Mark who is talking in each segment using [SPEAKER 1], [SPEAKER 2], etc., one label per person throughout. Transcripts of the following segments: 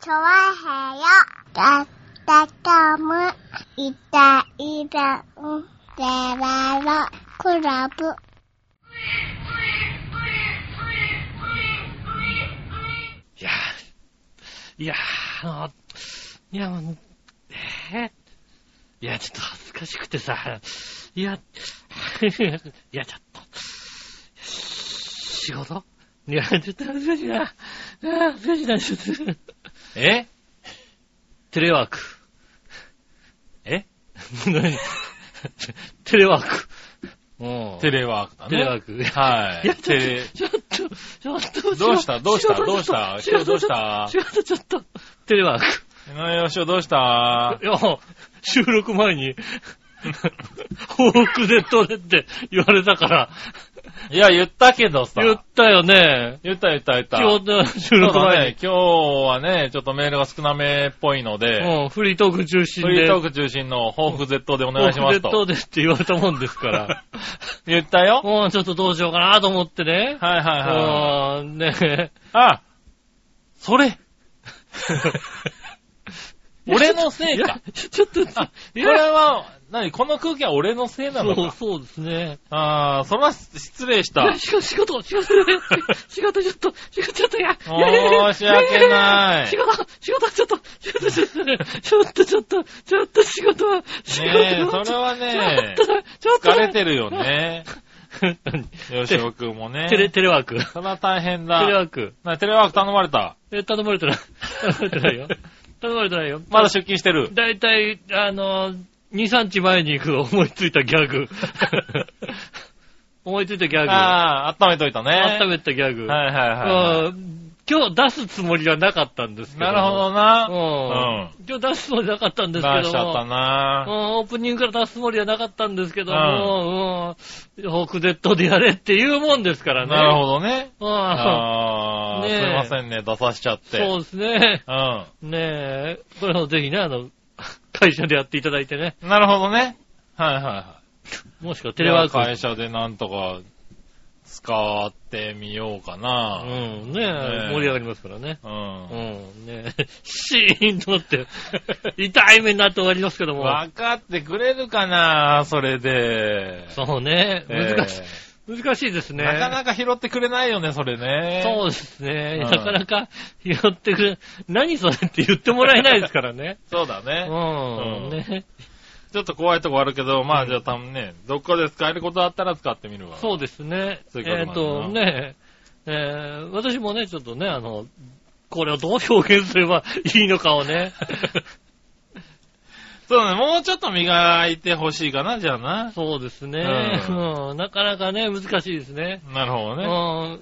[SPEAKER 1] チョワヘヨだったかむいたいたんでららクラブ
[SPEAKER 2] いやー、いやー、あの、いや、もう、えーいや、ちょっと恥ずかしくてさ、いや、い や、ちょっと、仕事いや、ちょっと恥ずかしいな。あー恥ずかしいな、ちょっと。えテレワーク。え 何テレワーク。うん。
[SPEAKER 3] テレワークだね。
[SPEAKER 2] テレワーク。
[SPEAKER 3] はい。
[SPEAKER 2] い や
[SPEAKER 3] テレ、
[SPEAKER 2] ちょっと、ちょっと、
[SPEAKER 3] どうしたどうしたどうした
[SPEAKER 2] 仕事
[SPEAKER 3] 今日どうした
[SPEAKER 2] 仕事ちょっと、テレワーク。
[SPEAKER 3] 井上芳雄どうした
[SPEAKER 2] いや、収録前に、報復で取れって言われたから、
[SPEAKER 3] いや、言ったけどさ。
[SPEAKER 2] 言ったよね。
[SPEAKER 3] 言った言った言った。
[SPEAKER 2] 今日の収
[SPEAKER 3] そう
[SPEAKER 2] 録
[SPEAKER 3] だ
[SPEAKER 2] 前
[SPEAKER 3] ね、今日はね、ちょっとメールが少なめっぽいの
[SPEAKER 2] に、
[SPEAKER 3] で、
[SPEAKER 2] うん、フリートーク中心
[SPEAKER 3] フリ
[SPEAKER 2] で、
[SPEAKER 3] ートー
[SPEAKER 2] ク
[SPEAKER 3] ク中心の報復 Z でお願いしますと。
[SPEAKER 2] でって言われたもんです から、
[SPEAKER 3] 言ったよ。
[SPEAKER 2] もうちょっとどうしようかなと思ってね。
[SPEAKER 3] はいはいはい。
[SPEAKER 2] うん、ね
[SPEAKER 3] あ、それ俺のせい
[SPEAKER 2] いや
[SPEAKER 3] か。、
[SPEAKER 2] ちょっと、い
[SPEAKER 3] あ、これは、何この空気は俺のせいなの
[SPEAKER 2] そう、
[SPEAKER 3] か。
[SPEAKER 2] そうですね。
[SPEAKER 3] ああ、それは失礼した。
[SPEAKER 2] 仕事、仕事、仕事、仕事、ちょっと、仕事、ちょっと、いや、
[SPEAKER 3] 申し訳な い
[SPEAKER 2] 仕事、仕事、ちょっと、仕事、ちょっとね、ちょっと、ちょっと、ちょっと、仕事は、仕事
[SPEAKER 3] ねえ、それはね
[SPEAKER 2] ちょっ、と、ちょっと、
[SPEAKER 3] 疲れてるよ ね。
[SPEAKER 2] 何
[SPEAKER 3] よしおくんもね。
[SPEAKER 2] テレ、テレワーク。テ
[SPEAKER 3] それは大変だ。
[SPEAKER 2] レワーク。
[SPEAKER 3] なテレワーク頼まれた。
[SPEAKER 2] え、頼まれてない。頼まれてないよ。頼まれてないよ。
[SPEAKER 3] まだ出勤してる。
[SPEAKER 2] だいたい、あの、2、3日前に行く思いついたギャ グ。思いついたギャグ。
[SPEAKER 3] ああ、温めといたね。
[SPEAKER 2] 温めたギャグ。
[SPEAKER 3] はいはいはいは
[SPEAKER 2] うん今日出すつもりはなかったんです
[SPEAKER 3] い。
[SPEAKER 2] けど。
[SPEAKER 3] なるほどな。
[SPEAKER 2] うん。今日出すつもりなかったんですけ
[SPEAKER 3] 出
[SPEAKER 2] ども。
[SPEAKER 3] しちゃった
[SPEAKER 2] うん
[SPEAKER 3] な。
[SPEAKER 2] オープニングから出すつもりはなかったんですけども、うん。ホーク Z でやれっていうもんですからね。
[SPEAKER 3] なるほどね。
[SPEAKER 2] ど。うん。
[SPEAKER 3] ああ、
[SPEAKER 2] ね
[SPEAKER 3] す
[SPEAKER 2] え
[SPEAKER 3] いませんね、出さしちゃって。
[SPEAKER 2] そうですね。
[SPEAKER 3] うん。
[SPEAKER 2] ねえ。これをぜひね、あの、会社でやっていただいてね。
[SPEAKER 3] なるほどね。はいはいは。
[SPEAKER 2] もしくはいテレワー
[SPEAKER 3] じゃあ会
[SPEAKER 2] ク。
[SPEAKER 3] 社でなんとか使ってみようか
[SPEAKER 2] う
[SPEAKER 3] な。
[SPEAKER 2] ん。ねえ
[SPEAKER 3] ねえ
[SPEAKER 2] 盛り上がりますからね。
[SPEAKER 3] う。
[SPEAKER 2] うんん。ねえ。 シーンとなって、痛い目になって終わりますけども。
[SPEAKER 3] わかってくれるかな、それで。
[SPEAKER 2] そうね。難しい。難しいです
[SPEAKER 3] えー
[SPEAKER 2] ね。
[SPEAKER 3] なかなか拾ってくれないよね、それね。
[SPEAKER 2] そうですね。
[SPEAKER 3] うん
[SPEAKER 2] なかなか拾ってくれ、何それって言ってもらえないですからね。
[SPEAKER 3] そうだ
[SPEAKER 2] う
[SPEAKER 3] ね。うん
[SPEAKER 2] ん。ね。
[SPEAKER 3] ちょっと怖いとこあるけど、まあじゃあ多分ね、どっかで使えることあったら使ってみるわ。
[SPEAKER 2] そうですね。
[SPEAKER 3] そうい
[SPEAKER 2] え
[SPEAKER 3] う
[SPEAKER 2] っ
[SPEAKER 3] ことな
[SPEAKER 2] と
[SPEAKER 3] ん
[SPEAKER 2] ね、えー私もね、ちょっとね、あの、これをどう表現すればいいのかを ね。
[SPEAKER 3] そうだね、もうちょっと磨いてほしいかな、じゃあな。
[SPEAKER 2] そうですね。
[SPEAKER 3] う
[SPEAKER 2] うん。なかなかね、難しいですね。
[SPEAKER 3] なるほど
[SPEAKER 2] う
[SPEAKER 3] ね。
[SPEAKER 2] ん。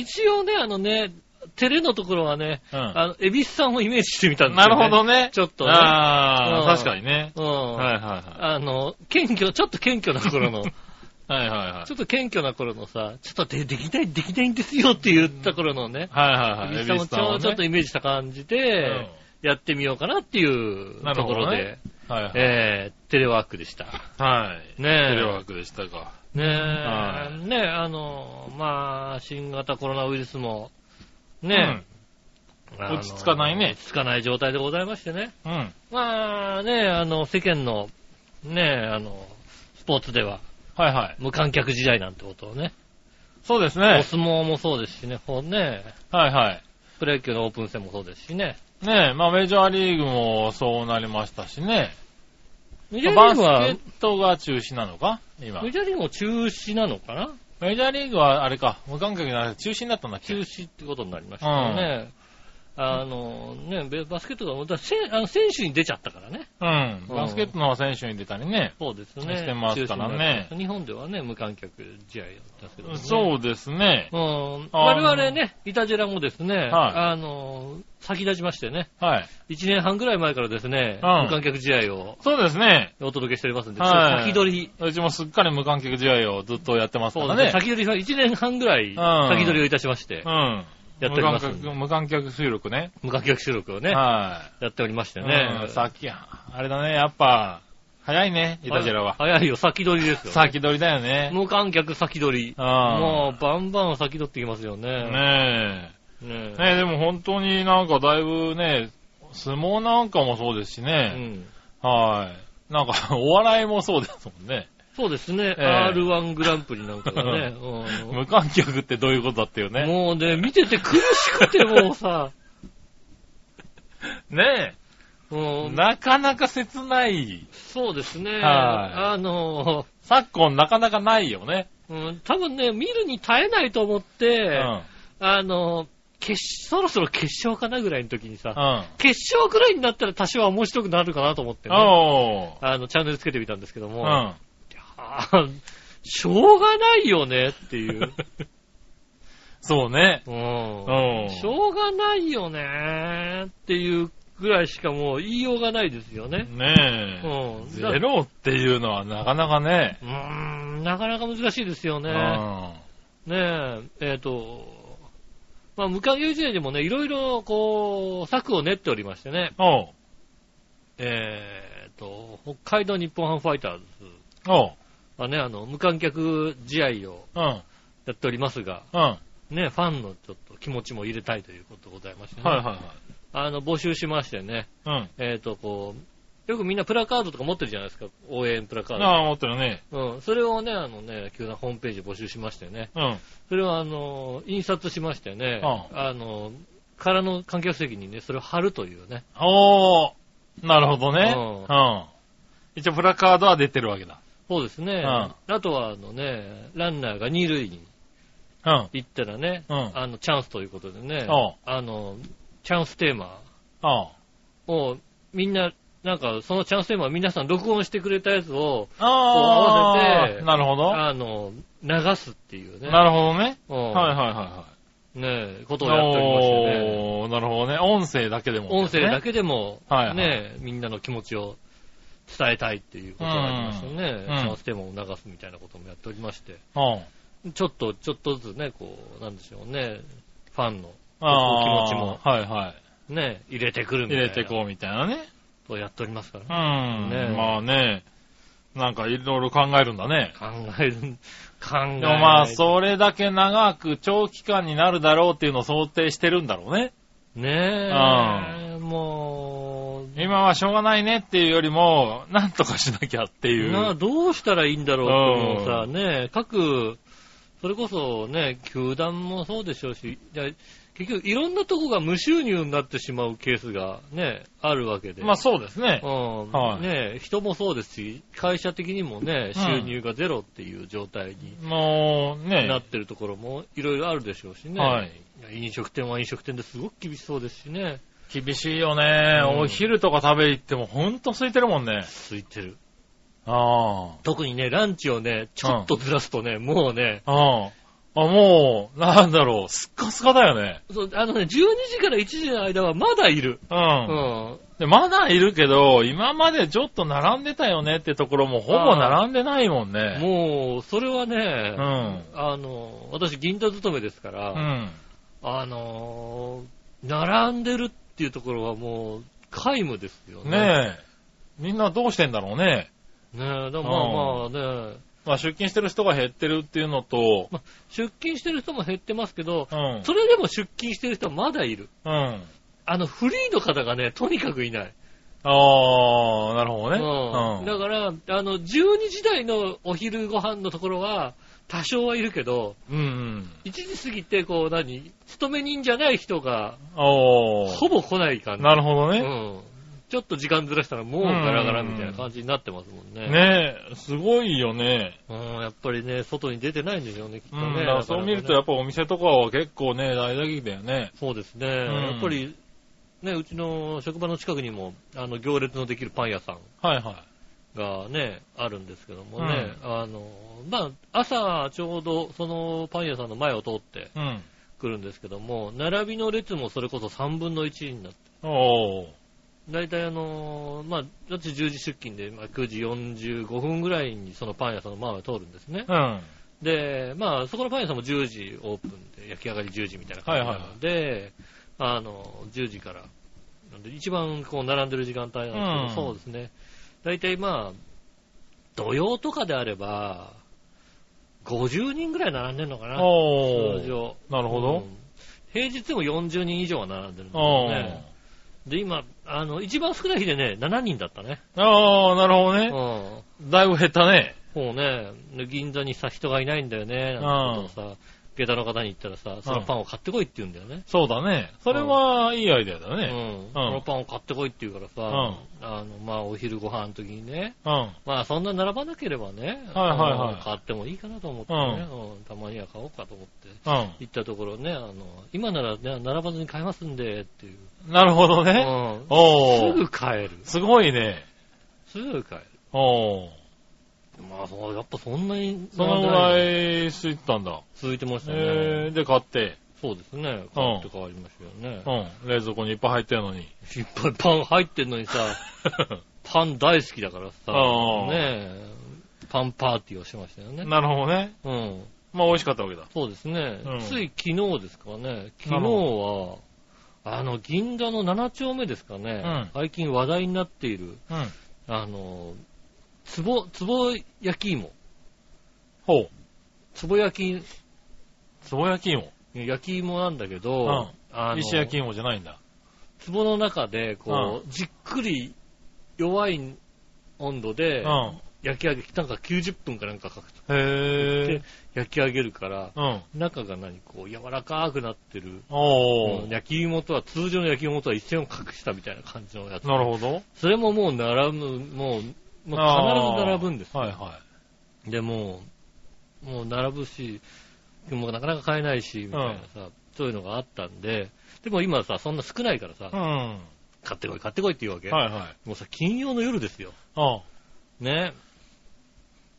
[SPEAKER 2] 一応ね、あのね、照れのところはね、
[SPEAKER 3] うん
[SPEAKER 2] あの、エビスさんをイメージしてみたんです
[SPEAKER 3] な
[SPEAKER 2] よ、ね。
[SPEAKER 3] るほどね。
[SPEAKER 2] ちょっとね
[SPEAKER 3] あ
[SPEAKER 2] うん
[SPEAKER 3] あ、確かにね。
[SPEAKER 2] うん。
[SPEAKER 3] はいはいは
[SPEAKER 2] あの、謙虚、ちょっと謙虚な頃 の。
[SPEAKER 3] い。はいはいはい
[SPEAKER 2] ちょっと謙虚な頃のさ、ちょっとでできない、できないんですよって言った頃のね、。
[SPEAKER 3] はいはいはい。
[SPEAKER 2] 蛭
[SPEAKER 3] エ
[SPEAKER 2] 子さんも
[SPEAKER 3] ビ
[SPEAKER 2] ち
[SPEAKER 3] スさん
[SPEAKER 2] ょ
[SPEAKER 3] は
[SPEAKER 2] ちょっと
[SPEAKER 3] ね。
[SPEAKER 2] イメージした感じで、やってみようかなっていう
[SPEAKER 3] なる
[SPEAKER 2] と
[SPEAKER 3] ほ
[SPEAKER 2] こ
[SPEAKER 3] どね
[SPEAKER 2] ろで、
[SPEAKER 3] はいはい。
[SPEAKER 2] えー、テレワークでした。
[SPEAKER 3] はい。
[SPEAKER 2] ね
[SPEAKER 3] テ
[SPEAKER 2] え。
[SPEAKER 3] レワークでしたか。
[SPEAKER 2] ねえ、
[SPEAKER 3] は
[SPEAKER 2] ねえ、あの、まあ、新型コロナウイルスも、
[SPEAKER 3] うん
[SPEAKER 2] ね、え、あの
[SPEAKER 3] 落ち着かないね
[SPEAKER 2] 落ち着かない状態でございましてね。
[SPEAKER 3] うん。
[SPEAKER 2] まあねえ、あの、世間の、ねえ、あの、スポーツでは、
[SPEAKER 3] はいはい。
[SPEAKER 2] 無観客時代なんてことをね、
[SPEAKER 3] そうです
[SPEAKER 2] お
[SPEAKER 3] ね。
[SPEAKER 2] 相撲もそうですしね、ほうね、
[SPEAKER 3] はいはい。
[SPEAKER 2] プロ野球のオープン戦もそうですしね。
[SPEAKER 3] ねえ、まあメジャーリーグもそうなりましたしね。
[SPEAKER 2] メジャーリ
[SPEAKER 3] バ
[SPEAKER 2] ー
[SPEAKER 3] ス
[SPEAKER 2] グ
[SPEAKER 3] ケ
[SPEAKER 2] は
[SPEAKER 3] ッ、トが中止なのか今。
[SPEAKER 2] メジャーリーグも中止なのかな
[SPEAKER 3] メジャーリーグはあれか、無観客じゃなくて中止になったんだっけ
[SPEAKER 2] 中止ってことになりましたよね。あの、ね、ベバスケットが、だせんあの選手に出ちゃったからね。
[SPEAKER 3] うん。バスケットの選手に出たりね。
[SPEAKER 2] そうですね。
[SPEAKER 3] してますから
[SPEAKER 2] 中止
[SPEAKER 3] ね
[SPEAKER 2] になった日本ではね、無観客試合だったんですけど、ね。
[SPEAKER 3] そうですね。
[SPEAKER 2] うん。我
[SPEAKER 3] あの
[SPEAKER 2] 々ね、イタジェラもですね、あの、先立ちましてね、
[SPEAKER 3] はい。
[SPEAKER 2] 1年半ぐらい前からですね、
[SPEAKER 3] うん
[SPEAKER 2] 無観客試合を
[SPEAKER 3] そうですね。
[SPEAKER 2] お届けしておりますんで、
[SPEAKER 3] はい
[SPEAKER 2] 先取り
[SPEAKER 3] うちもすっかり無観客試合をずっとやってます
[SPEAKER 2] そ
[SPEAKER 3] か
[SPEAKER 2] うで
[SPEAKER 3] ら
[SPEAKER 2] すね。
[SPEAKER 3] ね。
[SPEAKER 2] 先取りは1年半ぐらい、先取りをいたしまして
[SPEAKER 3] う、ん。
[SPEAKER 2] やっております
[SPEAKER 3] 無観客、無観客収録ね。
[SPEAKER 2] 無観客収録をね、
[SPEAKER 3] は
[SPEAKER 2] やっておりまして
[SPEAKER 3] い。
[SPEAKER 2] ね
[SPEAKER 3] うん。さっき、あれだね、やっぱ、早いね、イタジェラは。
[SPEAKER 2] 早いよ、先取りですよ。
[SPEAKER 3] 先取りだよね。
[SPEAKER 2] 無観客先取り。
[SPEAKER 3] あ
[SPEAKER 2] もう、バンバン先取ってきますよ
[SPEAKER 3] あ。
[SPEAKER 2] ね。
[SPEAKER 3] ねえ。
[SPEAKER 2] ねえ
[SPEAKER 3] ねえ、でも本当になんかだいぶね、相撲なんかもそうですし
[SPEAKER 2] う
[SPEAKER 3] ね。
[SPEAKER 2] ん。
[SPEAKER 3] はい。なんか、 お笑いもそうですもんね。
[SPEAKER 2] そうですね。
[SPEAKER 3] ええ
[SPEAKER 2] R1 グランプリなんかがね。うん
[SPEAKER 3] 無観客ってどういうことだっていうね。
[SPEAKER 2] もうね、見てて苦しくてもうさ、
[SPEAKER 3] ね
[SPEAKER 2] う
[SPEAKER 3] え。
[SPEAKER 2] ん
[SPEAKER 3] なかなか切ない。
[SPEAKER 2] そうですね。
[SPEAKER 3] は
[SPEAKER 2] あの、
[SPEAKER 3] 昨今なかなかないよね。
[SPEAKER 2] うん、多分ね、見るに耐えないと思って、
[SPEAKER 3] うん。
[SPEAKER 2] あの、決、そろそろ決勝かなぐらいの時に
[SPEAKER 3] う
[SPEAKER 2] さ、
[SPEAKER 3] ん。
[SPEAKER 2] 決勝ぐらいになったら多少は面白くなるかなと思ってね、
[SPEAKER 3] おー。
[SPEAKER 2] あの、チャンネルつけてみたんですけど
[SPEAKER 3] う
[SPEAKER 2] も、
[SPEAKER 3] ん。
[SPEAKER 2] あーしょうがないよねっていう。
[SPEAKER 3] そうね。
[SPEAKER 2] うん
[SPEAKER 3] うん。
[SPEAKER 2] しょうがないよねっていうぐらいしかもう言いようがないですよね。
[SPEAKER 3] ねえ。
[SPEAKER 2] うん。
[SPEAKER 3] ゼ
[SPEAKER 2] だ
[SPEAKER 3] ロっていうのはなかなかね。
[SPEAKER 2] うーん、なかなか難しいですよ
[SPEAKER 3] う
[SPEAKER 2] ね。
[SPEAKER 3] ん。
[SPEAKER 2] ねえ、えっ、と、まあ、無観客時代でもね、いろいろこう、策を練っておりましてね、
[SPEAKER 3] おう。
[SPEAKER 2] えっ、と、北海道日本ハムファイターズ
[SPEAKER 3] おう。
[SPEAKER 2] はね、あの、無観客試合を
[SPEAKER 3] うん。
[SPEAKER 2] やっておりますが、
[SPEAKER 3] うん。は
[SPEAKER 2] ね、ファンのちょっと気持ちも入れたいということでございまして
[SPEAKER 3] い
[SPEAKER 2] ね、
[SPEAKER 3] は
[SPEAKER 2] あの、募集しましてね、
[SPEAKER 3] いはい。
[SPEAKER 2] えっ、と、こう、よくみんなプラカードとか持ってるじゃないですか、応援プラカ
[SPEAKER 3] う
[SPEAKER 2] ー
[SPEAKER 3] ん。
[SPEAKER 2] ド。
[SPEAKER 3] ああ、思ってるね。
[SPEAKER 2] うん、それをね、あのね、球団ホームページ募集しましてね、
[SPEAKER 3] うん。
[SPEAKER 2] それをあの、印刷しましてね、
[SPEAKER 3] う
[SPEAKER 2] あの、空の観客席にね、それを貼るというね、
[SPEAKER 3] おー。なるほどね。
[SPEAKER 2] う
[SPEAKER 3] うん。一応プラカードは出てるわけだ。
[SPEAKER 2] そうですね、
[SPEAKER 3] ん
[SPEAKER 2] あとはあのね、ランナーが二塁に
[SPEAKER 3] うん。
[SPEAKER 2] 行ったらね、
[SPEAKER 3] うん。
[SPEAKER 2] あの、チャンスということでね、
[SPEAKER 3] お
[SPEAKER 2] あの、チャンステーマ
[SPEAKER 3] あ
[SPEAKER 2] をみんな、なんかそのチャンステーマを皆さん録音してくれたやつを、こう合
[SPEAKER 3] あ。あ
[SPEAKER 2] わせて
[SPEAKER 3] あ。なるほど。
[SPEAKER 2] あの、流すっていうね、
[SPEAKER 3] なるほどね。
[SPEAKER 2] うん
[SPEAKER 3] はいはいはいは
[SPEAKER 2] ねえ、こと
[SPEAKER 3] い。
[SPEAKER 2] をやっておりましてね。
[SPEAKER 3] おー。なるほどね。音声だけでも。
[SPEAKER 2] 音声だけでも、
[SPEAKER 3] はいはい
[SPEAKER 2] ね、みんなの気持ちを伝えたいっていうことがありましたね。
[SPEAKER 3] うん
[SPEAKER 2] チャンステーマを流すみたいなこともやっておりまして、
[SPEAKER 3] うん。
[SPEAKER 2] ちょっと、ちょっとずつね、こう、なんでしょうね、ファンの
[SPEAKER 3] ああ。
[SPEAKER 2] 気持ちも
[SPEAKER 3] はいはい。
[SPEAKER 2] ね、入れてくるみた
[SPEAKER 3] 入
[SPEAKER 2] い
[SPEAKER 3] れ
[SPEAKER 2] な
[SPEAKER 3] てこうみたいなね。
[SPEAKER 2] ことをやっておりますからね。
[SPEAKER 3] うん。
[SPEAKER 2] ねえ
[SPEAKER 3] まあね。なんかいろいろ考えるんだね。
[SPEAKER 2] 考える、考え
[SPEAKER 3] で
[SPEAKER 2] な
[SPEAKER 3] も
[SPEAKER 2] い
[SPEAKER 3] まあ、それだけ長く長期間になるだろうっていうのを想定してるんだろうね。
[SPEAKER 2] ねえ、もう、
[SPEAKER 3] 今はしょうがないねっていうよりも、なんとかしなきゃっていう。
[SPEAKER 2] なあ、どうしたらいいんだろうっていうのをさ、
[SPEAKER 3] う
[SPEAKER 2] ね、各、それこそね、球団もそうでしょうし、いや結局いろんなとこが無収入になってしまうケースがね、あるわけで。
[SPEAKER 3] まあそうですね。
[SPEAKER 2] うん
[SPEAKER 3] はい
[SPEAKER 2] ね人もそうですし、会社的にもね、
[SPEAKER 3] うん
[SPEAKER 2] 収入がゼロっていう状態に
[SPEAKER 3] もうね、
[SPEAKER 2] なってるところもいろいろあるでしょうしね、
[SPEAKER 3] はい
[SPEAKER 2] や飲食店は飲食店ですごく厳しそうですしね、
[SPEAKER 3] 厳しいよね、
[SPEAKER 2] うん
[SPEAKER 3] お昼とか食べ行ってもほんと空いてるもんね。
[SPEAKER 2] 空いてる。
[SPEAKER 3] あ
[SPEAKER 2] 特にね、ランチをね、ちょっとずらすとね、もうね、
[SPEAKER 3] あ。ああ。あ、もう、なんだろう、すっかすかだよね。
[SPEAKER 2] そう、あのね、12時から1時の間はまだいる。
[SPEAKER 3] う。
[SPEAKER 2] うんん。
[SPEAKER 3] でまだいるけど、今までちょっと並んでたよねってところもほぼ並んでないもんね。
[SPEAKER 2] もう、それはね
[SPEAKER 3] う、ん。
[SPEAKER 2] あの、私、銀座勤めですか
[SPEAKER 3] う
[SPEAKER 2] ら、
[SPEAKER 3] ん。
[SPEAKER 2] あの、並んでるっていうところはもう、皆無ですよね。
[SPEAKER 3] ねえ。みんなどうしてんだろうね。
[SPEAKER 2] ねえ。だからまあまあね、
[SPEAKER 3] まあ出勤してる人が減ってるっていうのと、
[SPEAKER 2] 出勤してる人も減ってますけど、
[SPEAKER 3] うん。
[SPEAKER 2] それでも出勤してる人はまだいる。
[SPEAKER 3] うん。
[SPEAKER 2] あの、フリーの方がね、とにかくいない。
[SPEAKER 3] ああ、なるほどね。
[SPEAKER 2] うん。だから、あの、12時台のお昼ご飯のところは、多少はいるけど、
[SPEAKER 3] うん。うん。
[SPEAKER 2] 1時過ぎて、こう、何、勤め人じゃない人が、
[SPEAKER 3] お
[SPEAKER 2] ほ
[SPEAKER 3] ー。
[SPEAKER 2] ぼ来ない感じ。
[SPEAKER 3] なるほど
[SPEAKER 2] う
[SPEAKER 3] ね。
[SPEAKER 2] ん。ちょっと時間ずらしたらもうガラガラみたいな感じになってますもんね。。
[SPEAKER 3] ねえ、すごいよね。
[SPEAKER 2] うん、やっぱりね、外に出てないんでしょうね、きっと
[SPEAKER 3] う
[SPEAKER 2] ね。
[SPEAKER 3] ん。
[SPEAKER 2] な
[SPEAKER 3] だ
[SPEAKER 2] か
[SPEAKER 3] か
[SPEAKER 2] なからね
[SPEAKER 3] そう見るとやっぱお店とかは結構ね、大打撃だよね。
[SPEAKER 2] そうですね。
[SPEAKER 3] ん
[SPEAKER 2] やっぱり、ね、うちの職場の近くにも、あの、行列のできるパン屋さん
[SPEAKER 3] はいは
[SPEAKER 2] がね、あるんですけどもね、あの、まあ、朝ちょうどそのパン屋さんの前を通って
[SPEAKER 3] い。うん。
[SPEAKER 2] くるんですけども、並びの列もそれこそ3分の1になって
[SPEAKER 3] おー。
[SPEAKER 2] 大体あのーまあ、だって10時出勤で、まあ、9時45分ぐらいにそのパン屋さんの前を通るんですね。
[SPEAKER 3] うん。は
[SPEAKER 2] で、まあ、そこのパン屋さんも10時オープンで、焼き上がり10時みたいな感じなので、あの、10時から、なんで一番こう並んでる時間帯なんですけど、
[SPEAKER 3] う
[SPEAKER 2] そうんですね。大体まあ、土曜とかであれば、50人ぐらい並んでるのかな、
[SPEAKER 3] お
[SPEAKER 2] 通
[SPEAKER 3] ー。
[SPEAKER 2] 常。
[SPEAKER 3] なるほ
[SPEAKER 2] う
[SPEAKER 3] ど
[SPEAKER 2] ん。平日でも40人以上は並んでるんですよ
[SPEAKER 3] おー
[SPEAKER 2] ね。。で、今、あの、一番少ない日でね、7人だったね。
[SPEAKER 3] ああ、なるほど
[SPEAKER 2] うん。
[SPEAKER 3] ね。
[SPEAKER 2] そ
[SPEAKER 3] だいぶ減ったね。
[SPEAKER 2] うね、で銀座にさ、人がいないんだよね、なんてことをさ、下駄の方に言ったらさ、そのパンを買ってこいって言うんだよね。
[SPEAKER 3] そうだね。それはいいアイデアだ
[SPEAKER 2] う
[SPEAKER 3] ね。
[SPEAKER 2] ん。そのパンを買ってこいって言うからさ、あの、まあ、お昼ご飯の時にね、
[SPEAKER 3] うん。
[SPEAKER 2] まあ、そんな並ばなければね、
[SPEAKER 3] はいはいはい
[SPEAKER 2] あの買ってもいいかなと思ってね、うんたまには買おうかと思って。
[SPEAKER 3] う
[SPEAKER 2] 行ったところね、あの、今ならね、並ばずに買えますんで、っていう。
[SPEAKER 3] ん。なるほど
[SPEAKER 2] う
[SPEAKER 3] ね。
[SPEAKER 2] ん
[SPEAKER 3] お
[SPEAKER 2] す
[SPEAKER 3] ー。
[SPEAKER 2] ぐ買える。
[SPEAKER 3] すごいね。
[SPEAKER 2] すぐ買える。
[SPEAKER 3] おー。
[SPEAKER 2] まあ、そうやっぱそんなに、
[SPEAKER 3] その
[SPEAKER 2] 並ん
[SPEAKER 3] ぐ
[SPEAKER 2] でない
[SPEAKER 3] らいしていったんだ。
[SPEAKER 2] 続いてました
[SPEAKER 3] え
[SPEAKER 2] ね。
[SPEAKER 3] ー、で、買って。
[SPEAKER 2] そうですね。買って変わりましたよね
[SPEAKER 3] う。ん。冷蔵庫にいっぱい入ってるのに。
[SPEAKER 2] いっぱいパン入ってんの にさ、パン大好きだからさ、
[SPEAKER 3] ああ
[SPEAKER 2] ねえ、パンパーティーをしましたよね。
[SPEAKER 3] なるほどね。
[SPEAKER 2] うん。
[SPEAKER 3] まあ、美味しかったわけだ。
[SPEAKER 2] そうですね。
[SPEAKER 3] うん
[SPEAKER 2] つい昨日ですかね。昨日
[SPEAKER 3] なる
[SPEAKER 2] は、あの、銀座の7丁目ですかね。
[SPEAKER 3] うん
[SPEAKER 2] 最近話題になっている、
[SPEAKER 3] うん。
[SPEAKER 2] あの、つぼ、つぼ焼き芋。
[SPEAKER 3] ほう。
[SPEAKER 2] つぼ焼き、
[SPEAKER 3] つぼ焼き芋。
[SPEAKER 2] 焼き芋なんだけど、
[SPEAKER 3] うん
[SPEAKER 2] あの
[SPEAKER 3] 石焼き芋じゃないんだ。
[SPEAKER 2] つぼの中で、こう、じっくり弱い温度
[SPEAKER 3] う
[SPEAKER 2] で
[SPEAKER 3] ん。
[SPEAKER 2] 焼き上げ、なんか90分かなんかかけて
[SPEAKER 3] へ
[SPEAKER 2] で
[SPEAKER 3] え。
[SPEAKER 2] 焼き上げるから、
[SPEAKER 3] うん。
[SPEAKER 2] 中が何こう、柔らかくなってる。う
[SPEAKER 3] お
[SPEAKER 2] ん
[SPEAKER 3] ー。
[SPEAKER 2] 焼き芋とは、通常の焼き芋とは一線を隠したみたいな感じのやつ。
[SPEAKER 3] なるほど。
[SPEAKER 2] それももう並ぶ、もう、もう必ず並ぶんですよ。
[SPEAKER 3] はいは
[SPEAKER 2] で、もう、もう並ぶし、もうなかなか買えないし、みたいなさ、そういうのがあったんで、でも今さ、そんな少ないからさ、
[SPEAKER 3] い。うん。は
[SPEAKER 2] 買ってこい、買ってこいって言うわけ。
[SPEAKER 3] いはい。
[SPEAKER 2] もうさ、金曜の夜ですよ。
[SPEAKER 3] うん。
[SPEAKER 2] ね。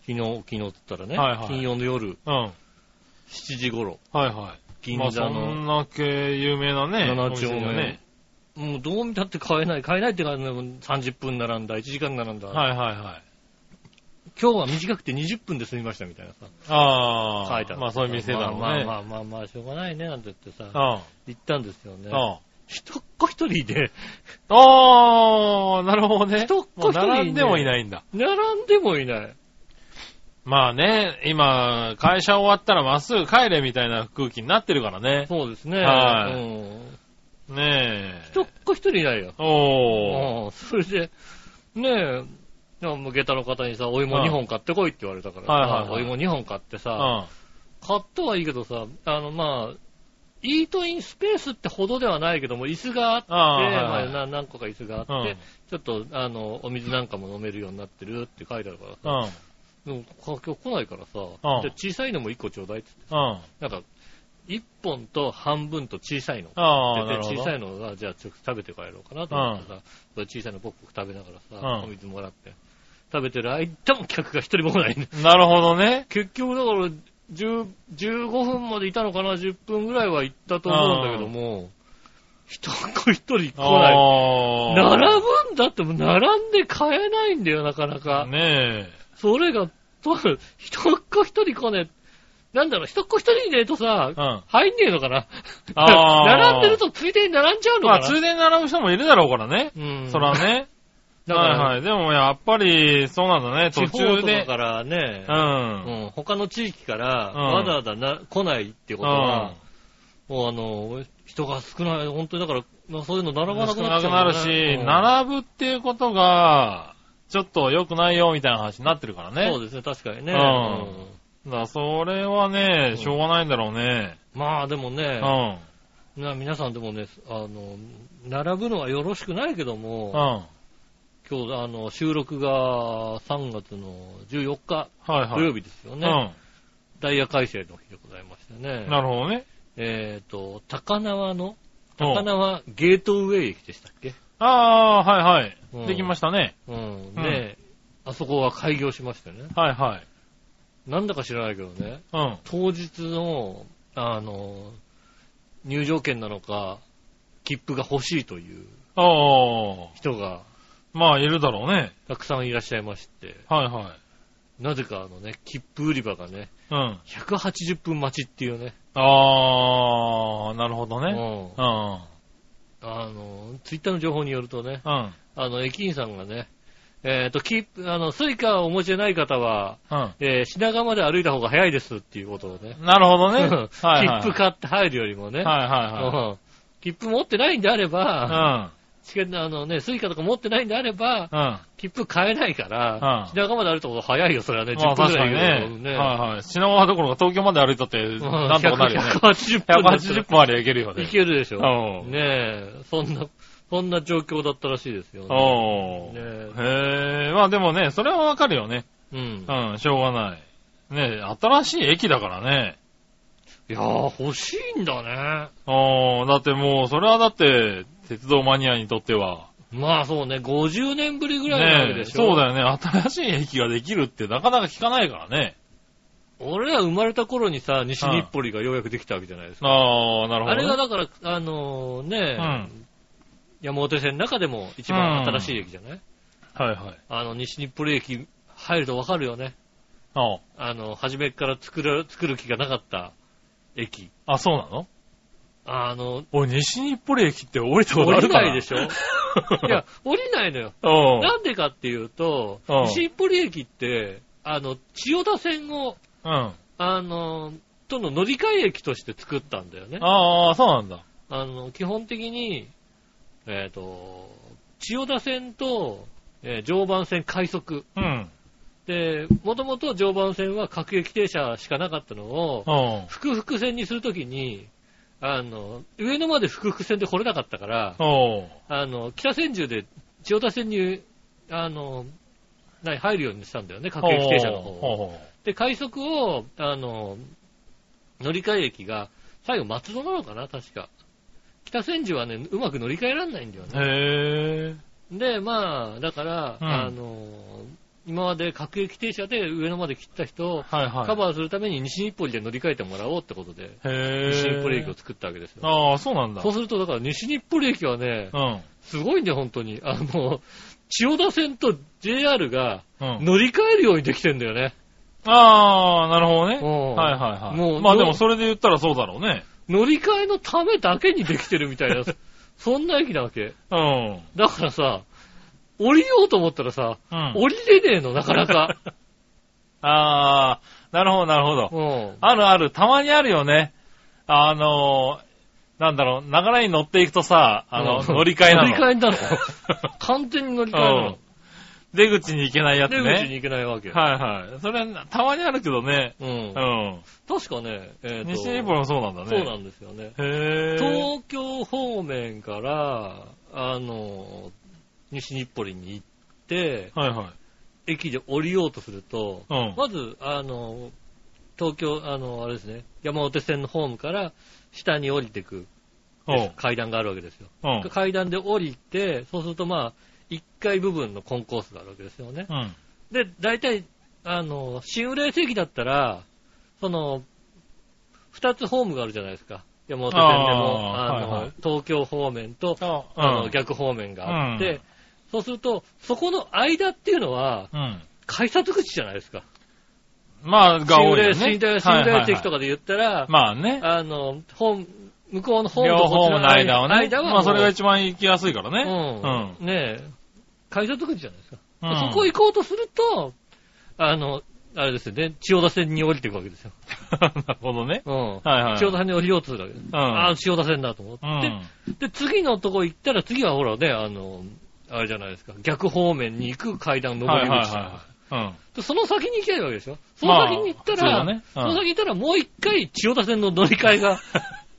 [SPEAKER 2] 昨日、昨日って言ったらね、
[SPEAKER 3] はいはい
[SPEAKER 2] 金曜の夜
[SPEAKER 3] うん。はい
[SPEAKER 2] 7時頃、
[SPEAKER 3] はい。
[SPEAKER 2] 銀
[SPEAKER 3] まあ、
[SPEAKER 2] 座
[SPEAKER 3] そ
[SPEAKER 2] の
[SPEAKER 3] んな系有名なね。
[SPEAKER 2] 7
[SPEAKER 3] お
[SPEAKER 2] 丁
[SPEAKER 3] 店
[SPEAKER 2] 目、
[SPEAKER 3] だね。
[SPEAKER 2] もうどう見たって買えない、買えないって感じで、30分並んだ、1時間並んだ、
[SPEAKER 3] はいはいはい。
[SPEAKER 2] 今日は短くて20分で済みましたみたいなさ、
[SPEAKER 3] ああ。
[SPEAKER 2] 書いてある
[SPEAKER 3] まあそういう店だろうね。
[SPEAKER 2] まあまあまあまあ、しょうがないね、なんて言ってさ、
[SPEAKER 3] あ
[SPEAKER 2] 行ったんですよね。
[SPEAKER 3] あ。
[SPEAKER 2] 一っ子一人で、
[SPEAKER 3] ああ、なるほどね。
[SPEAKER 2] 人っ
[SPEAKER 3] も
[SPEAKER 2] 子
[SPEAKER 3] う
[SPEAKER 2] 一人ね
[SPEAKER 3] 並んでもいないんだ。
[SPEAKER 2] 並んでもいない。
[SPEAKER 3] まあね、今、会社終わったらまっすぐ帰れみたいな空気になってるからね。
[SPEAKER 2] そうですね。
[SPEAKER 3] はい
[SPEAKER 2] うん
[SPEAKER 3] ねえ。
[SPEAKER 2] 一っ子一人いないよ。
[SPEAKER 3] おー。
[SPEAKER 2] うん それで、ねえ、でも下駄の方にさ、お芋
[SPEAKER 3] うん
[SPEAKER 2] 2本買ってこいって言われたからさ、
[SPEAKER 3] はいはいはい
[SPEAKER 2] お芋2本買って
[SPEAKER 3] う
[SPEAKER 2] さ、
[SPEAKER 3] ん。
[SPEAKER 2] 買ったはいいけどさ、あの、まあ、イートインスペースってほどではないけども、椅子があって、
[SPEAKER 3] ああはい
[SPEAKER 2] ま
[SPEAKER 3] はい
[SPEAKER 2] あな何個か椅子があって、
[SPEAKER 3] うん
[SPEAKER 2] ちょっと、あの、お水なんかも飲めるようになってるって書いてあるからさ、
[SPEAKER 3] うん。
[SPEAKER 2] でも今日来ないからさ、
[SPEAKER 3] ん
[SPEAKER 2] じゃあ小さいのも1個ちょうだいって
[SPEAKER 3] う
[SPEAKER 2] 言
[SPEAKER 3] ん。
[SPEAKER 2] って、なんか、1本と半分と小さいの。
[SPEAKER 3] ああ、な
[SPEAKER 2] で
[SPEAKER 3] るほど。
[SPEAKER 2] 小さいのが、じゃあちょっと食べて帰ろうかなと思ってさ、それ小さいのポクポク食べながらさ、
[SPEAKER 3] うん
[SPEAKER 2] お水もらって、食べてる間も客が一人も来ないね。
[SPEAKER 3] なるほどね。
[SPEAKER 2] 結局だから、10 15分までいたのかな、10分ぐらいは行ったと思うんだけども、一人一人来ない。
[SPEAKER 3] ああ。
[SPEAKER 2] 並ぶんだってもう並んで買えないんだよ、なかなか。
[SPEAKER 3] ね
[SPEAKER 2] それが、と、一っ子一人来ねえ。なんだろう、一っ子一人いねえとさ、
[SPEAKER 3] え。うん。
[SPEAKER 2] 入んねえのかな。
[SPEAKER 3] あー
[SPEAKER 2] 並んでるとついでに並んじゃうの
[SPEAKER 3] ま
[SPEAKER 2] かな。
[SPEAKER 3] あ、ついでに並ぶ人もいるだろうからね。
[SPEAKER 2] うん。
[SPEAKER 3] そらね。
[SPEAKER 2] だから、
[SPEAKER 3] はいはい。でもやっぱり、そうなんだね。
[SPEAKER 2] 地方
[SPEAKER 3] 途中
[SPEAKER 2] とか
[SPEAKER 3] で。
[SPEAKER 2] からね
[SPEAKER 3] う、ん。
[SPEAKER 2] うん他の地域から
[SPEAKER 3] うん
[SPEAKER 2] わざわざな、来ないってことは、もうあの、人が少ない、本当にだから、まあ、そういうの並ばなく
[SPEAKER 3] 少
[SPEAKER 2] な
[SPEAKER 3] な
[SPEAKER 2] っち
[SPEAKER 3] く
[SPEAKER 2] ゃ
[SPEAKER 3] な
[SPEAKER 2] う
[SPEAKER 3] る
[SPEAKER 2] んだ
[SPEAKER 3] し、
[SPEAKER 2] ね、うん
[SPEAKER 3] 並ぶっていうことが、ちょっと良くないよみたいな話になってるからね。
[SPEAKER 2] そうですね、確かにね。
[SPEAKER 3] うん
[SPEAKER 2] うん
[SPEAKER 3] だからそれは
[SPEAKER 2] うん
[SPEAKER 3] ね、しょうがないんだろうね。
[SPEAKER 2] まあでも
[SPEAKER 3] う
[SPEAKER 2] ね
[SPEAKER 3] ん。、うん。
[SPEAKER 2] な皆さんでもね、あの、並ぶのはよろしくないけども、
[SPEAKER 3] はい
[SPEAKER 2] 今日、あの、収録が3月の14日、
[SPEAKER 3] はい。
[SPEAKER 2] 土曜日ですよね。ダイヤ改正の日でございまして
[SPEAKER 3] う
[SPEAKER 2] ね
[SPEAKER 3] ん。。なるほどね。
[SPEAKER 2] えっ、と、高輪の、
[SPEAKER 3] うん
[SPEAKER 2] 高輪ゲートウェイ駅でしたっけ
[SPEAKER 3] ああ、はいは
[SPEAKER 2] うん
[SPEAKER 3] い。できましたね。
[SPEAKER 2] うん。
[SPEAKER 3] うん
[SPEAKER 2] で、あそこは開業しましたよね。
[SPEAKER 3] はいはい。
[SPEAKER 2] なんだか知らないけどね、
[SPEAKER 3] うん。
[SPEAKER 2] 当日の、あの、入場券なのか、切符が欲しいという
[SPEAKER 3] ああ、
[SPEAKER 2] 人が
[SPEAKER 3] まあいるだろうね。
[SPEAKER 2] たくさんいらっしゃいまして、
[SPEAKER 3] はいはい。
[SPEAKER 2] なぜかあのね、切符売り場がね、
[SPEAKER 3] うん。
[SPEAKER 2] 180分待ちっていうね。
[SPEAKER 3] ああ、なるほどね。
[SPEAKER 2] う
[SPEAKER 3] うんん。
[SPEAKER 2] あの、ツイッターの情報によるとね、
[SPEAKER 3] うん。
[SPEAKER 2] あの、駅員さんがね、えっ、と、キープ、あの、スイカをお持ちでない方は、
[SPEAKER 3] うん。
[SPEAKER 2] えー品川まで歩いた方が早いですっていうことをね。
[SPEAKER 3] なるほどね。
[SPEAKER 2] う
[SPEAKER 3] はい
[SPEAKER 2] ん
[SPEAKER 3] はい。
[SPEAKER 2] 切符買って入るよりもね。
[SPEAKER 3] はいはいはい。
[SPEAKER 2] うん切符持ってないんであれば、
[SPEAKER 3] う
[SPEAKER 2] チケット、あのね、スイカとか持ってないんであれば、
[SPEAKER 3] うん。ま
[SPEAKER 2] 切符買えないから
[SPEAKER 3] うん、
[SPEAKER 2] 品川まで歩いた方が早いよ、それはね。
[SPEAKER 3] あ
[SPEAKER 2] 10分
[SPEAKER 3] 確
[SPEAKER 2] く
[SPEAKER 3] からに
[SPEAKER 2] い
[SPEAKER 3] ね。
[SPEAKER 2] い
[SPEAKER 3] はいはい。品川どころか東京まで歩いたって、
[SPEAKER 2] うん
[SPEAKER 3] なんとかなるよね。
[SPEAKER 2] 180分だったら
[SPEAKER 3] 180分ありゃいけるよね
[SPEAKER 2] い。けるでしょ。
[SPEAKER 3] う
[SPEAKER 2] ね
[SPEAKER 3] ん
[SPEAKER 2] え、そんな、そんな状況だったらしいですよね。
[SPEAKER 3] お
[SPEAKER 2] ね
[SPEAKER 3] ー。
[SPEAKER 2] え
[SPEAKER 3] へえ、まあでもね、それはわかるよね。
[SPEAKER 2] うん。
[SPEAKER 3] うん、しょうがない。ね新しい駅だからね。
[SPEAKER 2] いやー、欲しいんだね。
[SPEAKER 3] うん、だってもう、それはだって、鉄道マニアにとっては。
[SPEAKER 2] まあそうね、50年ぶりぐらいなわけ
[SPEAKER 3] ね
[SPEAKER 2] でしょ。
[SPEAKER 3] そうだよね。新しい駅ができるってなかなか聞かないからね。
[SPEAKER 2] 俺ら生まれた頃にさ、西日暮里がようやくできたわけじゃないですか。
[SPEAKER 3] ああ、なるほど、ね。
[SPEAKER 2] あれがだから、あのーね、
[SPEAKER 3] うん
[SPEAKER 2] 山手線の中でも一番新しい駅じゃない、
[SPEAKER 3] はいはい。
[SPEAKER 2] あの、西日暮里駅入るとわかるよね。
[SPEAKER 3] あ
[SPEAKER 2] あの、初めから作る、作る気がなかった駅。
[SPEAKER 3] あ、あそうなの
[SPEAKER 2] あの、
[SPEAKER 3] 俺、西日暮里駅って降りたこと
[SPEAKER 2] 降
[SPEAKER 3] あ
[SPEAKER 2] り
[SPEAKER 3] るかな
[SPEAKER 2] ないで しょい
[SPEAKER 3] い
[SPEAKER 2] や、、降りないのよ。
[SPEAKER 3] うん。
[SPEAKER 2] なんでかっていうと
[SPEAKER 3] うん、
[SPEAKER 2] 西日暮里駅って、あの、千代田線を、
[SPEAKER 3] うん。
[SPEAKER 2] あの、との乗り換え駅として作ったんだよね。あ
[SPEAKER 3] ああ、そうなんだ。
[SPEAKER 2] の、基本的に、えっ、と、千代田線と、えー常磐線快速。
[SPEAKER 3] うん。
[SPEAKER 2] で、もともと常磐線は各駅停車しかなかったのを
[SPEAKER 3] う、ん。
[SPEAKER 2] 複々線にするときに、あの、上野まで複々線で来れなかったから、
[SPEAKER 3] お
[SPEAKER 2] あの、北千住で千代田線に、あの、何入るようにしたんだよね、各駅停車の方を。
[SPEAKER 3] ほ
[SPEAKER 2] で、快速を、あの、乗り換え駅が、最後松戸なのかな、確か。北千住はね、うまく乗り換えられないんだよ
[SPEAKER 3] う。
[SPEAKER 2] ね。
[SPEAKER 3] へえ。
[SPEAKER 2] で、まあ、だから、
[SPEAKER 3] うん
[SPEAKER 2] あの、今まで各駅停車で上野まで切った人を、
[SPEAKER 3] はいはい。
[SPEAKER 2] カバーするために西日暮里で乗り換えてもらおうってことで、
[SPEAKER 3] へえ。
[SPEAKER 2] 西日暮里駅を作ったわけですよ。
[SPEAKER 3] ああ、そうなんだ。
[SPEAKER 2] そうすると、だから西日暮里駅はね、
[SPEAKER 3] うん。
[SPEAKER 2] すごいんだよ、本当に。あの、千代田線と JR が
[SPEAKER 3] うん。
[SPEAKER 2] 乗り換えるようにできてんだよね。
[SPEAKER 3] ああ、なるほどね。
[SPEAKER 2] うん
[SPEAKER 3] はいはいはい。
[SPEAKER 2] もう
[SPEAKER 3] まあでもそれで言ったらそうだろうね。
[SPEAKER 2] 乗り換えのためだけにできてるみたい な、そんな駅なわけ。
[SPEAKER 3] うん。
[SPEAKER 2] だからさ、降りようと思ったらさ、
[SPEAKER 3] うん。
[SPEAKER 2] 降りれねえの、なかな か。
[SPEAKER 3] ああ、なるほどなるほど。
[SPEAKER 2] うん。
[SPEAKER 3] あるある、たまにあるよね。あのー、なんだろう、流れに乗っていくとさ、あの、
[SPEAKER 2] うん
[SPEAKER 3] 乗り換えなの。
[SPEAKER 2] 乗り換えなの。 完全に乗り換えなの。
[SPEAKER 3] 出口に行けないやつ
[SPEAKER 2] 出
[SPEAKER 3] ね。
[SPEAKER 2] 口に行けないわけ。
[SPEAKER 3] はいはい。それは、たまにあるけどね。
[SPEAKER 2] う。
[SPEAKER 3] うんん。
[SPEAKER 2] 確かね、えっと、
[SPEAKER 3] 西日本もそうなんだね。
[SPEAKER 2] そうなんですよね。
[SPEAKER 3] へぇー。
[SPEAKER 2] 東京方面から、あの、西日暮里に行って、
[SPEAKER 3] はいはい。
[SPEAKER 2] 駅で降りようとすると、
[SPEAKER 3] うん。
[SPEAKER 2] まず、あの、東京、あの、あれですね、山手線のホームから下に降りてく
[SPEAKER 3] おう
[SPEAKER 2] 階段があるわけですよ。
[SPEAKER 3] うん。
[SPEAKER 2] 階段で降りて、そうするとまあ、1階部分のコンコースがあるわけですよね。
[SPEAKER 3] うん。
[SPEAKER 2] で、大体、あの、新浦安駅だったら、その、2つホームがあるじゃないですか。山手線でも、
[SPEAKER 3] あー
[SPEAKER 2] あの、
[SPEAKER 3] はいはい
[SPEAKER 2] 東京方面と、
[SPEAKER 3] あ
[SPEAKER 2] あの、
[SPEAKER 3] うん。
[SPEAKER 2] 逆方面があって、
[SPEAKER 3] うん
[SPEAKER 2] そうすると、そこの間っていうのは、
[SPEAKER 3] うん。
[SPEAKER 2] 改札口じゃないですか。
[SPEAKER 3] まあ、が
[SPEAKER 2] 新
[SPEAKER 3] 多い
[SPEAKER 2] 浦
[SPEAKER 3] よ
[SPEAKER 2] 安
[SPEAKER 3] ね。
[SPEAKER 2] 新浦安新浦安駅と
[SPEAKER 3] か。
[SPEAKER 2] かで言ったら、
[SPEAKER 3] まあね。
[SPEAKER 2] あの、本、向こうの本
[SPEAKER 3] 両
[SPEAKER 2] とこっ
[SPEAKER 3] 方
[SPEAKER 2] ち
[SPEAKER 3] の間をね。
[SPEAKER 2] 間はもう、
[SPEAKER 3] まあ、それが一番行きやすいから
[SPEAKER 2] う
[SPEAKER 3] ね。
[SPEAKER 2] ん、ねえ、改札口じゃないですか。
[SPEAKER 3] うん
[SPEAKER 2] そこ行こうとすると、あの、あれですよね、千代田線に降りていくわけですよ。
[SPEAKER 3] なるほどね。
[SPEAKER 2] うん。
[SPEAKER 3] はいはい。
[SPEAKER 2] 千代田線に降りようとするわけです。
[SPEAKER 3] うん
[SPEAKER 2] ああ、千代田線だと思って、
[SPEAKER 3] うん。
[SPEAKER 2] で、次のとこ行ったら、次はほらね、あの、あれじゃないですか、逆方面に行く階段上り口、
[SPEAKER 3] はいはいはい。うん。
[SPEAKER 2] でその先に行きゃいいわけでしょその先に行ったら、そ
[SPEAKER 3] まあそうだねうん
[SPEAKER 2] の先に行ったらもう一回千代田線の乗り換え が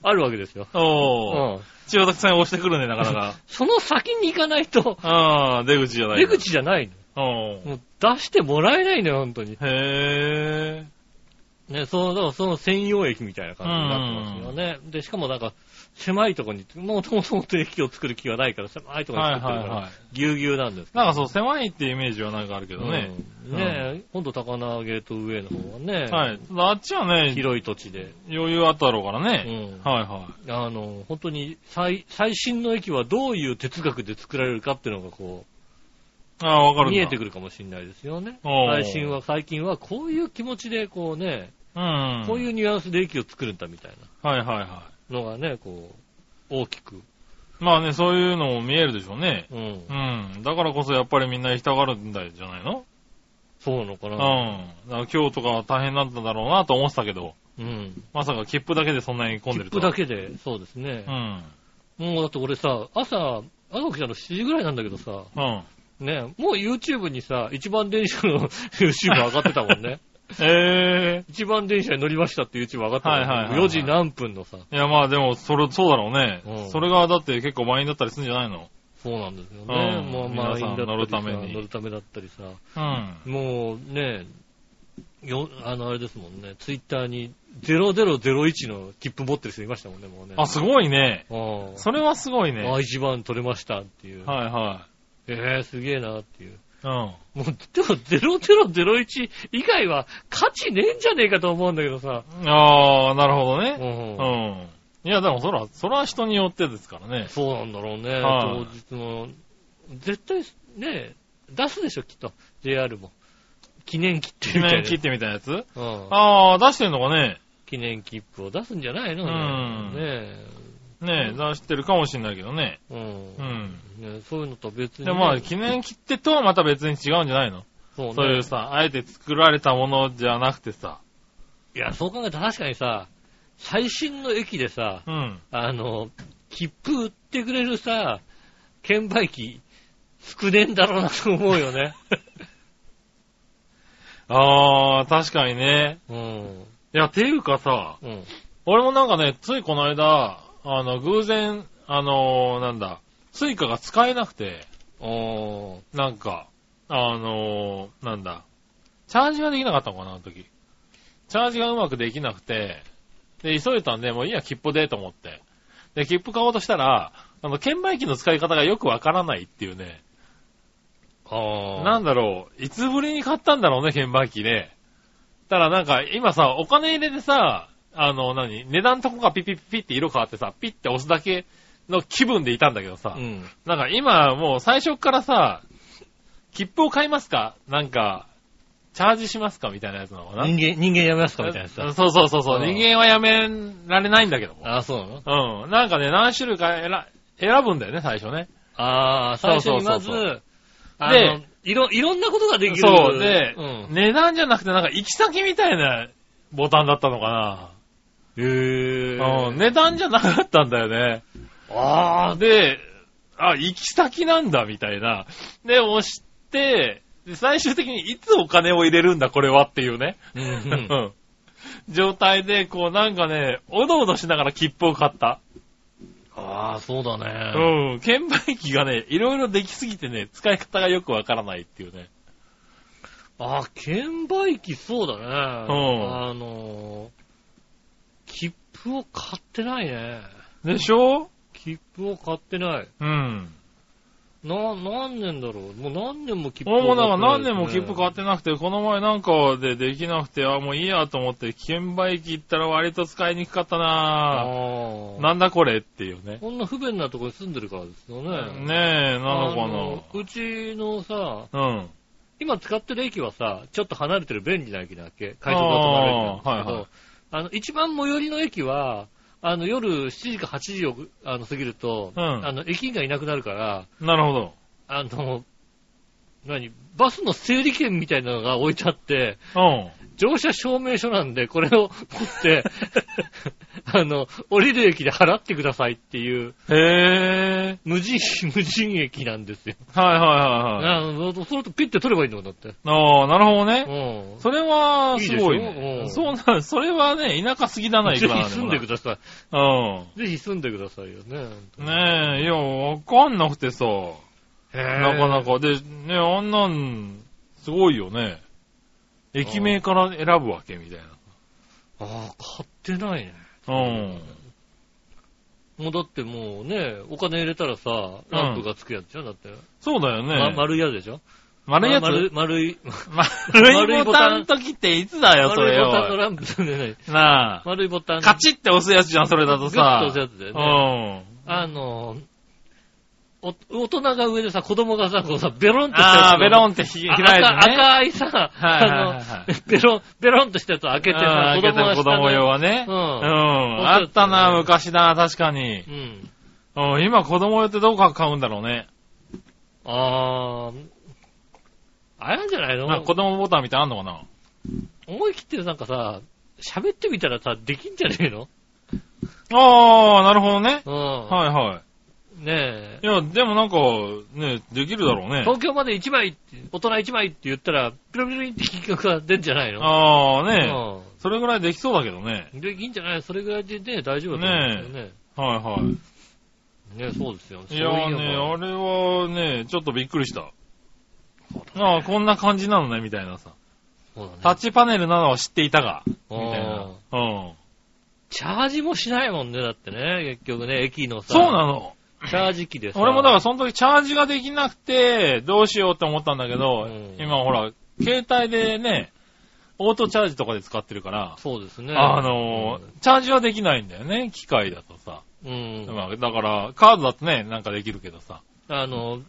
[SPEAKER 2] あるわけですよ。う
[SPEAKER 3] おー。
[SPEAKER 2] ん。
[SPEAKER 3] 千代田さん押してくるね、なかな
[SPEAKER 2] その先に行かないと、
[SPEAKER 3] か。うん、出口じゃない。
[SPEAKER 2] 出。口じゃない
[SPEAKER 3] うん。
[SPEAKER 2] の。もう出してもらえないのよ、本当に。
[SPEAKER 3] へぇ
[SPEAKER 2] ね、その、だからその専用駅みたいな感じになってますよね。で、しかもなんか、狭いとこに、もともと駅を作る気はないから、狭いと
[SPEAKER 3] ー。
[SPEAKER 2] こに
[SPEAKER 3] はい
[SPEAKER 2] 作って
[SPEAKER 3] は
[SPEAKER 2] るか
[SPEAKER 3] いは
[SPEAKER 2] ら
[SPEAKER 3] い、。
[SPEAKER 2] ぎゅうぎゅうなんですけど
[SPEAKER 3] なんかそう、狭いってイメージはなんかあるけどね。
[SPEAKER 2] うんねえ、今度高輪ゲートウェイの方はね、
[SPEAKER 3] はい。ただあっちはね、
[SPEAKER 2] 広い土地で、
[SPEAKER 3] 余裕あったろうから
[SPEAKER 2] う
[SPEAKER 3] ね。
[SPEAKER 2] ん
[SPEAKER 3] はいは
[SPEAKER 2] あの、本当に最最新の駅はどういう哲学で作られるかっていうのがこ
[SPEAKER 3] い。ああ、わか
[SPEAKER 2] う、
[SPEAKER 3] る
[SPEAKER 2] 見えて
[SPEAKER 3] くる。
[SPEAKER 2] くるかもしれないですよね。
[SPEAKER 3] おー
[SPEAKER 2] 最新は、最近はこういう気持ちでこうね、
[SPEAKER 3] うん。
[SPEAKER 2] こういうニュアンスで駅を作るんだみたい
[SPEAKER 3] はいはいは
[SPEAKER 2] なのがね、こう、大きく。
[SPEAKER 3] い。まあね、そういうのも見えるでしょうね。
[SPEAKER 2] うん
[SPEAKER 3] う。ん。だからこそやっぱりみんな行きたがるんだじゃないの
[SPEAKER 2] そうなのか
[SPEAKER 3] う
[SPEAKER 2] な。
[SPEAKER 3] ん。だから今日とかは大変だったんだろうなと思ってたけど、
[SPEAKER 2] うん。
[SPEAKER 3] まさか切符だけでそんなに混んで
[SPEAKER 2] 切
[SPEAKER 3] ると
[SPEAKER 2] 符
[SPEAKER 3] は。
[SPEAKER 2] だけで、そうですね
[SPEAKER 3] う。ん。
[SPEAKER 2] もうだって俺さ、朝、朝起きたの7時ぐらいなんだけどさ、
[SPEAKER 3] うん。
[SPEAKER 2] ね、もう YouTube にさ、一番電車の YouTube 上がってたもんね。
[SPEAKER 3] ええ
[SPEAKER 2] 一番電車に乗りましたって YouTube 上がってたもんね。
[SPEAKER 3] はいはいはいはい
[SPEAKER 2] 4時何分のさ。
[SPEAKER 3] いや、まあでも、それ、そうだろうね。
[SPEAKER 2] うん
[SPEAKER 3] それが、だって結構満員だったりするんじゃないの
[SPEAKER 2] そうなんですよね。
[SPEAKER 3] うん
[SPEAKER 2] もうまあ、
[SPEAKER 3] 皆さん
[SPEAKER 2] いいんだったりさ
[SPEAKER 3] 乗るために
[SPEAKER 2] 乗るためだったりさ。
[SPEAKER 3] うん。
[SPEAKER 2] もうね、よ、あの、あれですもんね。Twitter に0001の切符持ってる人いましたもんね、もうね。
[SPEAKER 3] あ、すごいね。
[SPEAKER 2] うん。
[SPEAKER 3] それはすごいね。
[SPEAKER 2] あ、
[SPEAKER 3] はい
[SPEAKER 2] 一番取れましたっていう。
[SPEAKER 3] は
[SPEAKER 2] ええすげえなっていう。
[SPEAKER 3] い。うん。
[SPEAKER 2] もう、でも0001以外は価値ねえんじゃねえかと思うんだけどさ。
[SPEAKER 3] ああ、なるほど
[SPEAKER 2] う
[SPEAKER 3] ね。
[SPEAKER 2] ん。
[SPEAKER 3] うん。いや、でも、そら、そら人によってですから ね。
[SPEAKER 2] そうなんだろうね。
[SPEAKER 3] は
[SPEAKER 2] 当
[SPEAKER 3] い
[SPEAKER 2] 日の、絶対ね、出すでしょ、きっと。JR も。記念切手
[SPEAKER 3] 決
[SPEAKER 2] みたいな。
[SPEAKER 3] め切ってみたやつ
[SPEAKER 2] うん
[SPEAKER 3] ああ、出してんのかね。
[SPEAKER 2] 記念切符を出すんじゃないの
[SPEAKER 3] うん
[SPEAKER 2] ね
[SPEAKER 3] ねえ、出してるかもしれないけどね。
[SPEAKER 2] え。うん
[SPEAKER 3] うん。
[SPEAKER 2] ねそういうのと別にね、
[SPEAKER 3] でもまあ、記念切手とはまた別に違うんじゃないの
[SPEAKER 2] そうね
[SPEAKER 3] そういうさ、あえて作られたものじゃなくてさ。
[SPEAKER 2] いや、そう考えたら確かにさ、最新の駅でさ、
[SPEAKER 3] うん。
[SPEAKER 2] あの、切符売ってくれるさ、券売機、少ねえんだろうなと思うよ ね。
[SPEAKER 3] ああ、確かにね。
[SPEAKER 2] うん。
[SPEAKER 3] いや、ていうかさ、
[SPEAKER 2] うん。
[SPEAKER 3] 俺もなんかね、ついこの間、あの、偶然、あのーなんだ、スイカが使えなくて、
[SPEAKER 2] おー。
[SPEAKER 3] なんか、あのーなんだ、チャージができなかったのかな、あの時。チャージがうまくできなくて、で、急いでたんで、もういいや、切符で、と思って。で、切符買おうとしたら、あの、券売機の使い方がよくわからないっていうね、
[SPEAKER 2] あー。
[SPEAKER 3] なんだろう、いつぶりに買ったんだろうね、券売機で。ただなんか、今さ、お金入れてさ、あの、何、値段とこがピピピピって色変わってさ、ピッて押すだけの気分でいたんだけどさ、
[SPEAKER 2] うん。
[SPEAKER 3] なんか今、もう最初っからさ、切符を買いますかなんか、チャージしますかみたいなやつなのかな
[SPEAKER 2] 人間、人間やめますかみたいなさ。
[SPEAKER 3] そうそうそうそうう、
[SPEAKER 2] ん
[SPEAKER 3] 人間はやめられないんだけども。
[SPEAKER 2] あー、そうなの
[SPEAKER 3] うん。なんかね、何種類か選選ぶんだよね、最初ね。
[SPEAKER 2] ああ、最初にまず、
[SPEAKER 3] そうそう
[SPEAKER 2] あの、いろ、いろんなことができる。
[SPEAKER 3] そう。で、
[SPEAKER 2] うん。
[SPEAKER 3] 値段じゃなくて、なんか行き先みたいなボタンだったのかな。
[SPEAKER 2] へぇ
[SPEAKER 3] うん。値段じゃなかったんだよね。
[SPEAKER 2] ああ、
[SPEAKER 3] で、あ、行き先なんだ、みたいな。で、押して、で最終的にいつお金を入れるんだ、これはっていうね。
[SPEAKER 2] う。
[SPEAKER 3] うんん。 状態で、こうなんかね、おどおどしながら切符を買った。
[SPEAKER 2] ああ、そうだね。
[SPEAKER 3] うん。券売機がね、いろいろできすぎてね、使い方がよくわからないっていうね。
[SPEAKER 2] ああ、券売機そうだね。あのー、切符を買ってないね。
[SPEAKER 3] でしょ
[SPEAKER 2] 切符を買ってない。
[SPEAKER 3] うん。
[SPEAKER 2] な、何年だろう。もう何年も切符を
[SPEAKER 3] 俺もな
[SPEAKER 2] 買っ
[SPEAKER 3] んか何
[SPEAKER 2] て
[SPEAKER 3] 年も切符買ってなくて、この前なんかでできなくて、あ、もういいやと思って、券売機行ったら割と使いにくかった
[SPEAKER 2] ない
[SPEAKER 3] なぁ。
[SPEAKER 2] ね。ああ。
[SPEAKER 3] なんだこれっていうね。
[SPEAKER 2] こんな不便なところに住んでるからですよね。
[SPEAKER 3] ねえ、な
[SPEAKER 2] あ
[SPEAKER 3] の
[SPEAKER 2] うちのさ、
[SPEAKER 3] かな。うん。
[SPEAKER 2] 今使ってる駅はさ、ちょっと離れてる便利な駅だっけ快速が止まる駅なんですけ
[SPEAKER 3] あーはいは
[SPEAKER 2] ど、あの、一番最寄りの駅は、あの、夜7時か8時をあの過ぎると、
[SPEAKER 3] うん
[SPEAKER 2] あの、駅員がいなくなるから、
[SPEAKER 3] なるほど。
[SPEAKER 2] あの、何バスの整理券みたいなのが置いてあって、
[SPEAKER 3] うん。
[SPEAKER 2] 乗車証明書なんで、これを持 って、あの、降りる駅で払ってくださいっていう、
[SPEAKER 3] へえ。
[SPEAKER 2] 無人、無人駅なんですよ。
[SPEAKER 3] はいはいはいはい。
[SPEAKER 2] あの、それとピッて取ればいいのだって。
[SPEAKER 3] ああ、なるほどね。
[SPEAKER 2] うん。
[SPEAKER 3] それ
[SPEAKER 2] い
[SPEAKER 3] は、
[SPEAKER 2] い
[SPEAKER 3] す
[SPEAKER 2] でしょ
[SPEAKER 3] ごいね。
[SPEAKER 2] うん
[SPEAKER 3] そうなん、それはね、田舎すぎだな、い
[SPEAKER 2] ぜ
[SPEAKER 3] く
[SPEAKER 2] ひ
[SPEAKER 3] らなん で
[SPEAKER 2] 住
[SPEAKER 3] も
[SPEAKER 2] ん
[SPEAKER 3] な
[SPEAKER 2] でください。
[SPEAKER 3] うん。
[SPEAKER 2] ぜひ住んでくださいよね。
[SPEAKER 3] ねえ、いや、わかんなくてさ、
[SPEAKER 2] え。
[SPEAKER 3] なかなか。で、ねあんなん、すごいよね。駅名から選ぶわけ、みたい
[SPEAKER 2] ああ、買ってないね。
[SPEAKER 3] な。うん。
[SPEAKER 2] もうだってもうね、お金入れたらさ、ランプがつくやつじゃん、だって。
[SPEAKER 3] そうだよ
[SPEAKER 2] ま、
[SPEAKER 3] ね。
[SPEAKER 2] 丸いやつでしょ
[SPEAKER 3] 丸いやつ
[SPEAKER 2] ま丸い、丸い、
[SPEAKER 3] 丸いボタンの時っていつだよ、そ
[SPEAKER 2] 丸
[SPEAKER 3] れ
[SPEAKER 2] いボタンの
[SPEAKER 3] よ。
[SPEAKER 2] ランプじゃない。
[SPEAKER 3] なあ。
[SPEAKER 2] 丸いボタン。
[SPEAKER 3] カチって押すやつじゃん、それだとさ。
[SPEAKER 2] グッと押すやつだよ
[SPEAKER 3] ね。うん。
[SPEAKER 2] あの、お大人が上でさ、子供がさ、こうさ、ベロンとしたやつ
[SPEAKER 3] ああ、ベロ
[SPEAKER 2] ン
[SPEAKER 3] ンってひ
[SPEAKER 2] 開いて、
[SPEAKER 3] 開いてね。
[SPEAKER 2] 赤いさ、
[SPEAKER 3] はいはいはい
[SPEAKER 2] あの、ベロン、ベロンとしたやつを開けてさ、
[SPEAKER 3] うん開けて子供用はね。
[SPEAKER 2] う
[SPEAKER 3] うんん。
[SPEAKER 2] ん
[SPEAKER 3] あったな、昔な、確かに。
[SPEAKER 2] うん。
[SPEAKER 3] うん、今子供用ってどこ買うんだろうね。
[SPEAKER 2] あー、あれなんじゃないの
[SPEAKER 3] なんか子供ボタンみたいなのあんのか
[SPEAKER 2] 思い切ってなんかさ、喋ってみたらさ、できんじゃねえの
[SPEAKER 3] なああ、なるほどね。
[SPEAKER 2] うん。
[SPEAKER 3] はいはい。
[SPEAKER 2] ね
[SPEAKER 3] いや、でもなんか、ね、できるだろう
[SPEAKER 2] え、
[SPEAKER 3] ね。
[SPEAKER 2] 東京まで1枚って、大人1枚って言ったら、ピロピロリンって金額が出んじゃないの
[SPEAKER 3] ああ、ね、
[SPEAKER 2] うん
[SPEAKER 3] それぐらいできそうだけどね。
[SPEAKER 2] で、いいんじゃないそれぐらいでね、大丈夫だと思うんですよね。
[SPEAKER 3] はいはい。
[SPEAKER 2] ねそうですよ。
[SPEAKER 3] いやー
[SPEAKER 2] そうい
[SPEAKER 3] ね、
[SPEAKER 2] うのが
[SPEAKER 3] あれはね、ちょっとびっくりした。ああ、こんな感じなのね、みたいなさ。
[SPEAKER 2] そう
[SPEAKER 3] タ
[SPEAKER 2] だ
[SPEAKER 3] ッ
[SPEAKER 2] ね。
[SPEAKER 3] チパネルなのは知っていたが、みたい
[SPEAKER 2] あ
[SPEAKER 3] な。うん。
[SPEAKER 2] チャージもしないもんね、だってね、結局ね、駅のさ、
[SPEAKER 3] そうなの。
[SPEAKER 2] チャージ機でさ。
[SPEAKER 3] 俺もだからその時チャージができなくて、どうしようって思ったんだけど
[SPEAKER 2] うん、
[SPEAKER 3] 今ほら、携帯でね、オートチャージとかで使ってるから、
[SPEAKER 2] そうですね。
[SPEAKER 3] あのー、チャージはできないんだよね、機械だとさ。
[SPEAKER 2] うん、うん。
[SPEAKER 3] まあだから、カードだとね、なんかできるけどさ。
[SPEAKER 2] あの、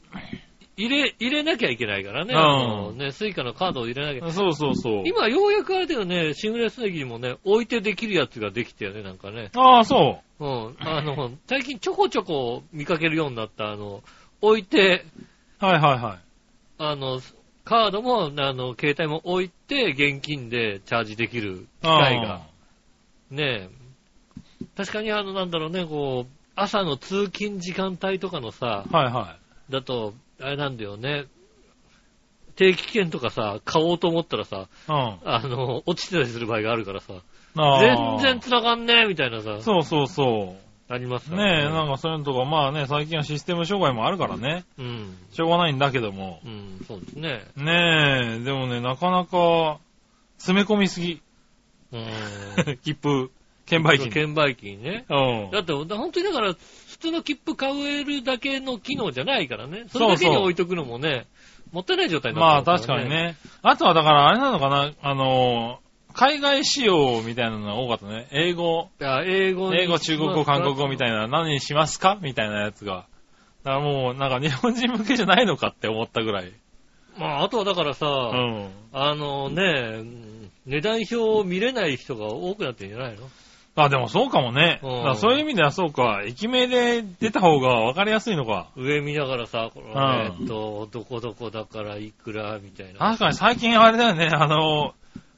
[SPEAKER 2] 入れ、入れなきゃいけないからね。
[SPEAKER 3] うん
[SPEAKER 2] あのね、スイカのカードを入れなきゃ。
[SPEAKER 3] そうそうそう。
[SPEAKER 2] 今、ようやくあれだよね、シングレスネギにもね、置いてできるやつができたよね、なんかね。
[SPEAKER 3] ああ、そ
[SPEAKER 2] うん。あの、最近ちょこちょこ見かけるようになった、あの、置いて、
[SPEAKER 3] う。はいはいはい。
[SPEAKER 2] あの、カードも、あの、携帯も置いて、現金でチャージできる機械が。ねえ。確かにあの、なんだろうね、こう、朝の通勤時間帯とかのさ、
[SPEAKER 3] うん。はいは
[SPEAKER 2] だと、あれなんだよね。定期券とかさ、買おうと思ったらさ、
[SPEAKER 3] い。うん。
[SPEAKER 2] あの、落ちてたりする場合があるからさ、
[SPEAKER 3] あ
[SPEAKER 2] 全
[SPEAKER 3] あ
[SPEAKER 2] 然繋がんねえみたいなさ、
[SPEAKER 3] そうそうそ
[SPEAKER 2] あります
[SPEAKER 3] う。
[SPEAKER 2] か
[SPEAKER 3] ねえ、
[SPEAKER 2] ら
[SPEAKER 3] なんかそういうのとか、まあね、最近はシステム障害もあるからね、
[SPEAKER 2] うん。
[SPEAKER 3] しょうがないんだけども。
[SPEAKER 2] うん、そうですね。
[SPEAKER 3] ねえ、でもね、なかなか、詰め込みすぎ。
[SPEAKER 2] うん。
[SPEAKER 3] 切符、券売機に。
[SPEAKER 2] 券売機にね。
[SPEAKER 3] うん。
[SPEAKER 2] だって、本当にだから、普通の切符買えるだけの機能じゃないからね。それだけ
[SPEAKER 3] そう
[SPEAKER 2] に
[SPEAKER 3] そう
[SPEAKER 2] 置いとくのもね、もったいない状態に
[SPEAKER 3] ま
[SPEAKER 2] なっ
[SPEAKER 3] あ
[SPEAKER 2] てま
[SPEAKER 3] 確
[SPEAKER 2] すか
[SPEAKER 3] からに。ね。あとはだからあれなのかな、あのー、海外仕様みたいなのが多かったね。英語、
[SPEAKER 2] あ英語に
[SPEAKER 3] 英語、中国語、韓国語みた
[SPEAKER 2] い
[SPEAKER 3] いな、何にしますかみたいなやつが。だからもう、なんか日本人向けじゃないのかって思ったぐらい。
[SPEAKER 2] な。まあ、あとはだからさ、
[SPEAKER 3] うん。
[SPEAKER 2] あのね、うん値段表を見れない人が多くなってるんじゃないの
[SPEAKER 3] あ、でもそうかもね。
[SPEAKER 2] う
[SPEAKER 3] だ
[SPEAKER 2] ん
[SPEAKER 3] からそういう意味ではそうか。駅名で出た方がわかりやすいのか。
[SPEAKER 2] 上見ながらさ、この
[SPEAKER 3] うん
[SPEAKER 2] えっと、どこどこだからいくらみたいな。
[SPEAKER 3] 確かに最近あれだよね、あの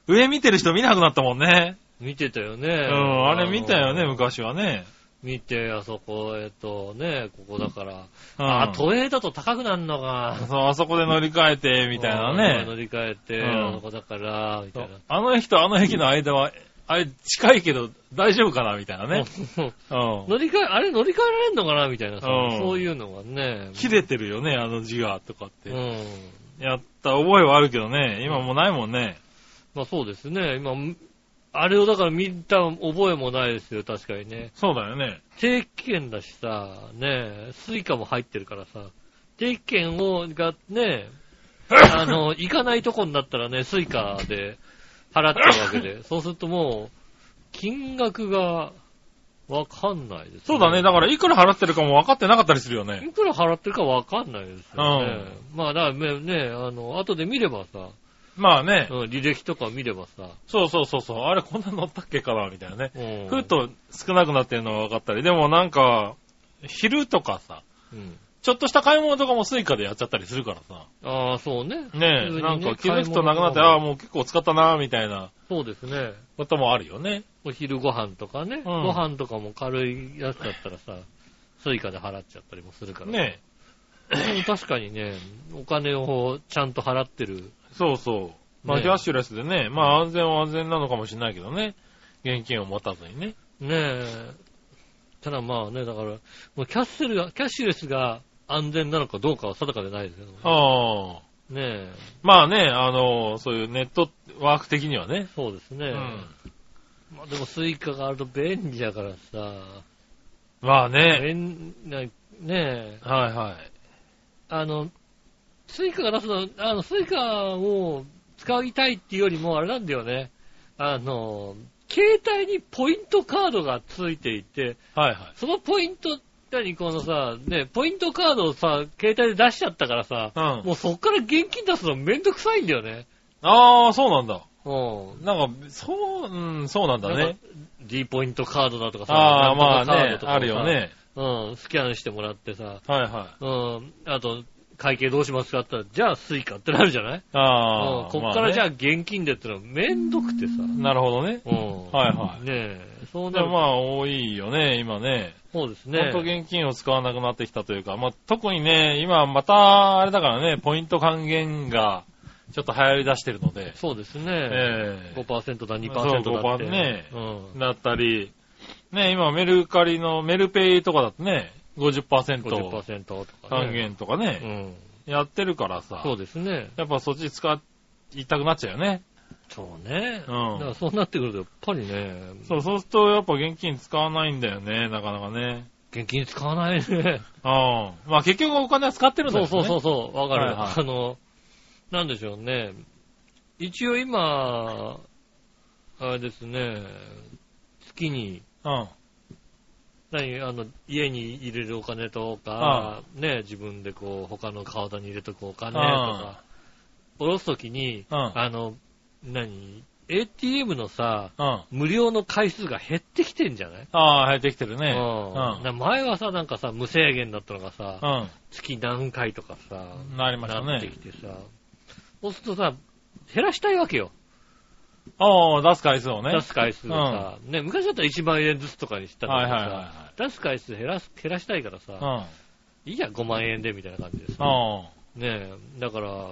[SPEAKER 3] ー、上見てる人見なくなったもんね。
[SPEAKER 2] 見てたよね。
[SPEAKER 3] うん、あれ見たよね、
[SPEAKER 2] あの
[SPEAKER 3] 昔はね。
[SPEAKER 2] 見て、あそこ、えっとね、ここだから。
[SPEAKER 3] うん
[SPEAKER 2] あ、都営だと高くなるのか。
[SPEAKER 3] そう、あそこで乗り換えて、 みたいな
[SPEAKER 2] うん乗
[SPEAKER 3] ね。
[SPEAKER 2] り換えて、
[SPEAKER 3] うん
[SPEAKER 2] あの子だから、みたいな。
[SPEAKER 3] あの駅とあの駅の間は、あれ、近いけど大丈夫かなみたいなね。う
[SPEAKER 2] 乗
[SPEAKER 3] ん。
[SPEAKER 2] り換え、あれ乗り換えられんのかなみたいなさ、
[SPEAKER 3] うん
[SPEAKER 2] そういうのがね。
[SPEAKER 3] 切れてるよね、あの字が、とかっ
[SPEAKER 2] う
[SPEAKER 3] て。
[SPEAKER 2] ん。
[SPEAKER 3] やった覚えはあるけどね、今もうないもんね。
[SPEAKER 2] まあそうですね。今、あれをだから見た覚えもないですよ、確かにね。
[SPEAKER 3] そうだよね。
[SPEAKER 2] 定期券だしさ、ね、スイカも入ってるからさ、定期券を、がね、あの、行かないとこになったらね、スイカで払ってるわけで、そうするともう、金額がわかんないです、
[SPEAKER 3] そうだね、だからいくら払ってるかも分かってなかったりするよね。
[SPEAKER 2] いくら払ってるかわかんないですよね。まあ、だからね、あの、後で見ればさ、
[SPEAKER 3] まあね
[SPEAKER 2] う、ん履歴とか見ればさ、
[SPEAKER 3] そうそうそうそう、あれこんな乗ったっけかな、みたいなね。
[SPEAKER 2] うん
[SPEAKER 3] ふっ、と少なくなってるのが分かったり、でもなんか、昼とかさ、
[SPEAKER 2] うん
[SPEAKER 3] ちょっとした買い物とかもスイカでやっちゃったりするからさ。
[SPEAKER 2] ああ、そうね。普
[SPEAKER 3] ね
[SPEAKER 2] 通に
[SPEAKER 3] え、
[SPEAKER 2] ね
[SPEAKER 3] なんか気づくとなくなって、
[SPEAKER 2] 買い物
[SPEAKER 3] ああ、もう結構使ったな、みたいな
[SPEAKER 2] そうですね。
[SPEAKER 3] こともあるよね。
[SPEAKER 2] お昼ご飯とかね、ご飯とかも軽いやつだったらさ、スイカで払っちゃったりもするから。
[SPEAKER 3] ね
[SPEAKER 2] うん確かにね、お金をちゃんと払ってる。
[SPEAKER 3] え。そうそう。まあ、
[SPEAKER 2] ねえ
[SPEAKER 3] キャッシュレスでね、まあ、安全は安全なのかもしれないけどね。現金を持たずにね。
[SPEAKER 2] ねえ。ただまあね、だから、もうキャッスルが、キャッシュレスが安全なのかどうかは定かでないですけどね。
[SPEAKER 3] ああ。
[SPEAKER 2] ねえ。
[SPEAKER 3] まあね、あの、そういうネットワーク的にはね。
[SPEAKER 2] そうですね。
[SPEAKER 3] うん。
[SPEAKER 2] まあでもスイカがあると便利だからさ、
[SPEAKER 3] まあね。
[SPEAKER 2] 便なねえ。
[SPEAKER 3] はいはい。
[SPEAKER 2] あの、スイカが出すの、あの、スイカを使いたいっていうよりも、あれなんだよね。あの、携帯にポイントカードがついていて、
[SPEAKER 3] はいはい。
[SPEAKER 2] そのポイント、何このさ、ね、ポイントカードをさ、携帯で出しちゃったからさ、
[SPEAKER 3] うん。
[SPEAKER 2] もうそっから現金出すのめんどくさいんだよね。
[SPEAKER 3] ああ、そうなんだ。
[SPEAKER 2] うん。
[SPEAKER 3] なんか、そう、うん、そうなんだ
[SPEAKER 2] なん
[SPEAKER 3] ね
[SPEAKER 2] か。D ポイントカードだとかさ、
[SPEAKER 3] あ
[SPEAKER 2] な
[SPEAKER 3] あ、まあ
[SPEAKER 2] んとかカード
[SPEAKER 3] ね
[SPEAKER 2] と、かさ
[SPEAKER 3] あるよ。ね。
[SPEAKER 2] うん、スキャンしてもらってさ、
[SPEAKER 3] はいは
[SPEAKER 2] うん、あと、会計どうしますかって言ったら、じゃあスイカってなるじゃない
[SPEAKER 3] あ
[SPEAKER 2] う
[SPEAKER 3] あ。
[SPEAKER 2] んこっからじゃ
[SPEAKER 3] ゃ
[SPEAKER 2] あ現金でってのはめんどくてさ。
[SPEAKER 3] なるほどね。
[SPEAKER 2] うん。
[SPEAKER 3] はいはい
[SPEAKER 2] ねえ、そう
[SPEAKER 3] で
[SPEAKER 2] なる
[SPEAKER 3] も
[SPEAKER 2] と、
[SPEAKER 3] まあ、多いよね、今ね。
[SPEAKER 2] そうです
[SPEAKER 3] ほん
[SPEAKER 2] ね。
[SPEAKER 3] と現金を使わなくなってきたというか、まあ、特にね、今また、あれだからね、ポイント還元が、ちょっと流行り出してるので、
[SPEAKER 2] そうですね。
[SPEAKER 3] ええ
[SPEAKER 2] 5%だ、2%
[SPEAKER 3] そう
[SPEAKER 2] だって。
[SPEAKER 3] 5%ね
[SPEAKER 2] うん。
[SPEAKER 3] だったり、ね、今メルカリの、メルペイとかだとね、50%
[SPEAKER 2] 50%とか、ね。
[SPEAKER 3] 還元とか
[SPEAKER 2] う
[SPEAKER 3] ね、
[SPEAKER 2] ん。
[SPEAKER 3] やってるからさ、
[SPEAKER 2] そうですね。
[SPEAKER 3] やっぱそっち使いたくなっちゃうよね。
[SPEAKER 2] そうね。
[SPEAKER 3] うん
[SPEAKER 2] だからそうなってくると、やっぱりね、
[SPEAKER 3] そう、そうするとやっぱ現金使わないんだよね、なかなかね。
[SPEAKER 2] 現金使わないね。
[SPEAKER 3] うん。まあ結局お金は使ってるんだ
[SPEAKER 2] そう
[SPEAKER 3] よね。
[SPEAKER 2] そうそうそう、わかる、
[SPEAKER 3] はいはい
[SPEAKER 2] あの、なんでしょうね。一応今、あれですね、月に、
[SPEAKER 3] うん。
[SPEAKER 2] 何、あの、家に入れるお金とか、ね、自分でこう、他の体に入れとくお金とか、おろすときに、
[SPEAKER 3] うん
[SPEAKER 2] あの、何、ATM のさ、
[SPEAKER 3] うん。
[SPEAKER 2] 無料の回数が減ってきてんじゃない
[SPEAKER 3] ああ、入ってきてるね。
[SPEAKER 2] うんな前はさ、なんかさ、無制限だったのが
[SPEAKER 3] う
[SPEAKER 2] さ、
[SPEAKER 3] ん。
[SPEAKER 2] 月何回とかさ、
[SPEAKER 3] うん。なりました
[SPEAKER 2] なって
[SPEAKER 3] ね
[SPEAKER 2] き。てさ、そうするとさ、減らしたいわけよ。
[SPEAKER 3] ああ、出す回数をね。
[SPEAKER 2] 出す回数をさ、ね、昔だったら1万円ずつとかにしたのが
[SPEAKER 3] はい
[SPEAKER 2] さ、
[SPEAKER 3] はいはいは
[SPEAKER 2] 出す回数減らす、減らしたいからさ、
[SPEAKER 3] い。うん。うん。
[SPEAKER 2] いいや、5万円でみたいな感じでさ、
[SPEAKER 3] あ
[SPEAKER 2] ねえ、だから、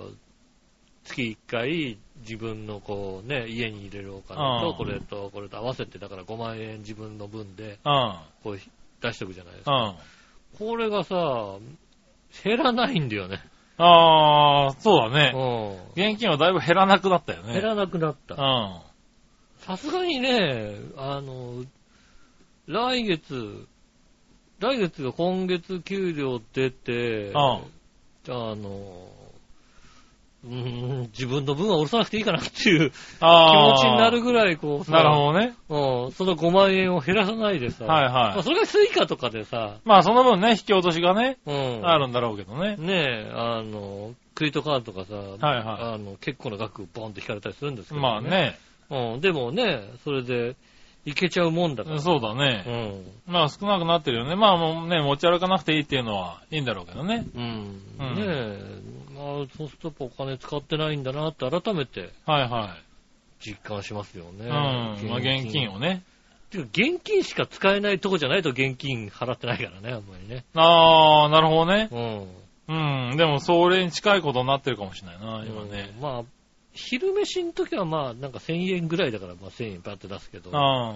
[SPEAKER 2] 月1回自分のこうね、家に入れるお金
[SPEAKER 3] う
[SPEAKER 2] と、
[SPEAKER 3] ん
[SPEAKER 2] これと、これと合わせて、だから5万円自分の分で、
[SPEAKER 3] あ。
[SPEAKER 2] こう出しておくじゃないです
[SPEAKER 3] う
[SPEAKER 2] か。
[SPEAKER 3] ん。うん。
[SPEAKER 2] これがさ、減らないんだよね。
[SPEAKER 3] ああ、そうだね。
[SPEAKER 2] う
[SPEAKER 3] 現金はだいぶ減らなくなったよ
[SPEAKER 2] ん。
[SPEAKER 3] ね。
[SPEAKER 2] 減らなくなった
[SPEAKER 3] う。ん。
[SPEAKER 2] さすがにね、あの、来月、来月が今月給料出て、
[SPEAKER 3] うん
[SPEAKER 2] あの、うーん、自分の分は下ろさなくていいかなっていう気
[SPEAKER 3] ああ。
[SPEAKER 2] 持ちになるぐらい、こうさ
[SPEAKER 3] なるほどね。
[SPEAKER 2] うん、その5万円を減らさないでさ、
[SPEAKER 3] はい
[SPEAKER 2] まあ
[SPEAKER 3] はい。
[SPEAKER 2] それがスイカとかでさ、
[SPEAKER 3] まあその分ね、引き落としがね、
[SPEAKER 2] うん、
[SPEAKER 3] あるんだろうけどね。
[SPEAKER 2] ねえ、あの、クレジットカードとかさ、
[SPEAKER 3] はいは
[SPEAKER 2] あの結構な額ボンって引かれたりするんです
[SPEAKER 3] い。
[SPEAKER 2] けど、
[SPEAKER 3] まあ。ね、
[SPEAKER 2] うん、でもね、それで、いけちゃうもんだから
[SPEAKER 3] そうだ
[SPEAKER 2] う
[SPEAKER 3] ね。
[SPEAKER 2] ん。
[SPEAKER 3] まあ少なくなってるよね。まあもうね、持ち歩かなくていいっていうのはいいんだろうけどね。
[SPEAKER 2] うん。ね
[SPEAKER 3] うん
[SPEAKER 2] え。まあ、そうするとやっぱお金使ってないんだなって改めて
[SPEAKER 3] はいは
[SPEAKER 2] 実感しますよね。
[SPEAKER 3] い。うん。まあ現金
[SPEAKER 2] を。
[SPEAKER 3] をね。
[SPEAKER 2] てか現金しか使えないとこじゃないと現金払ってないからね、あんまりね。
[SPEAKER 3] ああ、なるほどね。
[SPEAKER 2] うん。
[SPEAKER 3] うん。でもそれに近いことになってるかもしれないな、今ね。
[SPEAKER 2] うん。まあ、昼飯の時はまあ、なんか1000円ぐらいだから、まあ1000円パって出すけど、あ
[SPEAKER 3] あ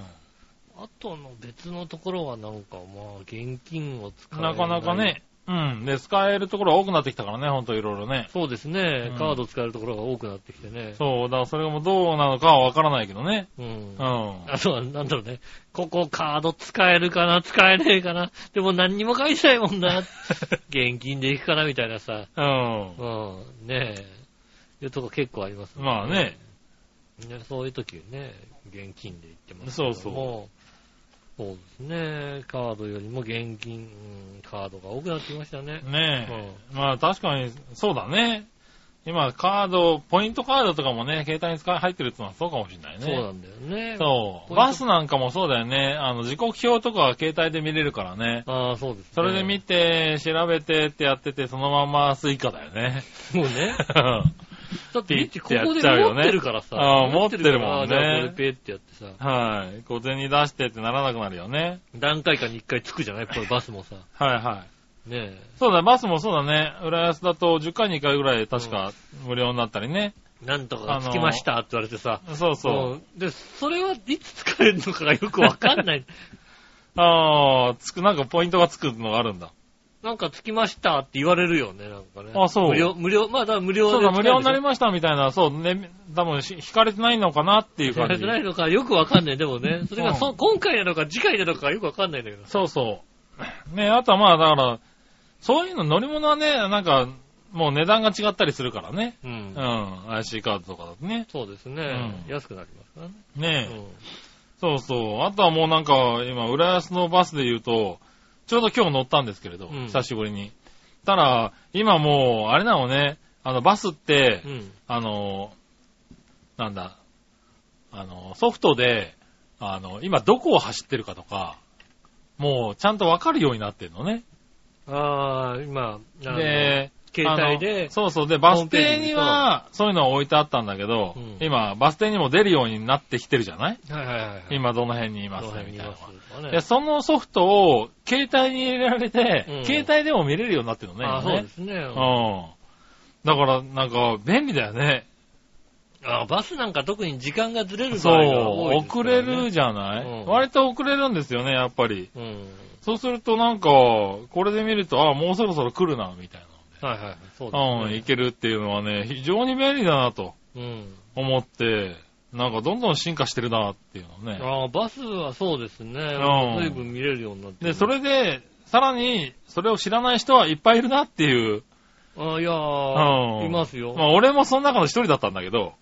[SPEAKER 2] との別のところはなんかまあ、現金を使
[SPEAKER 3] あ、
[SPEAKER 2] えな。
[SPEAKER 3] ないかなかね。うん。で、使えるところが多くなってきたからね、ほんといろいろね。
[SPEAKER 2] そうですね、
[SPEAKER 3] うん
[SPEAKER 2] カード使えるところが多くなってきてね。
[SPEAKER 3] そう、だからそれもどうなのかはわからないけどね。
[SPEAKER 2] うん
[SPEAKER 3] う。ん。
[SPEAKER 2] あとは、なんだろうね。ここカード使えるかな使えねえかなでも何にも返したいもん な。現金で行くかなみたいなさ。
[SPEAKER 3] うん。
[SPEAKER 2] うん。ねえ。いうとこ結構ありますね。
[SPEAKER 3] まあね。
[SPEAKER 2] ねそういう時ね、現金で行ってます
[SPEAKER 3] そう
[SPEAKER 2] けど
[SPEAKER 3] そう
[SPEAKER 2] も。そうですね。カードよりも現金、うんカードが多くなってきましたね。
[SPEAKER 3] ねえ。まあ確かに、そうだね。今、カード、ポイントカードとかもね、携帯に使い入ってるってのはそうかもしれないね。
[SPEAKER 2] そうなんだよね。
[SPEAKER 3] そう
[SPEAKER 2] ポイント
[SPEAKER 3] バスなんかもそうだよね。あの、時刻表とかは携帯で見れるからね。
[SPEAKER 2] ああ、そうです、ね。
[SPEAKER 3] それで見て、調べてってやってて、そのままスイカだよ ね。
[SPEAKER 2] もうね。だって、
[SPEAKER 3] ピ
[SPEAKER 2] み
[SPEAKER 3] ッ
[SPEAKER 2] ち
[SPEAKER 3] て
[SPEAKER 2] ここ
[SPEAKER 3] やっ
[SPEAKER 2] で
[SPEAKER 3] ちゃう
[SPEAKER 2] 持
[SPEAKER 3] よね
[SPEAKER 2] ってるからさ。
[SPEAKER 3] ああ持ってるもんね
[SPEAKER 2] じゃあこれペーってやってさ。
[SPEAKER 3] はい。小銭出してってならなくなるよね。
[SPEAKER 2] 何回かに一回着くじゃないこれバスもさ。
[SPEAKER 3] はいはい。
[SPEAKER 2] ね
[SPEAKER 3] そうだ、バスもそうだね。浦安だと10回に1回ぐらい確か無料になったりね。
[SPEAKER 2] え。なんとか着きましたって言われてさ。
[SPEAKER 3] そうそう。
[SPEAKER 2] うん。で、それはいつ使えるのかがよくわかんない。
[SPEAKER 3] ああ、つく、なんかポイントがつくのがあるんだ。
[SPEAKER 2] なんか着きましたって言われるよね、なんかね。
[SPEAKER 3] あそう
[SPEAKER 2] 無料、無料、まあだから無料で
[SPEAKER 3] そうだ、無料になり
[SPEAKER 2] ま
[SPEAKER 3] ましたみたいな、そうね、多分し引かれてないのかなっていう
[SPEAKER 2] す。や
[SPEAKER 3] 感
[SPEAKER 2] れ
[SPEAKER 3] じ
[SPEAKER 2] て。 ないのかよくわかんない。でもね、それがそ、
[SPEAKER 3] う
[SPEAKER 2] 今回なのか次回なのかよくわかんないんだけど。
[SPEAKER 3] そうそう。ね、あとはまあだから、そういうの乗り物はね、なんか、もう値段が違ったりするからね。
[SPEAKER 2] う
[SPEAKER 3] うんん、IC カードとかだとね。
[SPEAKER 2] そうですね、
[SPEAKER 3] うん
[SPEAKER 2] 安くなりますからね。
[SPEAKER 3] ねえ、
[SPEAKER 2] うん
[SPEAKER 3] そうそう。あとはもうなんか、今、浦安のバスで言うと、ちょうど今日乗ったんですけれど、
[SPEAKER 2] うん
[SPEAKER 3] 久しぶりに。たら、今もう、あれなのね、あの、バスって、
[SPEAKER 2] うん。
[SPEAKER 3] あの、なんだ、あの、ソフトで、あの、今どこを走ってるかとか、もうちゃんとわかるようになってるのね。
[SPEAKER 2] ああ、今、あの、
[SPEAKER 3] で、
[SPEAKER 2] 携帯で
[SPEAKER 3] あの、そうそう。で、バス停には、そういうのは置いてあったんだけど、
[SPEAKER 2] うん
[SPEAKER 3] 今、バス停にも出るようになってきてるじゃない
[SPEAKER 2] はいはいはいはい。
[SPEAKER 3] 今、どの辺にいます
[SPEAKER 2] どの辺
[SPEAKER 3] み
[SPEAKER 2] に
[SPEAKER 3] たい
[SPEAKER 2] い
[SPEAKER 3] な
[SPEAKER 2] ま
[SPEAKER 3] の
[SPEAKER 2] す
[SPEAKER 3] は。
[SPEAKER 2] とかね
[SPEAKER 3] で、そのソフトを、携帯に入れられて、
[SPEAKER 2] うん
[SPEAKER 3] 携帯でも見れるようになってるのね。
[SPEAKER 2] あ、
[SPEAKER 3] 今
[SPEAKER 2] そう
[SPEAKER 3] ね
[SPEAKER 2] ですね。
[SPEAKER 3] うん。だから、なんか、便利だよね。
[SPEAKER 2] あバスなんか特に時間がずれる場
[SPEAKER 3] そう
[SPEAKER 2] 合が多いですか
[SPEAKER 3] 遅
[SPEAKER 2] らね
[SPEAKER 3] れるじゃない、
[SPEAKER 2] うん
[SPEAKER 3] 割と遅れるんですよね、やっぱり。
[SPEAKER 2] うん。
[SPEAKER 3] そうするとなんか、これで見ると、あもうそろそろ来るな、みたい
[SPEAKER 2] はいはい。そうです
[SPEAKER 3] な。うん、い
[SPEAKER 2] ね。
[SPEAKER 3] けるっていうのはね、非常に便利だなと
[SPEAKER 2] うん。
[SPEAKER 3] 思って、なんかどんどん進化してるなっていうのをね。
[SPEAKER 2] ああ、バスはそうですね。
[SPEAKER 3] うん
[SPEAKER 2] 随分見れるようになって。
[SPEAKER 3] で、そ、れで、さらに、それを知らない人はいっぱいいるなっていう。
[SPEAKER 2] あいや
[SPEAKER 3] う
[SPEAKER 2] ー、
[SPEAKER 3] ん
[SPEAKER 2] いますよ
[SPEAKER 3] ま。あ、俺もその中の一人だったんだけど、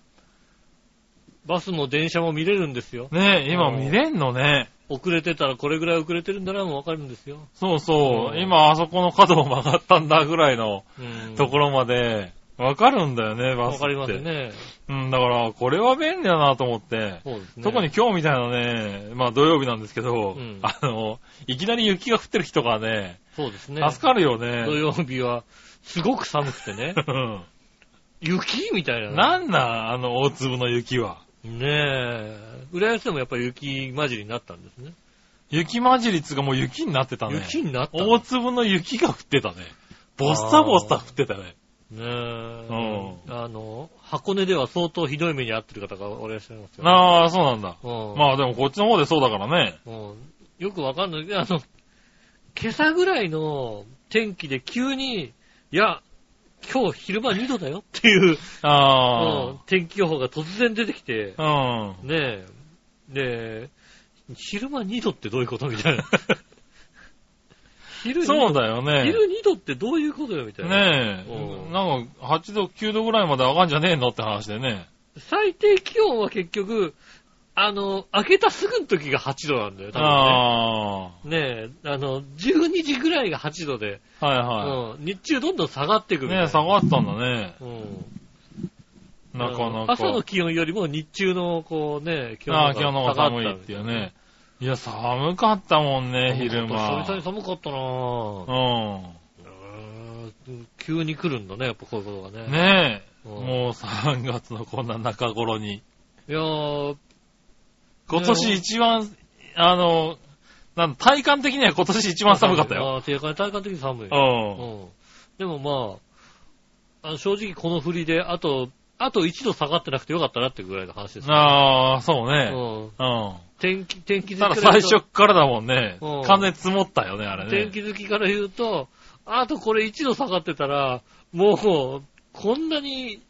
[SPEAKER 2] バスも電車も見れるんですよ。
[SPEAKER 3] ね、今
[SPEAKER 2] うん
[SPEAKER 3] 見れんのね。
[SPEAKER 2] 遅れてたらこれぐらい遅れてるんだな、もうわかるんですよ。
[SPEAKER 3] そうそうう、
[SPEAKER 2] ん
[SPEAKER 3] 今あそこの角を曲がったんだぐらいの
[SPEAKER 2] うん。
[SPEAKER 3] ところまで、わかるんだよね、バ
[SPEAKER 2] わ
[SPEAKER 3] スって。
[SPEAKER 2] かりますね。
[SPEAKER 3] うん、だから、これは便利だなと思って、
[SPEAKER 2] そうですね。
[SPEAKER 3] 特に今日みたいなね、まあ土曜日なんですけど、
[SPEAKER 2] うん
[SPEAKER 3] あの、いきなり雪が降ってる日とかね、
[SPEAKER 2] そうですね。
[SPEAKER 3] 助かるよね。
[SPEAKER 2] 土曜日は、すごく寒くて ね。
[SPEAKER 3] うん
[SPEAKER 2] 雪みたいな。
[SPEAKER 3] なんなん、あの大粒の雪は。
[SPEAKER 2] ねえ。浦安でもやっぱり雪混じりになったんですね。
[SPEAKER 3] 雪混じりつうかもう雪になってたね。
[SPEAKER 2] 雪になったの
[SPEAKER 3] 大粒の雪が降ってたね。ボッサボッサ降ってたね。
[SPEAKER 2] ねえ。あの、箱根では相当ひどい目に遭ってる方がおらっしゃいますよ、ね。
[SPEAKER 3] ああ、そうなんだ。
[SPEAKER 2] うん。
[SPEAKER 3] まあでもこっちの方でそうだからね。
[SPEAKER 2] うんよくわかんない。あの、今朝ぐらいの天気で急に、いや、今日昼間2度だよっていう、う
[SPEAKER 3] あ
[SPEAKER 2] ん天気予報が突然出てきて、
[SPEAKER 3] あ。うん。
[SPEAKER 2] ねえ、で、昼間2度ってどういうことみたいな。昼2度
[SPEAKER 3] そうだよね。
[SPEAKER 2] 昼2度ってどういうことよみたいな。
[SPEAKER 3] ね
[SPEAKER 2] う
[SPEAKER 3] え。
[SPEAKER 2] ん
[SPEAKER 3] なんか8度、9度ぐらいまで上がんじゃねえのって話でね。
[SPEAKER 2] 最低気温は結局、あの、明けたすぐの時が8度なんだよ、多分
[SPEAKER 3] あ
[SPEAKER 2] ね。ねえ、あの、12時ぐらいが8度で、
[SPEAKER 3] あ、は
[SPEAKER 2] うん、日中どんどん下がっていく
[SPEAKER 3] い
[SPEAKER 2] み
[SPEAKER 3] は
[SPEAKER 2] た
[SPEAKER 3] い。
[SPEAKER 2] いな
[SPEAKER 3] ね下がったんだね。
[SPEAKER 2] うん。
[SPEAKER 3] なかなか。
[SPEAKER 2] 朝の気温よりも日中の、こうね、気温
[SPEAKER 3] ああ
[SPEAKER 2] が
[SPEAKER 3] 今日
[SPEAKER 2] 下が
[SPEAKER 3] の方が
[SPEAKER 2] った
[SPEAKER 3] 寒いっていうね。いや、寒かったもんね、昼間。
[SPEAKER 2] 久々に寒かったなぁ
[SPEAKER 3] う
[SPEAKER 2] うん急に来るんだね、やっぱこういうことがね。
[SPEAKER 3] ん。ねえ。
[SPEAKER 2] うん
[SPEAKER 3] もう3月のこんな中頃に。
[SPEAKER 2] いやー、
[SPEAKER 3] 今年一番、あの、なん体感的には今年一番寒かったよ。
[SPEAKER 2] あー。定価体感的に寒い。
[SPEAKER 3] うん。
[SPEAKER 2] うんでもまあ、あの正直この振りで、あと、あと1度下がってなくてよかったなってぐらいの話ですね。
[SPEAKER 3] ああ、そう
[SPEAKER 2] う
[SPEAKER 3] ね。
[SPEAKER 2] ん。
[SPEAKER 3] うん。
[SPEAKER 2] 天気、天気好き
[SPEAKER 3] た
[SPEAKER 2] から言
[SPEAKER 3] だ
[SPEAKER 2] うと
[SPEAKER 3] 最初っからだもんね
[SPEAKER 2] うん。
[SPEAKER 3] 完全に積もったよね、あれね。
[SPEAKER 2] 天気好きから言うと、あとこれ1度下がってたら、もう、こんなに、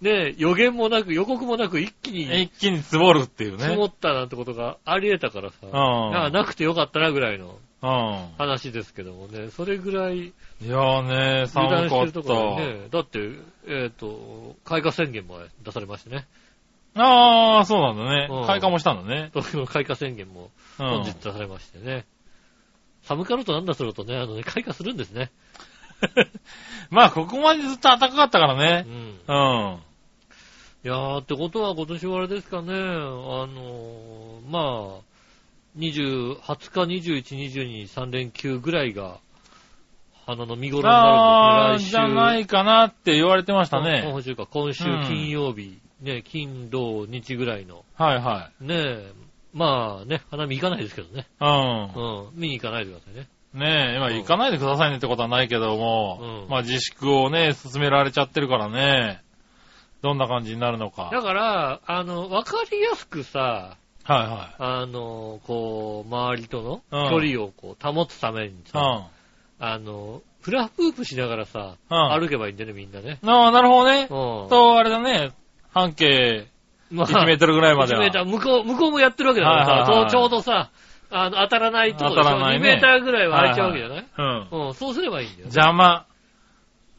[SPEAKER 2] ね、予言もなく、予告もなく一気に
[SPEAKER 3] 一気に積もるっていう
[SPEAKER 2] 積
[SPEAKER 3] ね。
[SPEAKER 2] もったなんてことがあり得たからさ、
[SPEAKER 3] ん
[SPEAKER 2] ななくてよかったなぐらいの
[SPEAKER 3] うん。
[SPEAKER 2] 話ですけどもね、それぐらい
[SPEAKER 3] いやーね、
[SPEAKER 2] 油断して
[SPEAKER 3] 寒かっ
[SPEAKER 2] るところ
[SPEAKER 3] た。
[SPEAKER 2] でね、だって、えっ、と、開花宣言も出されましてね、
[SPEAKER 3] ああ、そうなんだね
[SPEAKER 2] うん。
[SPEAKER 3] 開花もしたんだね。
[SPEAKER 2] 東京の開花宣言も
[SPEAKER 3] う
[SPEAKER 2] 本日
[SPEAKER 3] ん。
[SPEAKER 2] 出されましてね、寒かろうとなんだするとね、あのね、開花するんですね。
[SPEAKER 3] まあ、ここまでずっと暖かかったから
[SPEAKER 2] う
[SPEAKER 3] ね。
[SPEAKER 2] ん
[SPEAKER 3] うん。
[SPEAKER 2] いやーってことは今年はあれですかね、あのーまあ、20、20日、21、22、3連休ぐらいが、花の見頃にな
[SPEAKER 3] あ
[SPEAKER 2] る
[SPEAKER 3] あ、
[SPEAKER 2] んですね。来週
[SPEAKER 3] じゃないかなって言われてました
[SPEAKER 2] 今
[SPEAKER 3] ね。
[SPEAKER 2] 今週か、今週
[SPEAKER 3] うん
[SPEAKER 2] 金曜日、ね、金、土、日ぐらいの、
[SPEAKER 3] はいは
[SPEAKER 2] ねえ、まあね、花見行かないですけどね。
[SPEAKER 3] い。
[SPEAKER 2] うん、見に行かないでくださいね。
[SPEAKER 3] うん。ねえ、今
[SPEAKER 2] うん
[SPEAKER 3] 行かないでくださいねってことはないけども
[SPEAKER 2] う、ん
[SPEAKER 3] まあ自粛をね、進められちゃってるからね、どんな感じになるのか。は
[SPEAKER 2] だ
[SPEAKER 3] い
[SPEAKER 2] から、あの、わかりやすくさ、
[SPEAKER 3] は
[SPEAKER 2] あの、こう、周りとの
[SPEAKER 3] うん
[SPEAKER 2] 距離をこう保つために
[SPEAKER 3] い。う
[SPEAKER 2] さ、
[SPEAKER 3] ん。
[SPEAKER 2] あの、フラフープしながらさ、
[SPEAKER 3] うん
[SPEAKER 2] 歩けばいいんだよね、みんなね。
[SPEAKER 3] ああ、なるほどね。
[SPEAKER 2] うん。
[SPEAKER 3] と、あれだね、半径
[SPEAKER 2] まあ
[SPEAKER 3] 1メートルぐらいまで
[SPEAKER 2] 1
[SPEAKER 3] は。
[SPEAKER 2] メーター向こう、向こうもやってるわけだからさ、
[SPEAKER 3] はいはいはい
[SPEAKER 2] ちょうどさ、あの、当たらないとこで
[SPEAKER 3] 当たらないね
[SPEAKER 2] 2メーターぐらいは空いちゃうわけじゃない、
[SPEAKER 3] うん。
[SPEAKER 2] うん、そうすればいいんだよね。
[SPEAKER 3] 邪魔。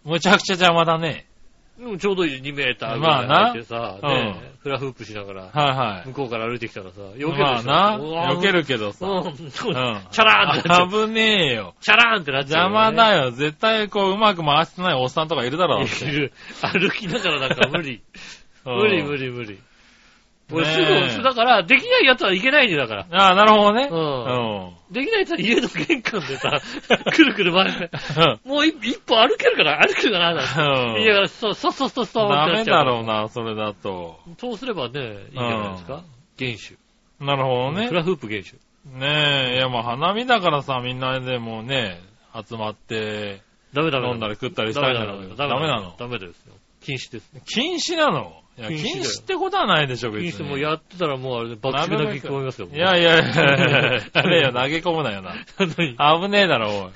[SPEAKER 3] むちゃくちゃ邪魔だね。
[SPEAKER 2] うんちょうどいい2メーターぐ
[SPEAKER 3] ま
[SPEAKER 2] ら
[SPEAKER 3] あ
[SPEAKER 2] い
[SPEAKER 3] な
[SPEAKER 2] 空いてさ、ね
[SPEAKER 3] う
[SPEAKER 2] フラフープしながら、
[SPEAKER 3] はいはい。
[SPEAKER 2] 向こうから歩いてきたらさ、避けるでしょ
[SPEAKER 3] まあな、
[SPEAKER 2] うわ
[SPEAKER 3] 避けるけど
[SPEAKER 2] う
[SPEAKER 3] さ。
[SPEAKER 2] ん、そう
[SPEAKER 3] うん
[SPEAKER 2] チャラーンってなっちゃう。
[SPEAKER 3] 危ねえよ。
[SPEAKER 2] チャラーンってなっちゃ
[SPEAKER 3] 邪
[SPEAKER 2] う、
[SPEAKER 3] 魔だよ。絶対こう、うまく回してないおっさんとかいるだろうっ
[SPEAKER 2] い
[SPEAKER 3] て。
[SPEAKER 2] る歩きながらなんか無理。無理無
[SPEAKER 3] 理。
[SPEAKER 2] 理無理。俺す
[SPEAKER 3] ねえ
[SPEAKER 2] ぐ、そうだから、できないやつはいけないんだよだから。
[SPEAKER 3] ああ、なるほどね。
[SPEAKER 2] うん。
[SPEAKER 3] うん。
[SPEAKER 2] できないやつは家の玄関で さ、くるくる回る。もう一一歩歩けるから、歩けるからなんて。
[SPEAKER 3] うん
[SPEAKER 2] いや、そう、そうそうそうそう。
[SPEAKER 3] ダメだ
[SPEAKER 2] う。
[SPEAKER 3] ろうな、それだと。
[SPEAKER 2] そうすればね、いいんじゃないですか厳守。
[SPEAKER 3] なるほどね
[SPEAKER 2] フ。ラフープ厳守。
[SPEAKER 3] ねえ、いやまあ花見だからさ、みんなでもね、集まって
[SPEAKER 2] ダメダメ。
[SPEAKER 3] 飲んだり食っ
[SPEAKER 2] ダ
[SPEAKER 3] たり
[SPEAKER 2] メ
[SPEAKER 3] したいんだろうけど、ダ
[SPEAKER 2] ダメ
[SPEAKER 3] メな
[SPEAKER 2] な
[SPEAKER 3] の
[SPEAKER 2] の。ダメですよ。禁止です。
[SPEAKER 3] 禁止なのいや、
[SPEAKER 2] 禁止だよ
[SPEAKER 3] 禁止ってことはないでしょ、別
[SPEAKER 2] 禁止
[SPEAKER 3] に。
[SPEAKER 2] もうやってたらもうあれ、爆
[SPEAKER 3] な
[SPEAKER 2] 竹
[SPEAKER 3] るべ
[SPEAKER 2] だ
[SPEAKER 3] く
[SPEAKER 2] け聞こえますよ。
[SPEAKER 3] いや
[SPEAKER 2] い
[SPEAKER 3] いや いやいや、あれよ、投げ込むなよ
[SPEAKER 2] や、何
[SPEAKER 3] な。危ねえだろ、おい。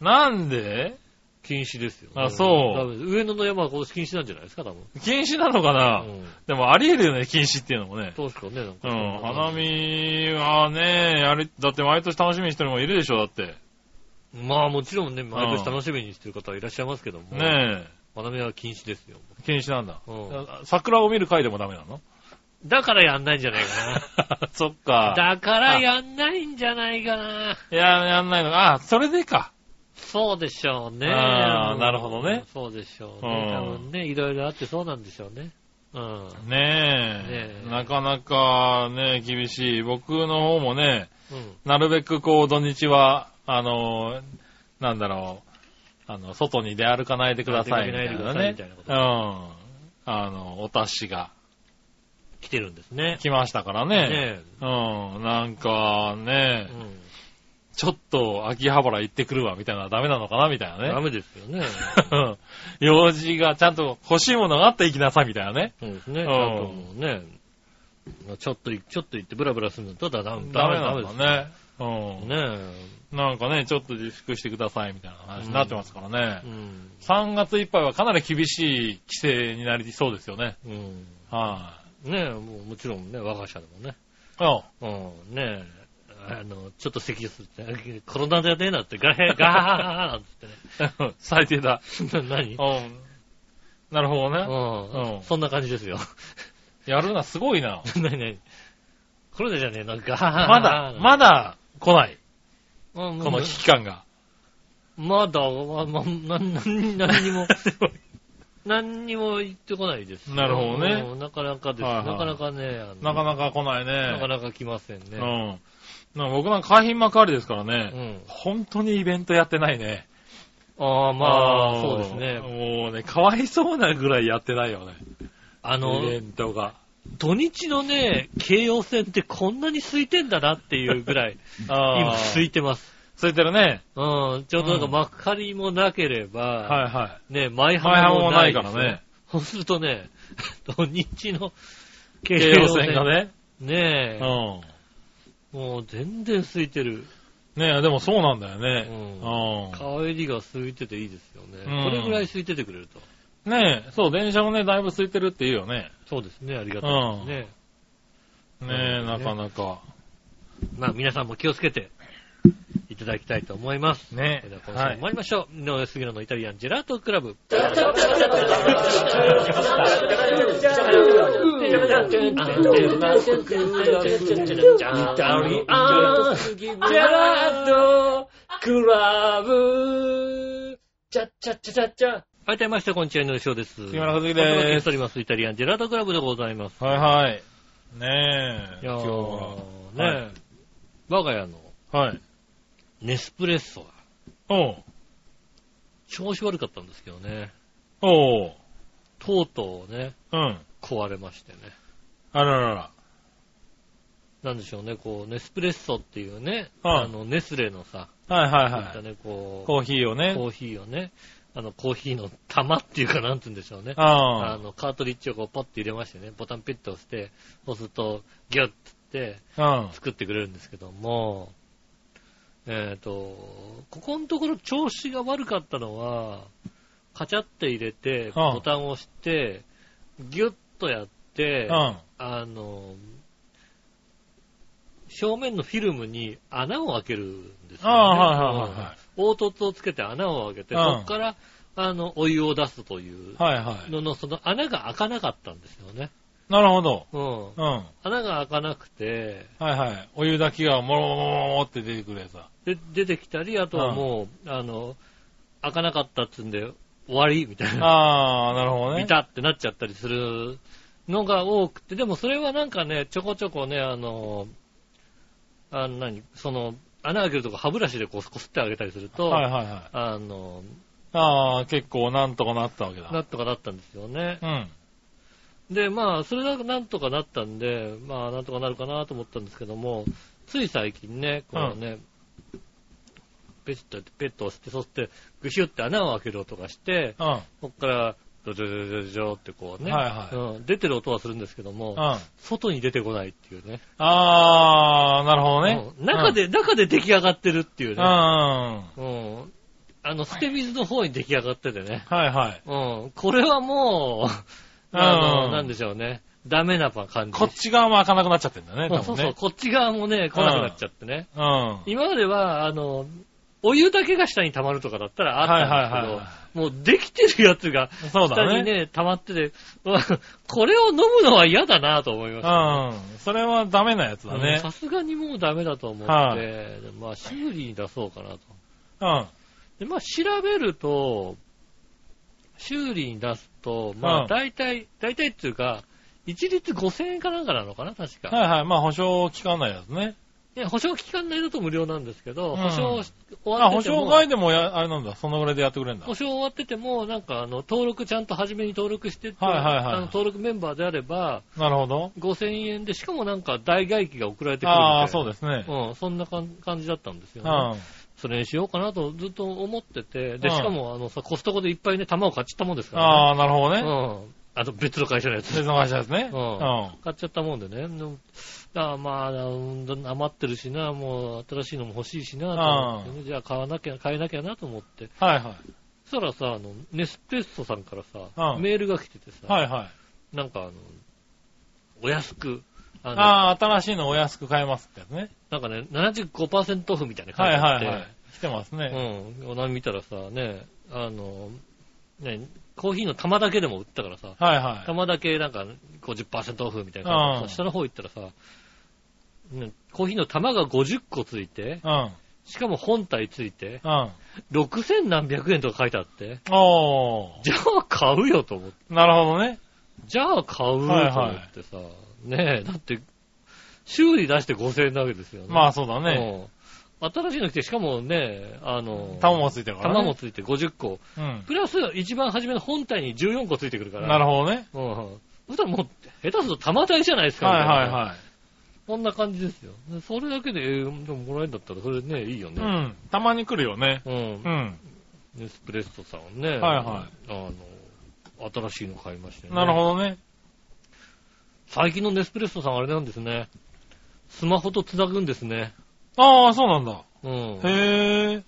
[SPEAKER 3] なんで
[SPEAKER 2] 禁止ですよ。
[SPEAKER 3] あそう
[SPEAKER 2] ダメです上野の山は今年禁止なんじゃないですか、多分。
[SPEAKER 3] 禁止なのかな、
[SPEAKER 2] うん。
[SPEAKER 3] でもありえるよね、禁止っていうのもね。
[SPEAKER 2] どうですかね、なん
[SPEAKER 3] う
[SPEAKER 2] か。
[SPEAKER 3] ん、花。見はね、やり、だって毎年楽しみにしてる人もいるでしょ、だって。
[SPEAKER 2] まあもちろんね、毎年楽しみにしてる方はいらっしゃいますけども。
[SPEAKER 3] ね
[SPEAKER 2] 花見は禁止ですよ。
[SPEAKER 3] え、禁止なんだ。
[SPEAKER 2] うん
[SPEAKER 3] 桜を見る回でもダメ なの
[SPEAKER 2] だからやんないんじゃない か
[SPEAKER 3] そっか
[SPEAKER 2] な。。だからやんないんじゃないかな。
[SPEAKER 3] いや、やんないのか。あ、それでか。
[SPEAKER 2] そうでしょうね。
[SPEAKER 3] あー
[SPEAKER 2] うん
[SPEAKER 3] なるほどね。
[SPEAKER 2] そうでしょう
[SPEAKER 3] う
[SPEAKER 2] ね。
[SPEAKER 3] ん
[SPEAKER 2] 多分ね、いろいろあってそうなんでしょうね。うん。
[SPEAKER 3] ねえ。
[SPEAKER 2] ねえ
[SPEAKER 3] なかなかね、厳しい。僕の方もね、
[SPEAKER 2] うん。
[SPEAKER 3] なるべくこう、土日は、あの、なんだろう、あの、外に出歩かないでくださいみ
[SPEAKER 2] 出
[SPEAKER 3] た
[SPEAKER 2] かけない
[SPEAKER 3] い
[SPEAKER 2] でく
[SPEAKER 3] な
[SPEAKER 2] ださい
[SPEAKER 3] ね
[SPEAKER 2] み。たいなこ
[SPEAKER 3] う
[SPEAKER 2] と
[SPEAKER 3] ん。あの、お達しが
[SPEAKER 2] 来てるんですね。
[SPEAKER 3] 来ましたからね。
[SPEAKER 2] ね
[SPEAKER 3] うん。なんか
[SPEAKER 2] え。
[SPEAKER 3] ね
[SPEAKER 2] う、ん。
[SPEAKER 3] ちょっと秋葉原行ってくるわみたいなのはダメなのかなみたいなね。
[SPEAKER 2] ダメですよね。
[SPEAKER 3] うん用事がちゃんと欲しいものがあって行きなさいみたいなね。
[SPEAKER 2] そうですね。
[SPEAKER 3] ん
[SPEAKER 2] ちゃんともうね。ちょっとい、ちょっと行ってブラブラするのとだダメ、
[SPEAKER 3] ダ
[SPEAKER 2] ダ
[SPEAKER 3] メ
[SPEAKER 2] メ、
[SPEAKER 3] な
[SPEAKER 2] ダメ
[SPEAKER 3] ん
[SPEAKER 2] で
[SPEAKER 3] だ
[SPEAKER 2] す
[SPEAKER 3] ね。
[SPEAKER 2] よ
[SPEAKER 3] う
[SPEAKER 2] ね
[SPEAKER 3] ん。なんかね、ちょっと自粛してくださいみたいな話になってますからね
[SPEAKER 2] え。う。ん。
[SPEAKER 3] 3月いっぱいはかなり厳しい規制になりそうですよね。
[SPEAKER 2] うん。
[SPEAKER 3] は
[SPEAKER 2] ねえ、もうもちろんね、我が社でもね。
[SPEAKER 3] い。うん
[SPEAKER 2] うん、ねえ、あの、ちょっと咳をするって、コロナじゃねえなって、ガヘガハハハなんつっ
[SPEAKER 3] 最低だ。
[SPEAKER 2] てね。な 何
[SPEAKER 3] うん。なるほどね。
[SPEAKER 2] う
[SPEAKER 3] うん
[SPEAKER 2] ん。そんな感じですよ。
[SPEAKER 3] やるな、すごいな。
[SPEAKER 2] 何何コロナじゃねえな、ガハハハ
[SPEAKER 3] まだ、まだ来ない。
[SPEAKER 2] うん
[SPEAKER 3] この危機感が。
[SPEAKER 2] まだ、ま、ま、な、な、何 にも、何にも言ってこないですよ。
[SPEAKER 3] なるほどね
[SPEAKER 2] うんなかなかです。
[SPEAKER 3] はいはい
[SPEAKER 2] なかなかね、あの
[SPEAKER 3] なかなか来ない
[SPEAKER 2] なか
[SPEAKER 3] ね。
[SPEAKER 2] なか来ません
[SPEAKER 3] う
[SPEAKER 2] ね。
[SPEAKER 3] ん。なんか僕なんか海浜幕張ですからね。
[SPEAKER 2] うん。
[SPEAKER 3] 本当にイベントやってないね。
[SPEAKER 2] ああ、まあ、そうですね。
[SPEAKER 3] ね。もうね、かわいそうなぐらいやってないよね。
[SPEAKER 2] あの
[SPEAKER 3] イ、ベントが。
[SPEAKER 2] 土日のね、京王線ってこんなに空いてんだなっていうぐら い、今
[SPEAKER 3] 今
[SPEAKER 2] 空
[SPEAKER 3] つい、
[SPEAKER 2] いてます。
[SPEAKER 3] ついてるね。
[SPEAKER 2] うん、ちょうどなんか
[SPEAKER 3] うん
[SPEAKER 2] 幕張もなければ、
[SPEAKER 3] はいはい。
[SPEAKER 2] ね、前
[SPEAKER 3] 前
[SPEAKER 2] 浜
[SPEAKER 3] 半も
[SPEAKER 2] も
[SPEAKER 3] な
[SPEAKER 2] ないい
[SPEAKER 3] からね。。
[SPEAKER 2] そうするとね、 土日の
[SPEAKER 3] 京
[SPEAKER 2] 京
[SPEAKER 3] 王
[SPEAKER 2] 王
[SPEAKER 3] 線
[SPEAKER 2] 線
[SPEAKER 3] が
[SPEAKER 2] がね、
[SPEAKER 3] ね。
[SPEAKER 2] ねえ、
[SPEAKER 3] うん。
[SPEAKER 2] もう全然空いてる。
[SPEAKER 3] ねえ、でもそうなんだよね。
[SPEAKER 2] 帰りが空いてていいですよね。
[SPEAKER 3] うん
[SPEAKER 2] これぐらい空いててくれると。
[SPEAKER 3] うん。ねえ、そう、電車もね、だいぶ空いてるって言うよね。
[SPEAKER 2] そうですね、ありがたいですね。
[SPEAKER 3] ねえ、
[SPEAKER 2] うん
[SPEAKER 3] なかなか。
[SPEAKER 2] まあ皆さんも気をつけていただきたいと思います。
[SPEAKER 3] ね
[SPEAKER 2] それでは
[SPEAKER 3] え。
[SPEAKER 2] 今週も
[SPEAKER 3] はい。
[SPEAKER 2] 参りましょう。井上杉野のイタリアンジェラートクラブ。改めまして、こんにちは、井上翔です。杉
[SPEAKER 3] 村和樹です
[SPEAKER 2] お届けしております。イタリアンジェラートクラブでございます。
[SPEAKER 3] はいはい。ねえ。
[SPEAKER 2] いや
[SPEAKER 3] 今日は
[SPEAKER 2] ー、ねえ、我が家の
[SPEAKER 3] はい。
[SPEAKER 2] ネスプレッソが
[SPEAKER 3] おう。
[SPEAKER 2] 調子悪かったんですけどね、
[SPEAKER 3] おう。
[SPEAKER 2] とうとうね、
[SPEAKER 3] うん。
[SPEAKER 2] 壊れましてね。
[SPEAKER 3] あららら。
[SPEAKER 2] なんでしょうね、こう、ネスプレッソっていうね、
[SPEAKER 3] はい
[SPEAKER 2] あの、ネスレのさ、
[SPEAKER 3] はいはい
[SPEAKER 2] こうい
[SPEAKER 3] は
[SPEAKER 2] った
[SPEAKER 3] い。
[SPEAKER 2] ね、こう、
[SPEAKER 3] コーヒーをね。
[SPEAKER 2] コーヒーをね、あの、コーヒーの玉っていうか、なんて言うんでしょうね。あ
[SPEAKER 3] あ
[SPEAKER 2] の、カートリッジをこう、ポッて入れましてね、ボタンピッと押して、押すと、ギュッつって、
[SPEAKER 3] あ。うん。
[SPEAKER 2] 作ってくれるんですけども、えっ、と、ここのところ調子が悪かったのは、カチャって入れて、
[SPEAKER 3] うん
[SPEAKER 2] ボタンを押して、ギュッとやって、
[SPEAKER 3] うん。
[SPEAKER 2] あの、表面のフィルムに穴を開けるんですよ、ね。
[SPEAKER 3] ああはいはいはいはい
[SPEAKER 2] うん凹凸をつけて穴を開けて、
[SPEAKER 3] うん
[SPEAKER 2] そこから、あの、お湯を出すという
[SPEAKER 3] はいはい。
[SPEAKER 2] のの、その穴が開かなかったんですよね。
[SPEAKER 3] なるほど。
[SPEAKER 2] うん。
[SPEAKER 3] うん。は
[SPEAKER 2] 穴が開かなくて、
[SPEAKER 3] いはい。お湯だけがもろもろもろもろって出てくるやつだ。
[SPEAKER 2] で、出てきたり、あとはもう、あの、開かなかったっつうんで、終わりみたいな。
[SPEAKER 3] あー、なるほどね。
[SPEAKER 2] 見たってなっちゃったりする、のが多くて、でもそれはなんかね、ちょこちょこね、あの、あの、何、その、穴開けるとこ歯ブラシでこう、こすってあげたりすると、
[SPEAKER 3] はいはいはい。
[SPEAKER 2] あの、
[SPEAKER 3] ああ、結構なんとかなったわけだ。
[SPEAKER 2] なんとかなったんですよね。
[SPEAKER 3] うん。
[SPEAKER 2] で、まあ、それがなんとかなったんで、まあ、なんとかなるかなと思ったんですけども、つい最近ね、こうね、ペットやって、ペットをして、そして、ぐしゅって穴を開ける音がして、
[SPEAKER 3] うん。うん。
[SPEAKER 2] こっから、ドジョジョジョジョジョってこうね、
[SPEAKER 3] はいはい
[SPEAKER 2] うん出てる音はするんですけども、
[SPEAKER 3] あ
[SPEAKER 2] 外に出てこないっていうね。
[SPEAKER 3] あー、なるほどね。
[SPEAKER 2] うん中で、中で出来上がってるっていう
[SPEAKER 3] うん。う
[SPEAKER 2] ね。
[SPEAKER 3] ん。うん
[SPEAKER 2] うん。あの、捨て水の方に出来上がっててね。
[SPEAKER 3] はいはい。
[SPEAKER 2] うん。これはもう、
[SPEAKER 3] うん
[SPEAKER 2] あの、なんでしょうね。ダメな感じ。
[SPEAKER 3] こっち側も開かなくなっちゃってんだね、
[SPEAKER 2] そう
[SPEAKER 3] 多
[SPEAKER 2] そう
[SPEAKER 3] 分
[SPEAKER 2] そう。
[SPEAKER 3] ね。
[SPEAKER 2] こっち側もね、来なくなっちゃってね。
[SPEAKER 3] うん。は
[SPEAKER 2] 今までは、あの、お湯だけが下に溜まるとかだったらあ
[SPEAKER 3] いはい
[SPEAKER 2] ったんですけど、
[SPEAKER 3] は
[SPEAKER 2] もうできてるやつが、
[SPEAKER 3] い。そう
[SPEAKER 2] 下
[SPEAKER 3] だ
[SPEAKER 2] に
[SPEAKER 3] ね。
[SPEAKER 2] ね、溜まってて、うわこれを飲むのは嫌だなと思いま
[SPEAKER 3] う
[SPEAKER 2] し
[SPEAKER 3] ん
[SPEAKER 2] た。。
[SPEAKER 3] それはダメなやつだ
[SPEAKER 2] うん
[SPEAKER 3] ね
[SPEAKER 2] さ。すがにもうダメだと思って、
[SPEAKER 3] は
[SPEAKER 2] まあ修理に出そうかなと。
[SPEAKER 3] うん。
[SPEAKER 2] で、まあ調べると、修理に出すと、ま
[SPEAKER 3] う
[SPEAKER 2] あ
[SPEAKER 3] ん
[SPEAKER 2] 大体、大体っていうか、一律5000円かなんかなのかな、確か。
[SPEAKER 3] はいはい。まあ、保証効かないやつね。
[SPEAKER 2] で保証期間内だと無料なんですけど、
[SPEAKER 3] うん
[SPEAKER 2] 保証し終わ
[SPEAKER 3] あ、
[SPEAKER 2] って
[SPEAKER 3] 保
[SPEAKER 2] ても、
[SPEAKER 3] 証外でもや、あれなんだ。そのぐらいでやってくれるんだ
[SPEAKER 2] 保。証終わってても、なんかあの、登録ちゃんと初めに登録してて、
[SPEAKER 3] はいはいはい
[SPEAKER 2] あの登録メンバーであれば、
[SPEAKER 3] なるほど。
[SPEAKER 2] 5000円で、しかもなんか代替機が送られてくるんで。
[SPEAKER 3] ああ、そうですね。
[SPEAKER 2] うん、そんなかん感じだったんですよ
[SPEAKER 3] う
[SPEAKER 2] ね。
[SPEAKER 3] ん。
[SPEAKER 2] それにしようかなとずっと思ってて、で、
[SPEAKER 3] うん
[SPEAKER 2] しかもあのさ、コストコでいっぱいね、玉を買っちゃったもんですからね。
[SPEAKER 3] ああ、なるほど
[SPEAKER 2] あ
[SPEAKER 3] ね。
[SPEAKER 2] うん。あと別の会社のやつ。
[SPEAKER 3] 別の会社ですね。
[SPEAKER 2] う
[SPEAKER 3] うんん。
[SPEAKER 2] 買っちゃったもんでね。でもだからまあ、うん余ってるしな、もう新しいのも欲しいしな、と思ってね、じゃあ買わなきゃ、買えなきゃなと思って。
[SPEAKER 3] はいはい。
[SPEAKER 2] そしたらさ、あの、ネスプレッソさんからさ、
[SPEAKER 3] うん
[SPEAKER 2] メールが来ててさ、
[SPEAKER 3] はいはい。
[SPEAKER 2] なんかあの、お安く、あの、
[SPEAKER 3] ああ、新しいのお安く買えますってやつね。
[SPEAKER 2] なんかね、75%オフみたいな感
[SPEAKER 3] は
[SPEAKER 2] じ
[SPEAKER 3] い
[SPEAKER 2] で、
[SPEAKER 3] はいはい。来てますね。
[SPEAKER 2] うん。何見たらさ、ね、あの、ね、コーヒーの玉だけでも売ったからさ、
[SPEAKER 3] はいはい。
[SPEAKER 2] 玉だけなんか50%オフみたいな感じで
[SPEAKER 3] うん
[SPEAKER 2] さ、下の方行ったらさ、ねコーヒーの玉が50個ついて、
[SPEAKER 3] うん。
[SPEAKER 2] しかも本体ついて、
[SPEAKER 3] うん。
[SPEAKER 2] 6000何百円とか書いてあって、
[SPEAKER 3] おー。
[SPEAKER 2] じゃあ買うよと思って。
[SPEAKER 3] なるほどね。
[SPEAKER 2] じゃあ買うと思ってさ、ねえ、だって、修理出して5000円なわけですよね。
[SPEAKER 3] まあそうだ
[SPEAKER 2] あ
[SPEAKER 3] ね。
[SPEAKER 2] 新しいの来て、しかもね、あの、
[SPEAKER 3] 玉もついてるからね。
[SPEAKER 2] 玉もついて50個。
[SPEAKER 3] うん。
[SPEAKER 2] プラス、一番初めの本体に14個ついてくるから。
[SPEAKER 3] なるほどね。
[SPEAKER 2] ほど。うん。そしたらもう、下手すると玉体じゃないですか。
[SPEAKER 3] はい
[SPEAKER 2] みた
[SPEAKER 3] はいい
[SPEAKER 2] な
[SPEAKER 3] は
[SPEAKER 2] こんな感じですよ。でそれだけで、えーでももらえるんだったら、それね、いいよ
[SPEAKER 3] い。う
[SPEAKER 2] ね。
[SPEAKER 3] ん。たまに来るよね。
[SPEAKER 2] うん。
[SPEAKER 3] うん。
[SPEAKER 2] エスプレッソさんはね。
[SPEAKER 3] はいは
[SPEAKER 2] あの、新しいの買いましたよね。
[SPEAKER 3] なるほどね。
[SPEAKER 2] 最近のネスプレッソさんあれなんですね。スマホと繋ぐんですね。
[SPEAKER 3] ああ、そうなんだ。
[SPEAKER 2] うん。
[SPEAKER 3] へえ。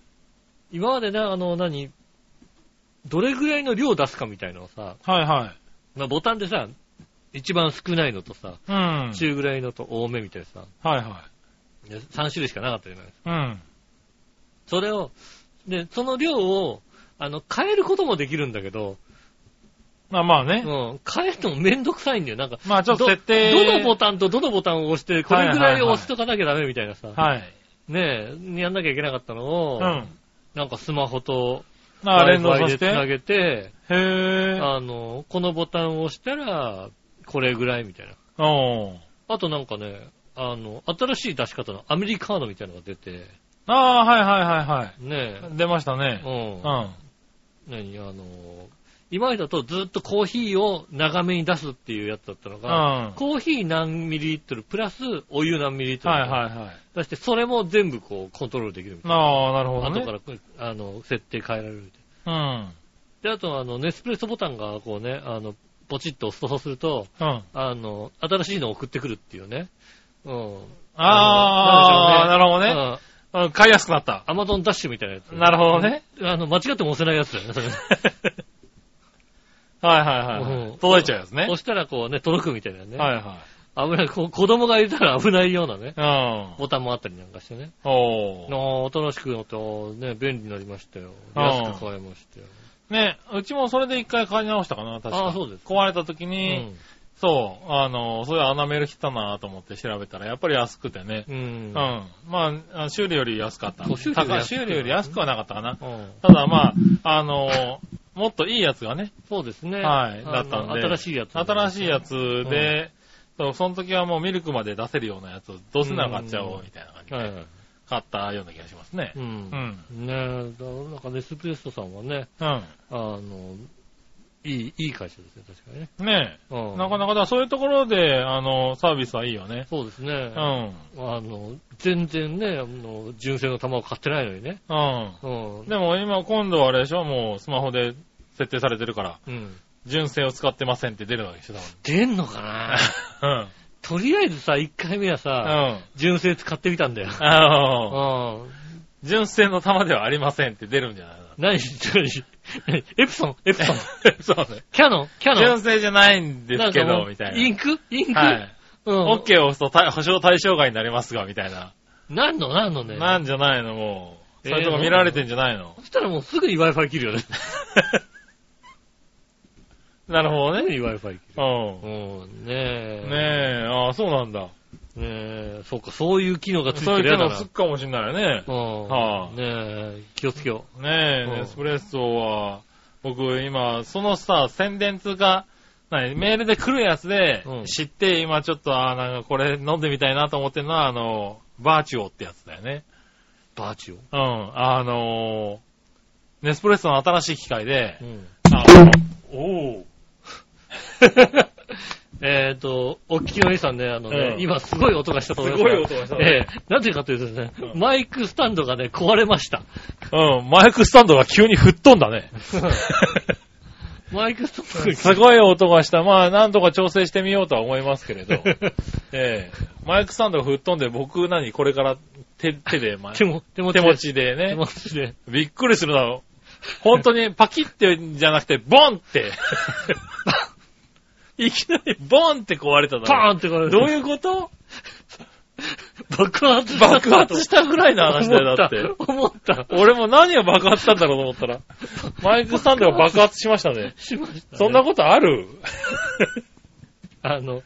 [SPEAKER 2] 今までね、あの、何、どれぐらいの量出すかみたいなのをさ、
[SPEAKER 3] はいはい。
[SPEAKER 2] まあボタンでさ、一番少ないのとさ、
[SPEAKER 3] うん。はい
[SPEAKER 2] 中ぐらいのと多めみたいなさ、
[SPEAKER 3] は
[SPEAKER 2] で3種類しかなかったじゃないですか。
[SPEAKER 3] い。うん。
[SPEAKER 2] それを、で、その量を、あの、変えることもできるんだけど、
[SPEAKER 3] まあまあ
[SPEAKER 2] う
[SPEAKER 3] ね。
[SPEAKER 2] ん、変えるのもめんどくさいんだよ。なんか、
[SPEAKER 3] まあちょっと
[SPEAKER 2] ど
[SPEAKER 3] 設定。
[SPEAKER 2] どのボタンとどのボタンを押して、これぐらい押しとかなきゃダメみたいなさ、
[SPEAKER 3] はい。
[SPEAKER 2] ねえ、やんなきゃいけなかったの
[SPEAKER 3] う
[SPEAKER 2] を、
[SPEAKER 3] ん。
[SPEAKER 2] なんかスマホと、
[SPEAKER 3] あ連動さ
[SPEAKER 2] Wi-Fi
[SPEAKER 3] せ
[SPEAKER 2] で繋
[SPEAKER 3] て。
[SPEAKER 2] げて、
[SPEAKER 3] へえ。
[SPEAKER 2] あの、このボタンを押したら、これぐらいみたいな。
[SPEAKER 3] おー
[SPEAKER 2] あとなんかね、あの、新しい出し方のアメリカーノみたいなのが出て、
[SPEAKER 3] ああ、はいはいはいはい。
[SPEAKER 2] ね
[SPEAKER 3] 出ました
[SPEAKER 2] え、
[SPEAKER 3] ね。
[SPEAKER 2] う
[SPEAKER 3] うんん。。は
[SPEAKER 2] 何あの、今までだとずっとコーヒーを長めに出すっていうやつだったの
[SPEAKER 3] う
[SPEAKER 2] が
[SPEAKER 3] ん、
[SPEAKER 2] コーヒー何ミリリットルプラスお湯何ミリリッ
[SPEAKER 3] い
[SPEAKER 2] トル
[SPEAKER 3] はいはい。
[SPEAKER 2] 出して、それも全部こうコントロールできるみたい
[SPEAKER 3] ああ、なるほ
[SPEAKER 2] な。
[SPEAKER 3] どね。
[SPEAKER 2] 後からこうあの設定変えられるみたい
[SPEAKER 3] うん。
[SPEAKER 2] な。で、あとあの、ネスプレッソボタンがこうね、あの、ポチッと押すとそうすると、
[SPEAKER 3] うん。
[SPEAKER 2] あの、新しいのを送ってくるっていうね。うん。
[SPEAKER 3] ああ、
[SPEAKER 2] な
[SPEAKER 3] な
[SPEAKER 2] る
[SPEAKER 3] るほどね。
[SPEAKER 2] ね。
[SPEAKER 3] うん買いやすくなった。
[SPEAKER 2] アマゾンダッシュみたいなやつ。
[SPEAKER 3] なるほどね。
[SPEAKER 2] あの、間違っても押せないやつだよ ねそれ。
[SPEAKER 3] はいはいは
[SPEAKER 2] うん
[SPEAKER 3] い。届いちゃうやつね。
[SPEAKER 2] 押したらこうね、届くみたいなね。
[SPEAKER 3] はいは
[SPEAKER 2] 危ない、こ子供がいたら危ないようなね、
[SPEAKER 3] い。
[SPEAKER 2] ボタンもあったりなんかしてね。
[SPEAKER 3] うん。おー。
[SPEAKER 2] ああ、新しくなって、あーね、便利になりましたよ。
[SPEAKER 3] うん
[SPEAKER 2] 安く買えましたよ。
[SPEAKER 3] ね、うちもそれで一回買い直したかな、確か。
[SPEAKER 2] あーそうです
[SPEAKER 3] 壊れた時
[SPEAKER 2] う
[SPEAKER 3] に、
[SPEAKER 2] ん。
[SPEAKER 3] そう、あの、そういう穴メール来たなと思って調べたら、やっぱり安くてね。
[SPEAKER 2] う
[SPEAKER 3] うん。
[SPEAKER 2] ん。
[SPEAKER 3] まああ、修理より安かった
[SPEAKER 2] そう修。理より安
[SPEAKER 3] 高
[SPEAKER 2] く
[SPEAKER 3] い修理より安くはなかったかな。
[SPEAKER 2] うん
[SPEAKER 3] ただまあ、あの、もっといいやつがね、
[SPEAKER 2] そうですね。
[SPEAKER 3] はい、だ
[SPEAKER 2] あの
[SPEAKER 3] ったんで。
[SPEAKER 2] 新しいやつ。
[SPEAKER 3] 新しいやつで、そうその時はもうミルクまで出せるようなやつをどうせなら買っちゃおうみたいな感じで、
[SPEAKER 2] はいはい。
[SPEAKER 3] 買ったような気がしますね
[SPEAKER 2] う。。
[SPEAKER 3] うんん。
[SPEAKER 2] ねえ、だなんかネスプレッソさんはね、
[SPEAKER 3] うん。
[SPEAKER 2] あの、いい、いい会社ですね、確かにね。
[SPEAKER 3] ねえ。
[SPEAKER 2] うん。
[SPEAKER 3] なかなかだ、そういうところで、あの、サービスはいいよね。
[SPEAKER 2] そうです
[SPEAKER 3] う
[SPEAKER 2] ね。
[SPEAKER 3] ん。
[SPEAKER 2] あの、全然ね、あの、純正の玉を買ってないのにね。
[SPEAKER 3] うん。
[SPEAKER 2] うん。
[SPEAKER 3] でも今、今度はあれでしょもうスマホで設定されてるから、
[SPEAKER 2] うん。
[SPEAKER 3] 純正を使ってませんって出るわけでしょ、
[SPEAKER 2] 出んのかな
[SPEAKER 3] 多
[SPEAKER 2] と
[SPEAKER 3] 分。
[SPEAKER 2] りあえずさ、1回目は
[SPEAKER 3] うん。う
[SPEAKER 2] さ、
[SPEAKER 3] ん。
[SPEAKER 2] 純正使ってみたんだよ。
[SPEAKER 3] あの、
[SPEAKER 2] うん。
[SPEAKER 3] 純正の玉ではありませんって出るんじゃない
[SPEAKER 2] 何何何エプソンエプ ソン
[SPEAKER 3] そうね。
[SPEAKER 2] キャノンキャノン
[SPEAKER 3] 純正じゃないんですけ
[SPEAKER 2] なんかも
[SPEAKER 3] ど、
[SPEAKER 2] う
[SPEAKER 3] みたいな。
[SPEAKER 2] インクインク、
[SPEAKER 3] はい。
[SPEAKER 2] うん。
[SPEAKER 3] オッケーを押すと対保証対象外になりますが、みたいな。
[SPEAKER 2] 何の何のね。
[SPEAKER 3] なんじゃないの、もう。
[SPEAKER 2] えー
[SPEAKER 3] そういうとこ見られてんじゃな いの。
[SPEAKER 2] そしたらもうすぐに Wi-Fi 切る よね。
[SPEAKER 3] なるほど
[SPEAKER 2] すぐ
[SPEAKER 3] ね。
[SPEAKER 2] に Wi-Fi 切る。
[SPEAKER 3] う
[SPEAKER 2] うん、ねえ。
[SPEAKER 3] ん。ねえ、ああ、そうなんだ。
[SPEAKER 2] え。ねえ。そうか、そういう機能がつい
[SPEAKER 3] そう
[SPEAKER 2] てる
[SPEAKER 3] いう
[SPEAKER 2] や
[SPEAKER 3] 機
[SPEAKER 2] だ
[SPEAKER 3] 能
[SPEAKER 2] な
[SPEAKER 3] つく。かもしんないね。
[SPEAKER 2] うん。
[SPEAKER 3] はあ
[SPEAKER 2] ねえ、気をつけよ
[SPEAKER 3] ね
[SPEAKER 2] うん
[SPEAKER 3] え、エスプレッソは、僕今、そのさ、宣伝通過、何メールで来るやつで
[SPEAKER 2] うん
[SPEAKER 3] 知って、今ちょっと、ああ、なんかこれ飲んでみたいなと思ってるのは、あの、バーチュオってやつだよね。
[SPEAKER 2] う。バーチオ。
[SPEAKER 3] うん、あのー、ネスプレッソの新しい機械で
[SPEAKER 2] う、ん。
[SPEAKER 3] あおお
[SPEAKER 2] えっと、お聞きの皆さんね、あのね、
[SPEAKER 3] うん
[SPEAKER 2] 今すごい音がしたと思います。
[SPEAKER 3] すごい音がしたね
[SPEAKER 2] ええ。なんでかというとですね、
[SPEAKER 3] うん
[SPEAKER 2] マイクスタンドがね、壊れました。
[SPEAKER 3] うん、マイクスタンドが急に吹っ飛ん だね。
[SPEAKER 2] マイクスタンドが
[SPEAKER 3] すごい音がした。まあ、なんとか調整してみようとは思いますけれど。ええマイクスタンドが吹っ飛んで、僕何これから手、手で、まあ
[SPEAKER 2] 手も、手も
[SPEAKER 3] 手持。ちでね
[SPEAKER 2] 手。持ちで。
[SPEAKER 3] びっくりするだろ。本当にパキってじゃなくて、ボンって。 いきなりボンって壊れただろ。
[SPEAKER 2] パーンってこれ。
[SPEAKER 3] どういうこと
[SPEAKER 2] 爆発した
[SPEAKER 3] 爆発したぐらいの話だよ、だって。
[SPEAKER 2] 思った。思った
[SPEAKER 3] 俺も何が爆発したんだろうと思ったら、マイクスタンドが爆発しましたね。
[SPEAKER 2] しました、ね。
[SPEAKER 3] そんなことある
[SPEAKER 2] あの、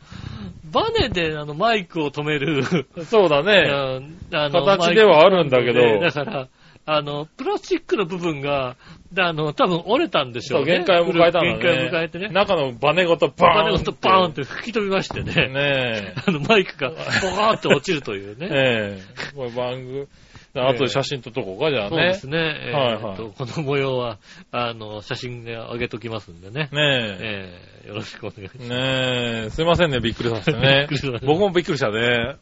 [SPEAKER 2] バネであのマイクを止める、
[SPEAKER 3] そうだね。
[SPEAKER 2] あの
[SPEAKER 3] 形ではあるんだけ
[SPEAKER 2] マ
[SPEAKER 3] ど
[SPEAKER 2] イクの部分でだから、あの、プラスチックの部分が、であの、多分折れたんでしょ
[SPEAKER 3] そうう、
[SPEAKER 2] ね。
[SPEAKER 3] 限界を迎えたんだね。
[SPEAKER 2] 限界を迎えてね。
[SPEAKER 3] 中のバネごと
[SPEAKER 2] バ
[SPEAKER 3] バー
[SPEAKER 2] ネ
[SPEAKER 3] ン
[SPEAKER 2] ご
[SPEAKER 3] って。
[SPEAKER 2] とバーンって吹き飛びましてね。
[SPEAKER 3] ね
[SPEAKER 2] あの、マイクがボーンって落ちるという
[SPEAKER 3] え。
[SPEAKER 2] ね。
[SPEAKER 3] ええ。これ番組、あとで写真撮っとこうか、じゃあ
[SPEAKER 2] そうで
[SPEAKER 3] ね
[SPEAKER 2] す。ね。えー
[SPEAKER 3] はいは
[SPEAKER 2] え
[SPEAKER 3] い
[SPEAKER 2] っとこの模様は、あの、写真で上げときますんでね。
[SPEAKER 3] ね
[SPEAKER 2] えーよろしくお願いし
[SPEAKER 3] え。
[SPEAKER 2] ます。
[SPEAKER 3] ねえ。すいませんね、びっくりさせてね
[SPEAKER 2] びっくりさせ。て
[SPEAKER 3] 僕もびっくりしたね。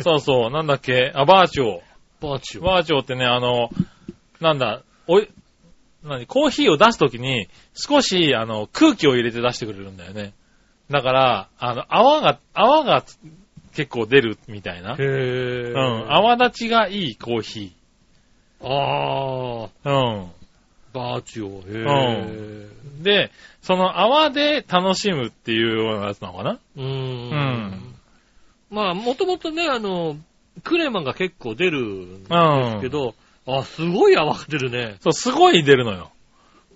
[SPEAKER 3] そうそう、なんだっけ、あ、バーチョ
[SPEAKER 2] バーチ
[SPEAKER 3] ウ。
[SPEAKER 2] ュ
[SPEAKER 3] バーチョウってね、あの、なんだ、おい、なに、コーヒーを出すときに、少し、あの、空気を入れて出してくれるんだよね。だから、あの、泡が、泡がつ結構出るみたいな。
[SPEAKER 2] へぇ
[SPEAKER 3] うん。泡立ちがいいコーヒ
[SPEAKER 2] あー、
[SPEAKER 3] ー。う
[SPEAKER 2] バーチュオ。へぇ
[SPEAKER 3] ん。で、その泡で楽しむっていうようなやつなのかな
[SPEAKER 2] うーん。
[SPEAKER 3] うん
[SPEAKER 2] まあ、もともとね、あの、クレマが結構出るんで
[SPEAKER 3] うん。
[SPEAKER 2] すけ。ど、あ、すごい泡が出るね。
[SPEAKER 3] そう、すごい出るのよ。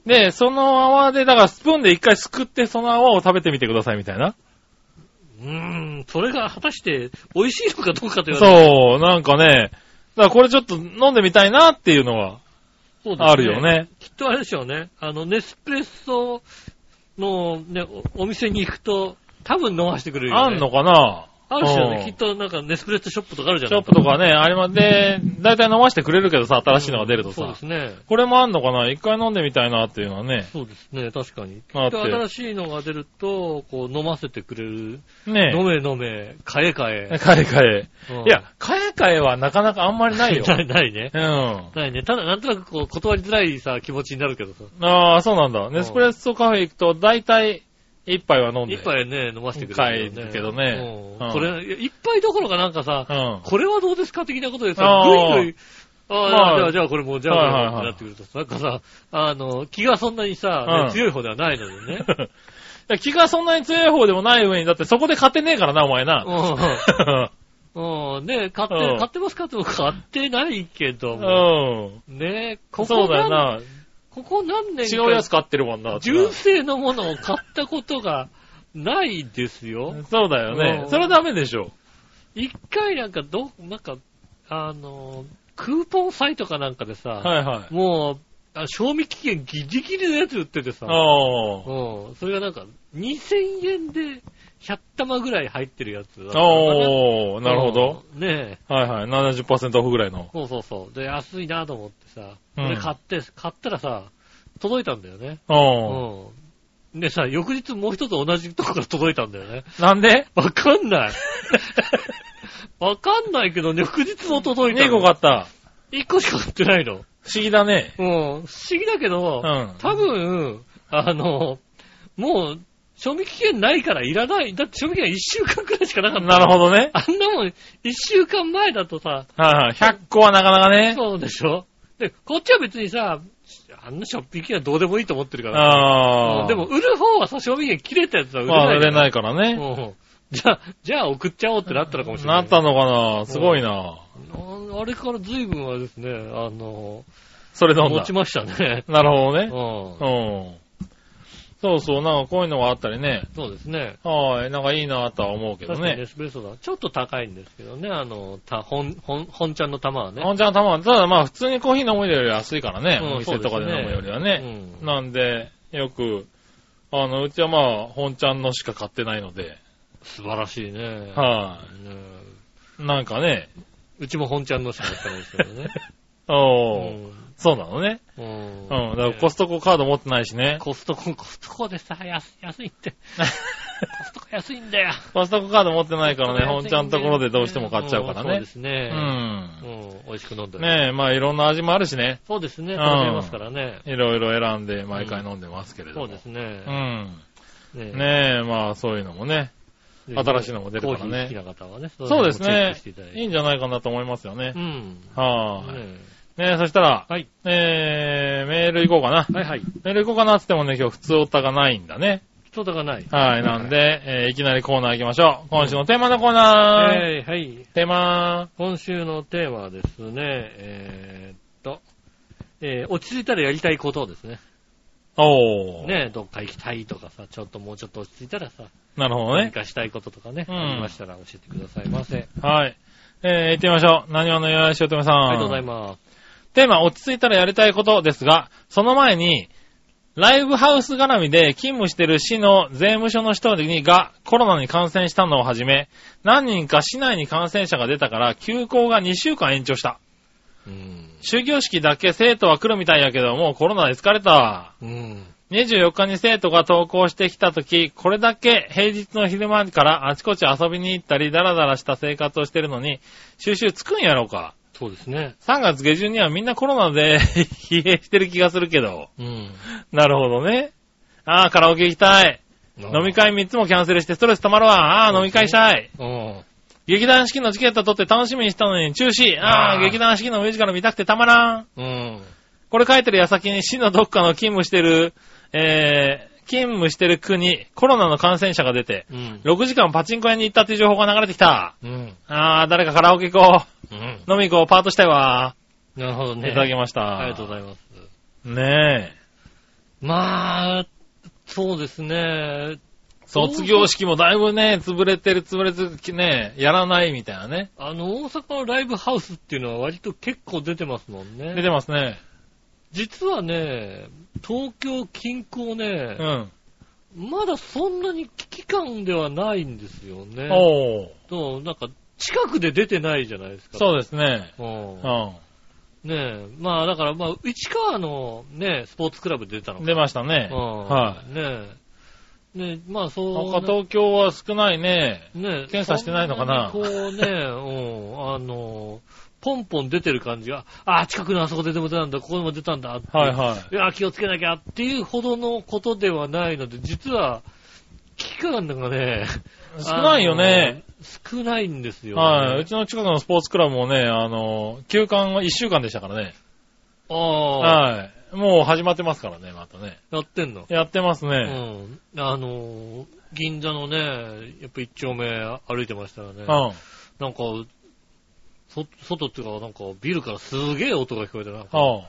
[SPEAKER 3] で、その泡で、だからスプーンで一回すくって、その泡を食べてみてくださいみたいな。
[SPEAKER 2] うーん、それが果たして美味しいのかどうかと言われる
[SPEAKER 3] そう、なんかね、だからこれちょっと飲んでみたいなっていうのは
[SPEAKER 2] そうです
[SPEAKER 3] あるよ。ね。
[SPEAKER 2] きっとあれでしょうね。あの、ネスプレッソのね、おお店に行くと、多分飲ませてくれるよね。
[SPEAKER 3] あんのかな
[SPEAKER 2] あるっしょ
[SPEAKER 3] う
[SPEAKER 2] ね。
[SPEAKER 3] ん
[SPEAKER 2] きっとなんかネスプレッソショップとかあるじゃ
[SPEAKER 3] シ
[SPEAKER 2] ない
[SPEAKER 3] ョップとかね、あります。で、だいたい飲ませてくれるけどさ、新しいのが出ると
[SPEAKER 2] そう
[SPEAKER 3] さ
[SPEAKER 2] で。すね。
[SPEAKER 3] これもあんのかな一回飲んでみたいなっていうのはね。
[SPEAKER 2] そうですね、確かに。
[SPEAKER 3] あって
[SPEAKER 2] 新しいのが出ると、こう、飲ませてくれる。
[SPEAKER 3] ね
[SPEAKER 2] 飲め飲め、買え買え。
[SPEAKER 3] 買い替え。
[SPEAKER 2] うん。
[SPEAKER 3] いや、、買え替えはなかなかあんまりないよ
[SPEAKER 2] ないないね。
[SPEAKER 3] うん。
[SPEAKER 2] ないね。ただ、なんとなくこう、断りづらいさ、気持ちになるけどさ。
[SPEAKER 3] ああ、そうなんだ。ネスプレッソカフェ行くと、だいたい一杯は飲んで。
[SPEAKER 2] 一。杯ね、飲ませてくれるよ、
[SPEAKER 3] 買えるけどね
[SPEAKER 2] う
[SPEAKER 3] うんん
[SPEAKER 2] これ、いや一杯どころかなんかさ、
[SPEAKER 3] うん。
[SPEAKER 2] これはどうですか的なことでさ、
[SPEAKER 3] あー
[SPEAKER 2] ぐいぐい、あ
[SPEAKER 3] ま
[SPEAKER 2] あ、
[SPEAKER 3] あ
[SPEAKER 2] じゃあ、じゃあこれもう、じゃあ、
[SPEAKER 3] はいはいはい
[SPEAKER 2] なってくるとさ、なんかさ、あの、気がそんなにさ、ね
[SPEAKER 3] うん
[SPEAKER 2] 強い方ではないのでね。
[SPEAKER 3] いや気がそんなに強い方でもない上に、だってそこで勝てねえからな、お前な。
[SPEAKER 2] うん。ね買って、
[SPEAKER 3] うん
[SPEAKER 2] 買ってますかって買ってないけど
[SPEAKER 3] う
[SPEAKER 2] も。
[SPEAKER 3] ん。
[SPEAKER 2] ねこ
[SPEAKER 3] そ
[SPEAKER 2] こ
[SPEAKER 3] うだ
[SPEAKER 2] 何、
[SPEAKER 3] よな。
[SPEAKER 2] ここ何年
[SPEAKER 3] 違
[SPEAKER 2] か
[SPEAKER 3] うやつ買ってるもんな。
[SPEAKER 2] 純正のものを買ったことがないですよ。
[SPEAKER 3] そうだよ
[SPEAKER 2] う
[SPEAKER 3] ね
[SPEAKER 2] ん。
[SPEAKER 3] それはダメでしょ。
[SPEAKER 2] 一回なんかど、なんか、あの、クーポンサイトかなんかでさ、
[SPEAKER 3] はいはい。
[SPEAKER 2] もう、あ賞味期限ギリギリのやつ売っててさ、
[SPEAKER 3] おー。
[SPEAKER 2] うん、それがなんか2000円で100玉ぐらい入ってるやつだったのか
[SPEAKER 3] おー、なるほど。。
[SPEAKER 2] うんねえ。
[SPEAKER 3] はいはい。70%オフぐらいの。
[SPEAKER 2] そうそうそう。で、安いなと思ってさ、
[SPEAKER 3] うん
[SPEAKER 2] で買って、買ったらさ、届いたんだよね。
[SPEAKER 3] おー。
[SPEAKER 2] うん。でさ、翌日もう一つ同じとこから届いたんだよね。
[SPEAKER 3] なんで
[SPEAKER 2] わかん ない。わかんないけど、翌日も届いたの。
[SPEAKER 3] ?2 個買った。
[SPEAKER 2] 一個しか買ってないの。
[SPEAKER 3] 不思議だね。
[SPEAKER 2] うん。不思議だけど、
[SPEAKER 3] うん
[SPEAKER 2] 多分、あの、もう、賞味期限ないからいらない。だって賞味期限1週間くらいしかなかった。
[SPEAKER 3] なるほどね。
[SPEAKER 2] あんなもん、1週間前だとさ、
[SPEAKER 3] はいはい。100個はなかなかね。
[SPEAKER 2] そうでしょで、こっちは別にさ、あんな賞味期限どうでもいいと思ってるから。
[SPEAKER 3] あ
[SPEAKER 2] うん
[SPEAKER 3] ー。
[SPEAKER 2] でも、売る方はさ、賞味期限切れたやつは売れ
[SPEAKER 3] まあ、
[SPEAKER 2] ない
[SPEAKER 3] 売
[SPEAKER 2] から。
[SPEAKER 3] れないからね。
[SPEAKER 2] うんじゃあ、じゃあ送っちゃおうってなったのかもしれな。
[SPEAKER 3] ないったのかなすごいな。
[SPEAKER 2] ああれから随分はですね、あの、
[SPEAKER 3] それ飲ん
[SPEAKER 2] 持
[SPEAKER 3] だ
[SPEAKER 2] ち。ました ね。
[SPEAKER 3] なるほど
[SPEAKER 2] う
[SPEAKER 3] ね。
[SPEAKER 2] ん
[SPEAKER 3] う。ん。そうそう、なんかこういうのがあったりね。
[SPEAKER 2] そうですね。
[SPEAKER 3] はい、なんかいいなとは思うけど
[SPEAKER 2] 確かにエ
[SPEAKER 3] ね。
[SPEAKER 2] スプレッソだ。ちょっと高いんですけどね、あの、た、本、本、本ちゃんの玉はね。
[SPEAKER 3] ほんちゃんたま、ただまあ普通にコーヒー飲むよりは安いからね。
[SPEAKER 2] うん
[SPEAKER 3] お店とかで飲むよりは
[SPEAKER 2] う
[SPEAKER 3] ね。
[SPEAKER 2] ん。
[SPEAKER 3] なんで、よく、あの、うちはまあ、本ちゃんのしか買ってないので、
[SPEAKER 2] 素晴らしいね。
[SPEAKER 3] は
[SPEAKER 2] ね
[SPEAKER 3] い。なんかね、
[SPEAKER 2] うちも本ちゃんのしか買ってないですけどね。う
[SPEAKER 3] おー、
[SPEAKER 2] ん
[SPEAKER 3] そうなのね。
[SPEAKER 2] うん
[SPEAKER 3] うん、だからコストコカード持ってないしね。
[SPEAKER 2] コストコ、コストコでさ、安安いって。コストコ安いんだよ。
[SPEAKER 3] コストコカード持ってな いからね、
[SPEAKER 2] コ
[SPEAKER 3] 本
[SPEAKER 2] スト
[SPEAKER 3] ち
[SPEAKER 2] コ
[SPEAKER 3] ゃ
[SPEAKER 2] 安い
[SPEAKER 3] ん
[SPEAKER 2] だよ
[SPEAKER 3] ところでどうしても買っちゃうから
[SPEAKER 2] んそう
[SPEAKER 3] ね
[SPEAKER 2] で。すね
[SPEAKER 3] う。ん。
[SPEAKER 2] うん。美味しく飲んだり
[SPEAKER 3] ねえ、まあいろんな味もあるしね。
[SPEAKER 2] そうですね。
[SPEAKER 3] うん
[SPEAKER 2] 楽しめますからね。
[SPEAKER 3] いろいろ選んで毎回飲んでますけれども。
[SPEAKER 2] そうですね。
[SPEAKER 3] うん。ねえ、まあそういうのもね、
[SPEAKER 2] え
[SPEAKER 3] 新しいのも出るからね
[SPEAKER 2] コーヒー好きな方はね。
[SPEAKER 3] そうです
[SPEAKER 2] の辺もチェッ
[SPEAKER 3] ね
[SPEAKER 2] クしていただいて
[SPEAKER 3] いいんじゃないかなと思いますよね
[SPEAKER 2] う。ん。
[SPEAKER 3] は
[SPEAKER 2] ね
[SPEAKER 3] い。
[SPEAKER 2] え
[SPEAKER 3] ねえ、そしたら、
[SPEAKER 2] はい
[SPEAKER 3] えー、メール行こうかな。
[SPEAKER 2] はいはい。
[SPEAKER 3] メール行こうかなって言ってもね、今日普通おたがないんだね。
[SPEAKER 2] 人だがない。
[SPEAKER 3] はい、なんで、えーいきなりコーナー行きましょう。今週のテーマのコーナー。
[SPEAKER 2] えーはい。
[SPEAKER 3] テーマ
[SPEAKER 2] 今週のテーマはですね、えーっと、えー落ち着いたらやりたいことをですね。
[SPEAKER 3] ー。おー。
[SPEAKER 2] ねえ、どっか行きたいとかさ、ちょっともうちょっと落ち着いたらさ、
[SPEAKER 3] なるほど
[SPEAKER 2] 何
[SPEAKER 3] ね。
[SPEAKER 2] かしたいこととかね、
[SPEAKER 3] うん
[SPEAKER 2] ありましたら教えてくださいませ。
[SPEAKER 3] はい。えー、行ってみましょう。何話のよやしおとめさん。
[SPEAKER 2] ありがとうございます。
[SPEAKER 3] テーマ、落ち着いたらやりたいことですが、その前に、ライブハウス絡みで勤務してる市の税務署の人にがコロナに感染したのをはじめ、何人か市内に感染者が出たから休校が2週間延長した。
[SPEAKER 2] うん。
[SPEAKER 3] 終業式だけ生徒は来るみたいやけど、もうコロナで疲れた。
[SPEAKER 2] うん。
[SPEAKER 3] 24日に生徒が登校してきたとき、これだけ平日の昼間からあちこち遊びに行ったり、ダラダラした生活をしてるのに、収集つくんやろうか。
[SPEAKER 2] そうですね。
[SPEAKER 3] 3月下旬にはみんなコロナで 疲弊してる気がするけど。
[SPEAKER 2] うん。
[SPEAKER 3] なるほどね。ああ、カラオケ行きたい。飲み会3つもキャンセルしてストレス溜まるわ。ああ、飲み会したい。
[SPEAKER 2] うん。
[SPEAKER 3] 劇団四季のチケット取って楽しみにしたのに中止。ああ、
[SPEAKER 2] あー
[SPEAKER 3] 劇団四季のミュージカル見たくてたまらん。
[SPEAKER 2] うん。
[SPEAKER 3] これ書いてる矢先に市のどっかの勤務してる、えー、勤務してる区にコロナの感染者が出て、
[SPEAKER 2] うん。
[SPEAKER 3] 6時間パチンコ屋に行ったっていう情報が流れてきた。
[SPEAKER 2] うん。
[SPEAKER 3] ああ、誰かカラオケ行こ
[SPEAKER 2] うん。
[SPEAKER 3] う。飲み行こう。パートしたいわ。
[SPEAKER 2] なるほど
[SPEAKER 3] い
[SPEAKER 2] ね。
[SPEAKER 3] ただきました。
[SPEAKER 2] ありがとうございます。
[SPEAKER 3] ねえ。
[SPEAKER 2] まあ、そうですね。
[SPEAKER 3] 卒業式もだいぶね、潰れてる、潰れてる、ね、やらないみたいなね。
[SPEAKER 2] あの、大阪のライブハウスっていうのは割と結構出てますもんね。
[SPEAKER 3] 出てますね。
[SPEAKER 2] 実はね、東京近郊
[SPEAKER 3] う
[SPEAKER 2] ね、
[SPEAKER 3] ん。
[SPEAKER 2] まだそんなに危機感ではないんですよね。
[SPEAKER 3] おー。
[SPEAKER 2] そう、なんか、近くで出てないじゃないですか。
[SPEAKER 3] そうですね。
[SPEAKER 2] うん
[SPEAKER 3] う
[SPEAKER 2] ねえ、まあだから、まあ、市川のね、スポーツクラブで出たの
[SPEAKER 3] ん。
[SPEAKER 2] か。
[SPEAKER 3] 出ましたね。
[SPEAKER 2] うん
[SPEAKER 3] は
[SPEAKER 2] ねえ。ねえ、まあそう。
[SPEAKER 3] なんか東京は少ないね。
[SPEAKER 2] ねえ
[SPEAKER 3] 検査してないのかな
[SPEAKER 2] そんにこうね、うん、あの、ポンポン出てる感じが、ああ、近くのあそこででも出たんだ、ここでも出たんだ、って。
[SPEAKER 3] はいはい
[SPEAKER 2] いや、気をつけなきゃっていうほどのことではないので、実は、危機感がね、
[SPEAKER 3] い。少ないよね。
[SPEAKER 2] あの。少ないんですよ、
[SPEAKER 3] はい。うちの近くのスポーツクラブもね、あの、休館は1週間でしたからね。
[SPEAKER 2] ああ、
[SPEAKER 3] はい。もう始まってますからね、またね。
[SPEAKER 2] やってんの。
[SPEAKER 3] やってます
[SPEAKER 2] う
[SPEAKER 3] ね。
[SPEAKER 2] ん。あの、銀座のね、やっぱ一丁目歩いてましたらね、
[SPEAKER 3] うん。
[SPEAKER 2] なんか、そ、外っていうか、なんかビルからすげえ音が聞こえてなんか
[SPEAKER 3] おう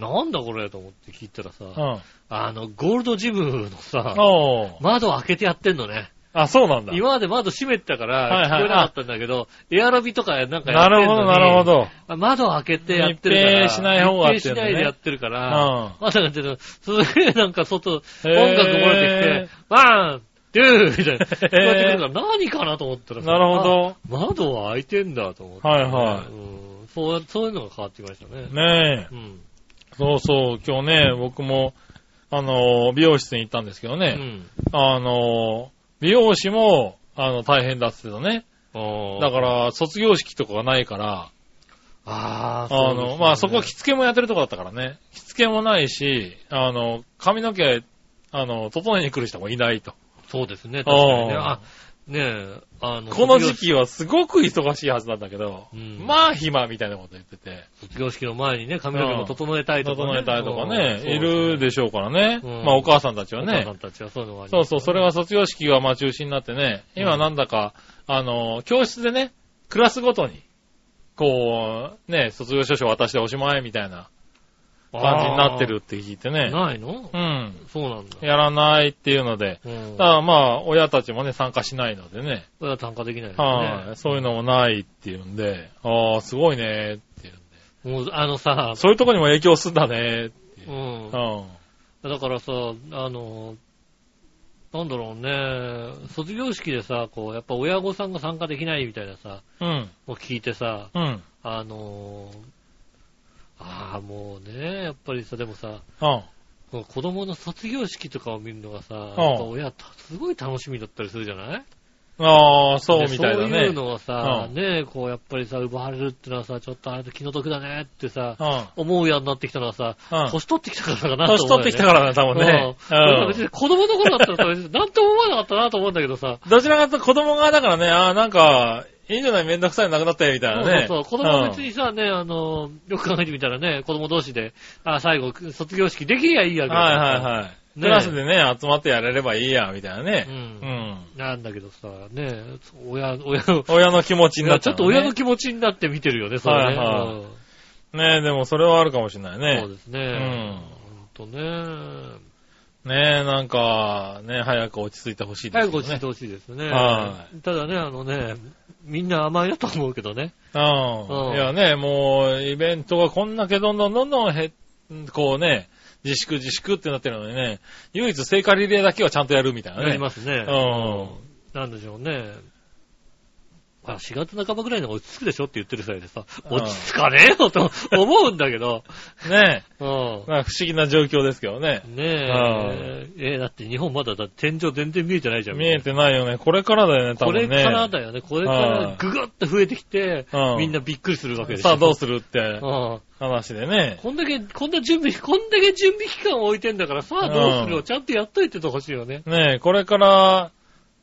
[SPEAKER 2] なんだこれと思って聞いたらさ、
[SPEAKER 3] うん。
[SPEAKER 2] あの、ゴールドジムのさ、
[SPEAKER 3] おう
[SPEAKER 2] 窓開けてやってんのね。
[SPEAKER 3] あ、そうなんだ。
[SPEAKER 2] 今まで窓閉めてたか
[SPEAKER 3] は
[SPEAKER 2] ら、
[SPEAKER 3] い
[SPEAKER 2] 聞こ
[SPEAKER 3] はい
[SPEAKER 2] えなかったんだけど、エアロビとかなんかや
[SPEAKER 3] な
[SPEAKER 2] って
[SPEAKER 3] る
[SPEAKER 2] ん
[SPEAKER 3] ほ
[SPEAKER 2] の
[SPEAKER 3] ど、
[SPEAKER 2] に
[SPEAKER 3] なるほど。
[SPEAKER 2] あ窓を開けてやってるから。
[SPEAKER 3] 密閉しない方がって
[SPEAKER 2] 密
[SPEAKER 3] いう
[SPEAKER 2] 閉
[SPEAKER 3] の
[SPEAKER 2] し
[SPEAKER 3] ね
[SPEAKER 2] ないでやってるか
[SPEAKER 3] うん
[SPEAKER 2] ら。まさかちょっと、それなんか外、
[SPEAKER 3] へ
[SPEAKER 2] 音
[SPEAKER 3] ー
[SPEAKER 2] 楽漏れてきて、ワン、デューみたいな。聞こえてくるから何かなと思ったらさ
[SPEAKER 3] なるほ。ど。
[SPEAKER 2] あ窓は開いてんだと思って。
[SPEAKER 3] はいはい
[SPEAKER 2] うんそう、そういうのが変わってきましたね。
[SPEAKER 3] ねえ。
[SPEAKER 2] うん。
[SPEAKER 3] そうそう、今日ね、僕も、あのー、美容室に行ったんですけど
[SPEAKER 2] う
[SPEAKER 3] ね、
[SPEAKER 2] ん。
[SPEAKER 3] あのー、美容師も、あの、大変だっつってたね。だ
[SPEAKER 2] だ
[SPEAKER 3] か、ら、卒業式とかがないから、
[SPEAKER 2] あー
[SPEAKER 3] あ
[SPEAKER 2] うです
[SPEAKER 3] の、
[SPEAKER 2] ね
[SPEAKER 3] まあ、そこは着付けもやってるとこだったからね。着付けもないし、あの、髪の毛、あの、整えに来る人もいないと。
[SPEAKER 2] そうですね、確かにね。
[SPEAKER 3] うん
[SPEAKER 2] あ、ねえ、あの、
[SPEAKER 3] この時期はすごく忙しいはずなんだけど、
[SPEAKER 2] うん
[SPEAKER 3] まあ、暇みたいなこと言ってて。
[SPEAKER 2] 卒業式の前にね、髪の毛も整えたいとかね。
[SPEAKER 3] 整えたいとかね、
[SPEAKER 2] うん
[SPEAKER 3] いるでしょうからね。
[SPEAKER 2] うん
[SPEAKER 3] まあお母さんたちは
[SPEAKER 2] お母さ
[SPEAKER 3] ね
[SPEAKER 2] ん。たちはそういうのがあり
[SPEAKER 3] そ
[SPEAKER 2] ま
[SPEAKER 3] う
[SPEAKER 2] す
[SPEAKER 3] そう、それが卒業式がまあ中止になってね、今なんだか、あの、教室でね、クラスごとに、こう、ね、卒業証書渡しておしまいみたいな感じになってるって聞いて
[SPEAKER 2] あー
[SPEAKER 3] ね。
[SPEAKER 2] ないの
[SPEAKER 3] うん。
[SPEAKER 2] そうなんだ。
[SPEAKER 3] やらないっていうので、
[SPEAKER 2] うん
[SPEAKER 3] だか。らまあ親たちもね、参加しないのでね、
[SPEAKER 2] それは単価できないです
[SPEAKER 3] はい、
[SPEAKER 2] ね。
[SPEAKER 3] そういうのもないっていうんで、ああ、すごいねっていうん
[SPEAKER 2] もう、
[SPEAKER 3] で、
[SPEAKER 2] あのさ、
[SPEAKER 3] そういうとこにも影響すんだね
[SPEAKER 2] うん
[SPEAKER 3] う。ん。
[SPEAKER 2] だからさ、あの、なんだろうね、卒業式でさ、こう、やっぱ親御さんが参加できないみたいなさ、
[SPEAKER 3] うん。
[SPEAKER 2] を聞いてさ、
[SPEAKER 3] うん。
[SPEAKER 2] あの、ああ、もうね、やっぱりさ、でもさ、
[SPEAKER 3] うん。
[SPEAKER 2] 子供の卒業式とかを見るのがさ、やっ
[SPEAKER 3] ん
[SPEAKER 2] ぱ親、すごい楽しみだったりするじゃない
[SPEAKER 3] ああ、そう
[SPEAKER 2] で
[SPEAKER 3] みたいだ
[SPEAKER 2] そういう
[SPEAKER 3] ね。
[SPEAKER 2] のをさ、
[SPEAKER 3] うん
[SPEAKER 2] ねえ、こう、やっぱりさ、奪われるってのはさ、ちょっとあれで気の毒だねってさ、
[SPEAKER 3] うん。
[SPEAKER 2] 思うようになってきたのはさ、
[SPEAKER 3] うん
[SPEAKER 2] 年取ってきたからかなと
[SPEAKER 3] 年
[SPEAKER 2] 思う、
[SPEAKER 3] 取
[SPEAKER 2] ね。
[SPEAKER 3] ってきたからね、多分ね。
[SPEAKER 2] うん。
[SPEAKER 3] う
[SPEAKER 2] 別
[SPEAKER 3] ん
[SPEAKER 2] に子供の頃だったらさ、別になんとも思わなかったなと思うんだけどさ、
[SPEAKER 3] どちらかというと子供がだからね、ああ、なんか、いいんじゃないめんどくさいのなくなったよ、みたいなね。
[SPEAKER 2] そうそうそう、子供は別にさ、ね、あの、よく考えてみたらね、子供同士で、あ最後、卒業式できりゃいいや
[SPEAKER 3] う
[SPEAKER 2] けど
[SPEAKER 3] んはいはい
[SPEAKER 2] い。
[SPEAKER 3] はい。
[SPEAKER 2] ね
[SPEAKER 3] クラスでね、集まってやれればいいや、みたいなね
[SPEAKER 2] う。。
[SPEAKER 3] うんん。
[SPEAKER 2] なんだけどさ、ね、親、親の、
[SPEAKER 3] 親の気持ちに
[SPEAKER 2] い
[SPEAKER 3] な
[SPEAKER 2] や
[SPEAKER 3] っち
[SPEAKER 2] ち
[SPEAKER 3] ゃ
[SPEAKER 2] ょ
[SPEAKER 3] う
[SPEAKER 2] っ
[SPEAKER 3] の
[SPEAKER 2] と
[SPEAKER 3] ね。
[SPEAKER 2] 親の気持ちになって見てるよね、それね。
[SPEAKER 3] はいはい
[SPEAKER 2] うん
[SPEAKER 3] ねえ、でもそれはあるかもしれない
[SPEAKER 2] そう
[SPEAKER 3] ね。
[SPEAKER 2] ですね。ほんとね。
[SPEAKER 3] ねえ、なんか、ね、早く落ち着いてほしいで
[SPEAKER 2] 早
[SPEAKER 3] すね。
[SPEAKER 2] く落ち着いてほしいですね。
[SPEAKER 3] は
[SPEAKER 2] ただね、あのね、みんな甘いだと思うけどね。
[SPEAKER 3] う。
[SPEAKER 2] うんん
[SPEAKER 3] いやね、もう、イベントがこんだけどんどんどんどん減っ、こうね、自粛自粛ってなってるのにね、唯一聖火リレーだけはちゃんとやるみたいなね。
[SPEAKER 2] なりますね。
[SPEAKER 3] うん
[SPEAKER 2] なんでしょうね。まあ、4月半ばぐらいに落ち着くでしょって言ってる際でさ、
[SPEAKER 3] うん
[SPEAKER 2] 落ち着かねえよと思うんだけど。
[SPEAKER 3] ね
[SPEAKER 2] うん
[SPEAKER 3] まあ不思議な状況ですけどね。
[SPEAKER 2] ねえ、えーだって日本まだだって天井全然見えてないじゃん。
[SPEAKER 3] 見えてないよね。これからだよね、多
[SPEAKER 2] これ
[SPEAKER 3] 分ね。
[SPEAKER 2] からだよね。これからぐぐっと増えてきて、
[SPEAKER 3] うん
[SPEAKER 2] みんなびっくりするわけでしょ。
[SPEAKER 3] さあどうするって
[SPEAKER 2] うん
[SPEAKER 3] 話でね。
[SPEAKER 2] こんだけ、こんな準備、こんだけ準備期間を置いてんだから、さあどうする
[SPEAKER 3] う
[SPEAKER 2] を
[SPEAKER 3] ん
[SPEAKER 2] ちゃんとやっといててほしいよね。
[SPEAKER 3] ねえ、これから、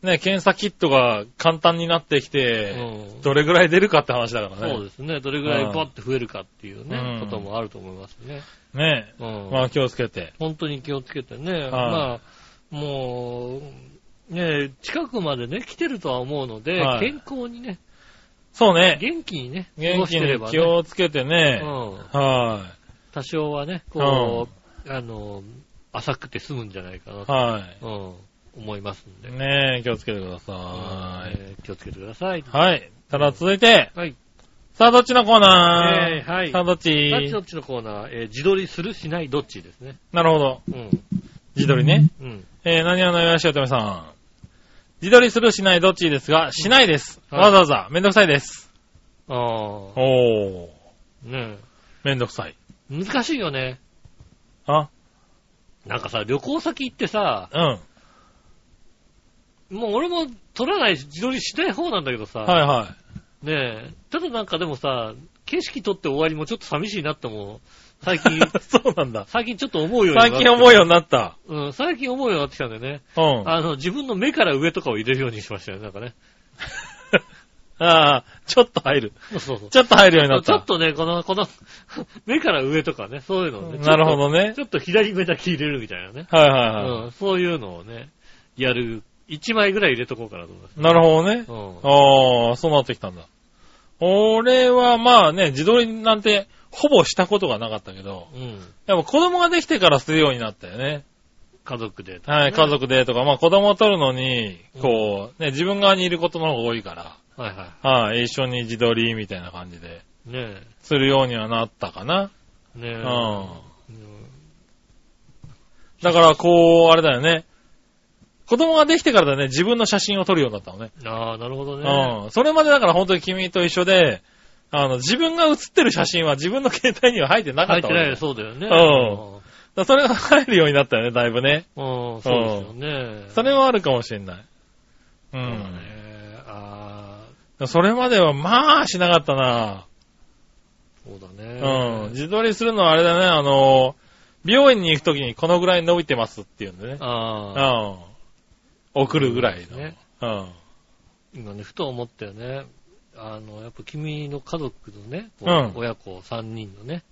[SPEAKER 3] ね、検査キットが簡単になってき
[SPEAKER 2] う
[SPEAKER 3] て、
[SPEAKER 2] ん。
[SPEAKER 3] どれぐらい出るかって話だからね。
[SPEAKER 2] そうですね。どれぐらいバッて増えるかっていうね、
[SPEAKER 3] うん
[SPEAKER 2] こともあると思いますね。
[SPEAKER 3] ね
[SPEAKER 2] う
[SPEAKER 3] え。
[SPEAKER 2] ん。
[SPEAKER 3] まあ気をつけて。
[SPEAKER 2] 本当に気をつけてね。まあ、もう、ね、近くまでね、来てるとは思うので、
[SPEAKER 3] はい
[SPEAKER 2] 健康にね、
[SPEAKER 3] そうね。
[SPEAKER 2] 元気にね、過
[SPEAKER 3] 元
[SPEAKER 2] ごし
[SPEAKER 3] 気
[SPEAKER 2] てれ
[SPEAKER 3] に
[SPEAKER 2] ば
[SPEAKER 3] 気
[SPEAKER 2] ね、
[SPEAKER 3] をつけてね。
[SPEAKER 2] うん、
[SPEAKER 3] は
[SPEAKER 2] 多少はね、こう、あの、浅くて済むんじゃないかなと
[SPEAKER 3] い。、はい。
[SPEAKER 2] うん、思いますんで。
[SPEAKER 3] ねえ、気をつけてください。
[SPEAKER 2] えー気をつけてください。
[SPEAKER 3] はい。ただ続いて、
[SPEAKER 2] はい。
[SPEAKER 3] さあどっちのコーナー
[SPEAKER 2] えーはい
[SPEAKER 3] さあど
[SPEAKER 2] ど
[SPEAKER 3] っ
[SPEAKER 2] っち
[SPEAKER 3] ち
[SPEAKER 2] どっちのコーナー、えー自撮りするしないどっちですね。
[SPEAKER 3] なるほど。
[SPEAKER 2] うん。
[SPEAKER 3] 自撮りね。
[SPEAKER 2] うん。
[SPEAKER 3] えー、何話のよしおとめさん。自撮りするしないどっちですが、しないです。
[SPEAKER 2] はい
[SPEAKER 3] わざわざ、めんどくさいです。
[SPEAKER 2] ああ、
[SPEAKER 3] おー。
[SPEAKER 2] ね
[SPEAKER 3] めんどくさい。
[SPEAKER 2] え難しいよね。
[SPEAKER 3] あ、
[SPEAKER 2] なんかさ、旅行先行ってさ、
[SPEAKER 3] うん。はい
[SPEAKER 2] もう俺も撮らない、自撮りしない方なんだけどさ、
[SPEAKER 3] は
[SPEAKER 2] ねえ、ただなんかでもさ、景色撮って終わりもちょっと寂しいなって思う。最 近、
[SPEAKER 3] い。そうなんだ。
[SPEAKER 2] 最近ちょっと思うようになっ
[SPEAKER 3] 最
[SPEAKER 2] て
[SPEAKER 3] 近思うようになった。
[SPEAKER 2] うん、最近思うようになってきたんだよね。
[SPEAKER 3] うん。あ
[SPEAKER 2] あの、自分の目から上とかを入れるようにしましたよね、なんかね。
[SPEAKER 3] あー、ちょっと入る。
[SPEAKER 2] そうそうそう。
[SPEAKER 3] ちょっと入るようになっ
[SPEAKER 2] ちょ
[SPEAKER 3] た
[SPEAKER 2] っ。とね、この、この、 目から上とかね、そういうのをね。
[SPEAKER 3] なるほどね
[SPEAKER 2] ちょっと。ちょっと左目だけ入れるみたいなね。
[SPEAKER 3] はいはいは
[SPEAKER 2] うん、そういうのをね、やる、1枚ぐらい入れとこうかなと思い
[SPEAKER 3] い。なるほどね。
[SPEAKER 2] ます。うん。
[SPEAKER 3] ああ、そうなってきたんだ。俺はまあね、自撮りなんてほぼしたことがなかったけど、
[SPEAKER 2] うん。
[SPEAKER 3] やっぱ子供ができてからするようになったよね。
[SPEAKER 2] 家族で。
[SPEAKER 3] はい、家族でとか、まあ子供を取るのに
[SPEAKER 2] う、ん
[SPEAKER 3] こう、ね、自分側にいることの方が多いから、
[SPEAKER 2] はいは
[SPEAKER 3] はい、一緒に自撮りみたいな感じで、
[SPEAKER 2] い。ね
[SPEAKER 3] するようにはなったかな。
[SPEAKER 2] え。ねえ。
[SPEAKER 3] うん。
[SPEAKER 2] うん
[SPEAKER 3] だから、こう、あれだよね。子供ができてからだね、自分の写真を撮るようになったのね。
[SPEAKER 2] ああ、なるほどね。
[SPEAKER 3] うん。それまでだから本当に君と一緒で、あの、自分が写ってる写真は自分の携帯には入ってなか
[SPEAKER 2] 入っ
[SPEAKER 3] っ
[SPEAKER 2] たて
[SPEAKER 3] わ
[SPEAKER 2] な
[SPEAKER 3] けだよ
[SPEAKER 2] い、そうだよね。
[SPEAKER 3] だからそれが入るようになったよね、だいぶね。
[SPEAKER 2] うん。うん、そうですよね。
[SPEAKER 3] それはあるかもしれない。う。
[SPEAKER 2] うんん。ねああ、
[SPEAKER 3] それまでは、まあ、しなかったな。
[SPEAKER 2] そうだ
[SPEAKER 3] うん。
[SPEAKER 2] ね。
[SPEAKER 3] 自撮りするのはあれだね、あの、美容院に行くときにこのぐらい伸びてますっていうんでね。う
[SPEAKER 2] ああ、
[SPEAKER 3] ん。送るぐらい
[SPEAKER 2] そう
[SPEAKER 3] の。
[SPEAKER 2] ですね
[SPEAKER 3] うん。
[SPEAKER 2] 今ね、ふと思ったよね。あの、やっぱ君の家族のね、こ
[SPEAKER 3] うん
[SPEAKER 2] 親子3人のね、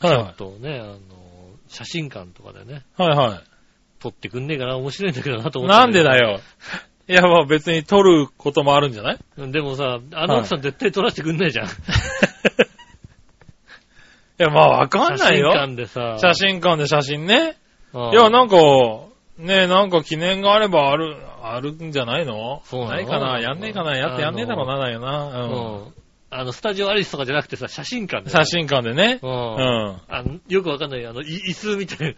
[SPEAKER 3] はい
[SPEAKER 2] ちょ
[SPEAKER 3] は
[SPEAKER 2] っとね、あの、写真館とかでね、
[SPEAKER 3] い。はいはい。
[SPEAKER 2] 撮ってくんねえかな、面白いんだけどなと思って。
[SPEAKER 3] なんでだよ。いや、まあ別に撮ることもあるんじ ゃない
[SPEAKER 2] でもさ、あの奥さん絶対撮らせてくん ねえじゃん。
[SPEAKER 3] いや、まあわかんない
[SPEAKER 2] 写真
[SPEAKER 3] よ。
[SPEAKER 2] 館でさ。
[SPEAKER 3] 写真館で写真ね。
[SPEAKER 2] うん。
[SPEAKER 3] いや、なんか、ねえ、なんか記念があればある、あるんじゃないの
[SPEAKER 2] そうなの
[SPEAKER 3] ないかなやんねえかなやってやんねえだろうな、だよ
[SPEAKER 2] う
[SPEAKER 3] な。
[SPEAKER 2] ん。あの、スタジオアリスとかじゃなくてさ、写真館
[SPEAKER 3] う
[SPEAKER 2] で
[SPEAKER 3] ん。
[SPEAKER 2] さ。
[SPEAKER 3] 写真館でね。
[SPEAKER 2] う。
[SPEAKER 3] うんん。
[SPEAKER 2] あの、よくわかんない、あの、い椅子みたいな、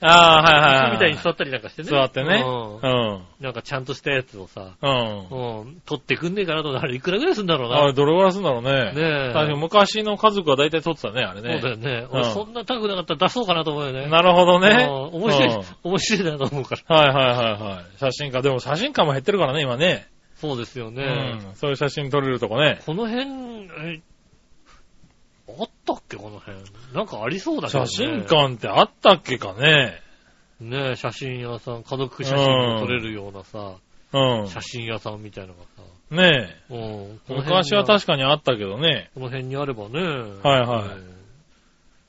[SPEAKER 3] あ
[SPEAKER 2] 椅
[SPEAKER 3] あ、
[SPEAKER 2] 子みた
[SPEAKER 3] はいはいはい
[SPEAKER 2] いに座ったりなんかしてね。
[SPEAKER 3] 座ってね。
[SPEAKER 2] う
[SPEAKER 3] うん。
[SPEAKER 2] ん。なんかちゃんとしたやつをさ、
[SPEAKER 3] うん
[SPEAKER 2] う。ん、取ってくんねえかなと思って、あれいくらぐらいするんだろう
[SPEAKER 3] あ
[SPEAKER 2] な。
[SPEAKER 3] れ、どれぐらいするんだろうね。
[SPEAKER 2] ねえ。
[SPEAKER 3] 確かに昔の家族は大体撮ってたね、あ
[SPEAKER 2] そ
[SPEAKER 3] れ
[SPEAKER 2] うだよ
[SPEAKER 3] ね。
[SPEAKER 2] ね。
[SPEAKER 3] うん
[SPEAKER 2] 俺そんな高くなかったら出そうかなと思うよね。
[SPEAKER 3] なるほどね。
[SPEAKER 2] うん面白
[SPEAKER 3] うん
[SPEAKER 2] い、面白いなと思うから。
[SPEAKER 3] はいはいはいはい。写真館。でも写真館も減ってるからね、今ね。
[SPEAKER 2] そうですよね。
[SPEAKER 3] うん。そういう写真撮れるとこね。
[SPEAKER 2] この辺、え、あったっけこの辺。なんかありそうだけど
[SPEAKER 3] 写
[SPEAKER 2] ね。
[SPEAKER 3] 真館ってあったっけかね。
[SPEAKER 2] ねえ、写真屋さん、家族写真を撮れるようなさ、写
[SPEAKER 3] う
[SPEAKER 2] 真屋さんみたいなのがさ。
[SPEAKER 3] ん。ねえ。
[SPEAKER 2] うん。この辺が
[SPEAKER 3] 昔は確かにあったけどね。
[SPEAKER 2] この辺にあればね。
[SPEAKER 3] はいはい
[SPEAKER 2] うん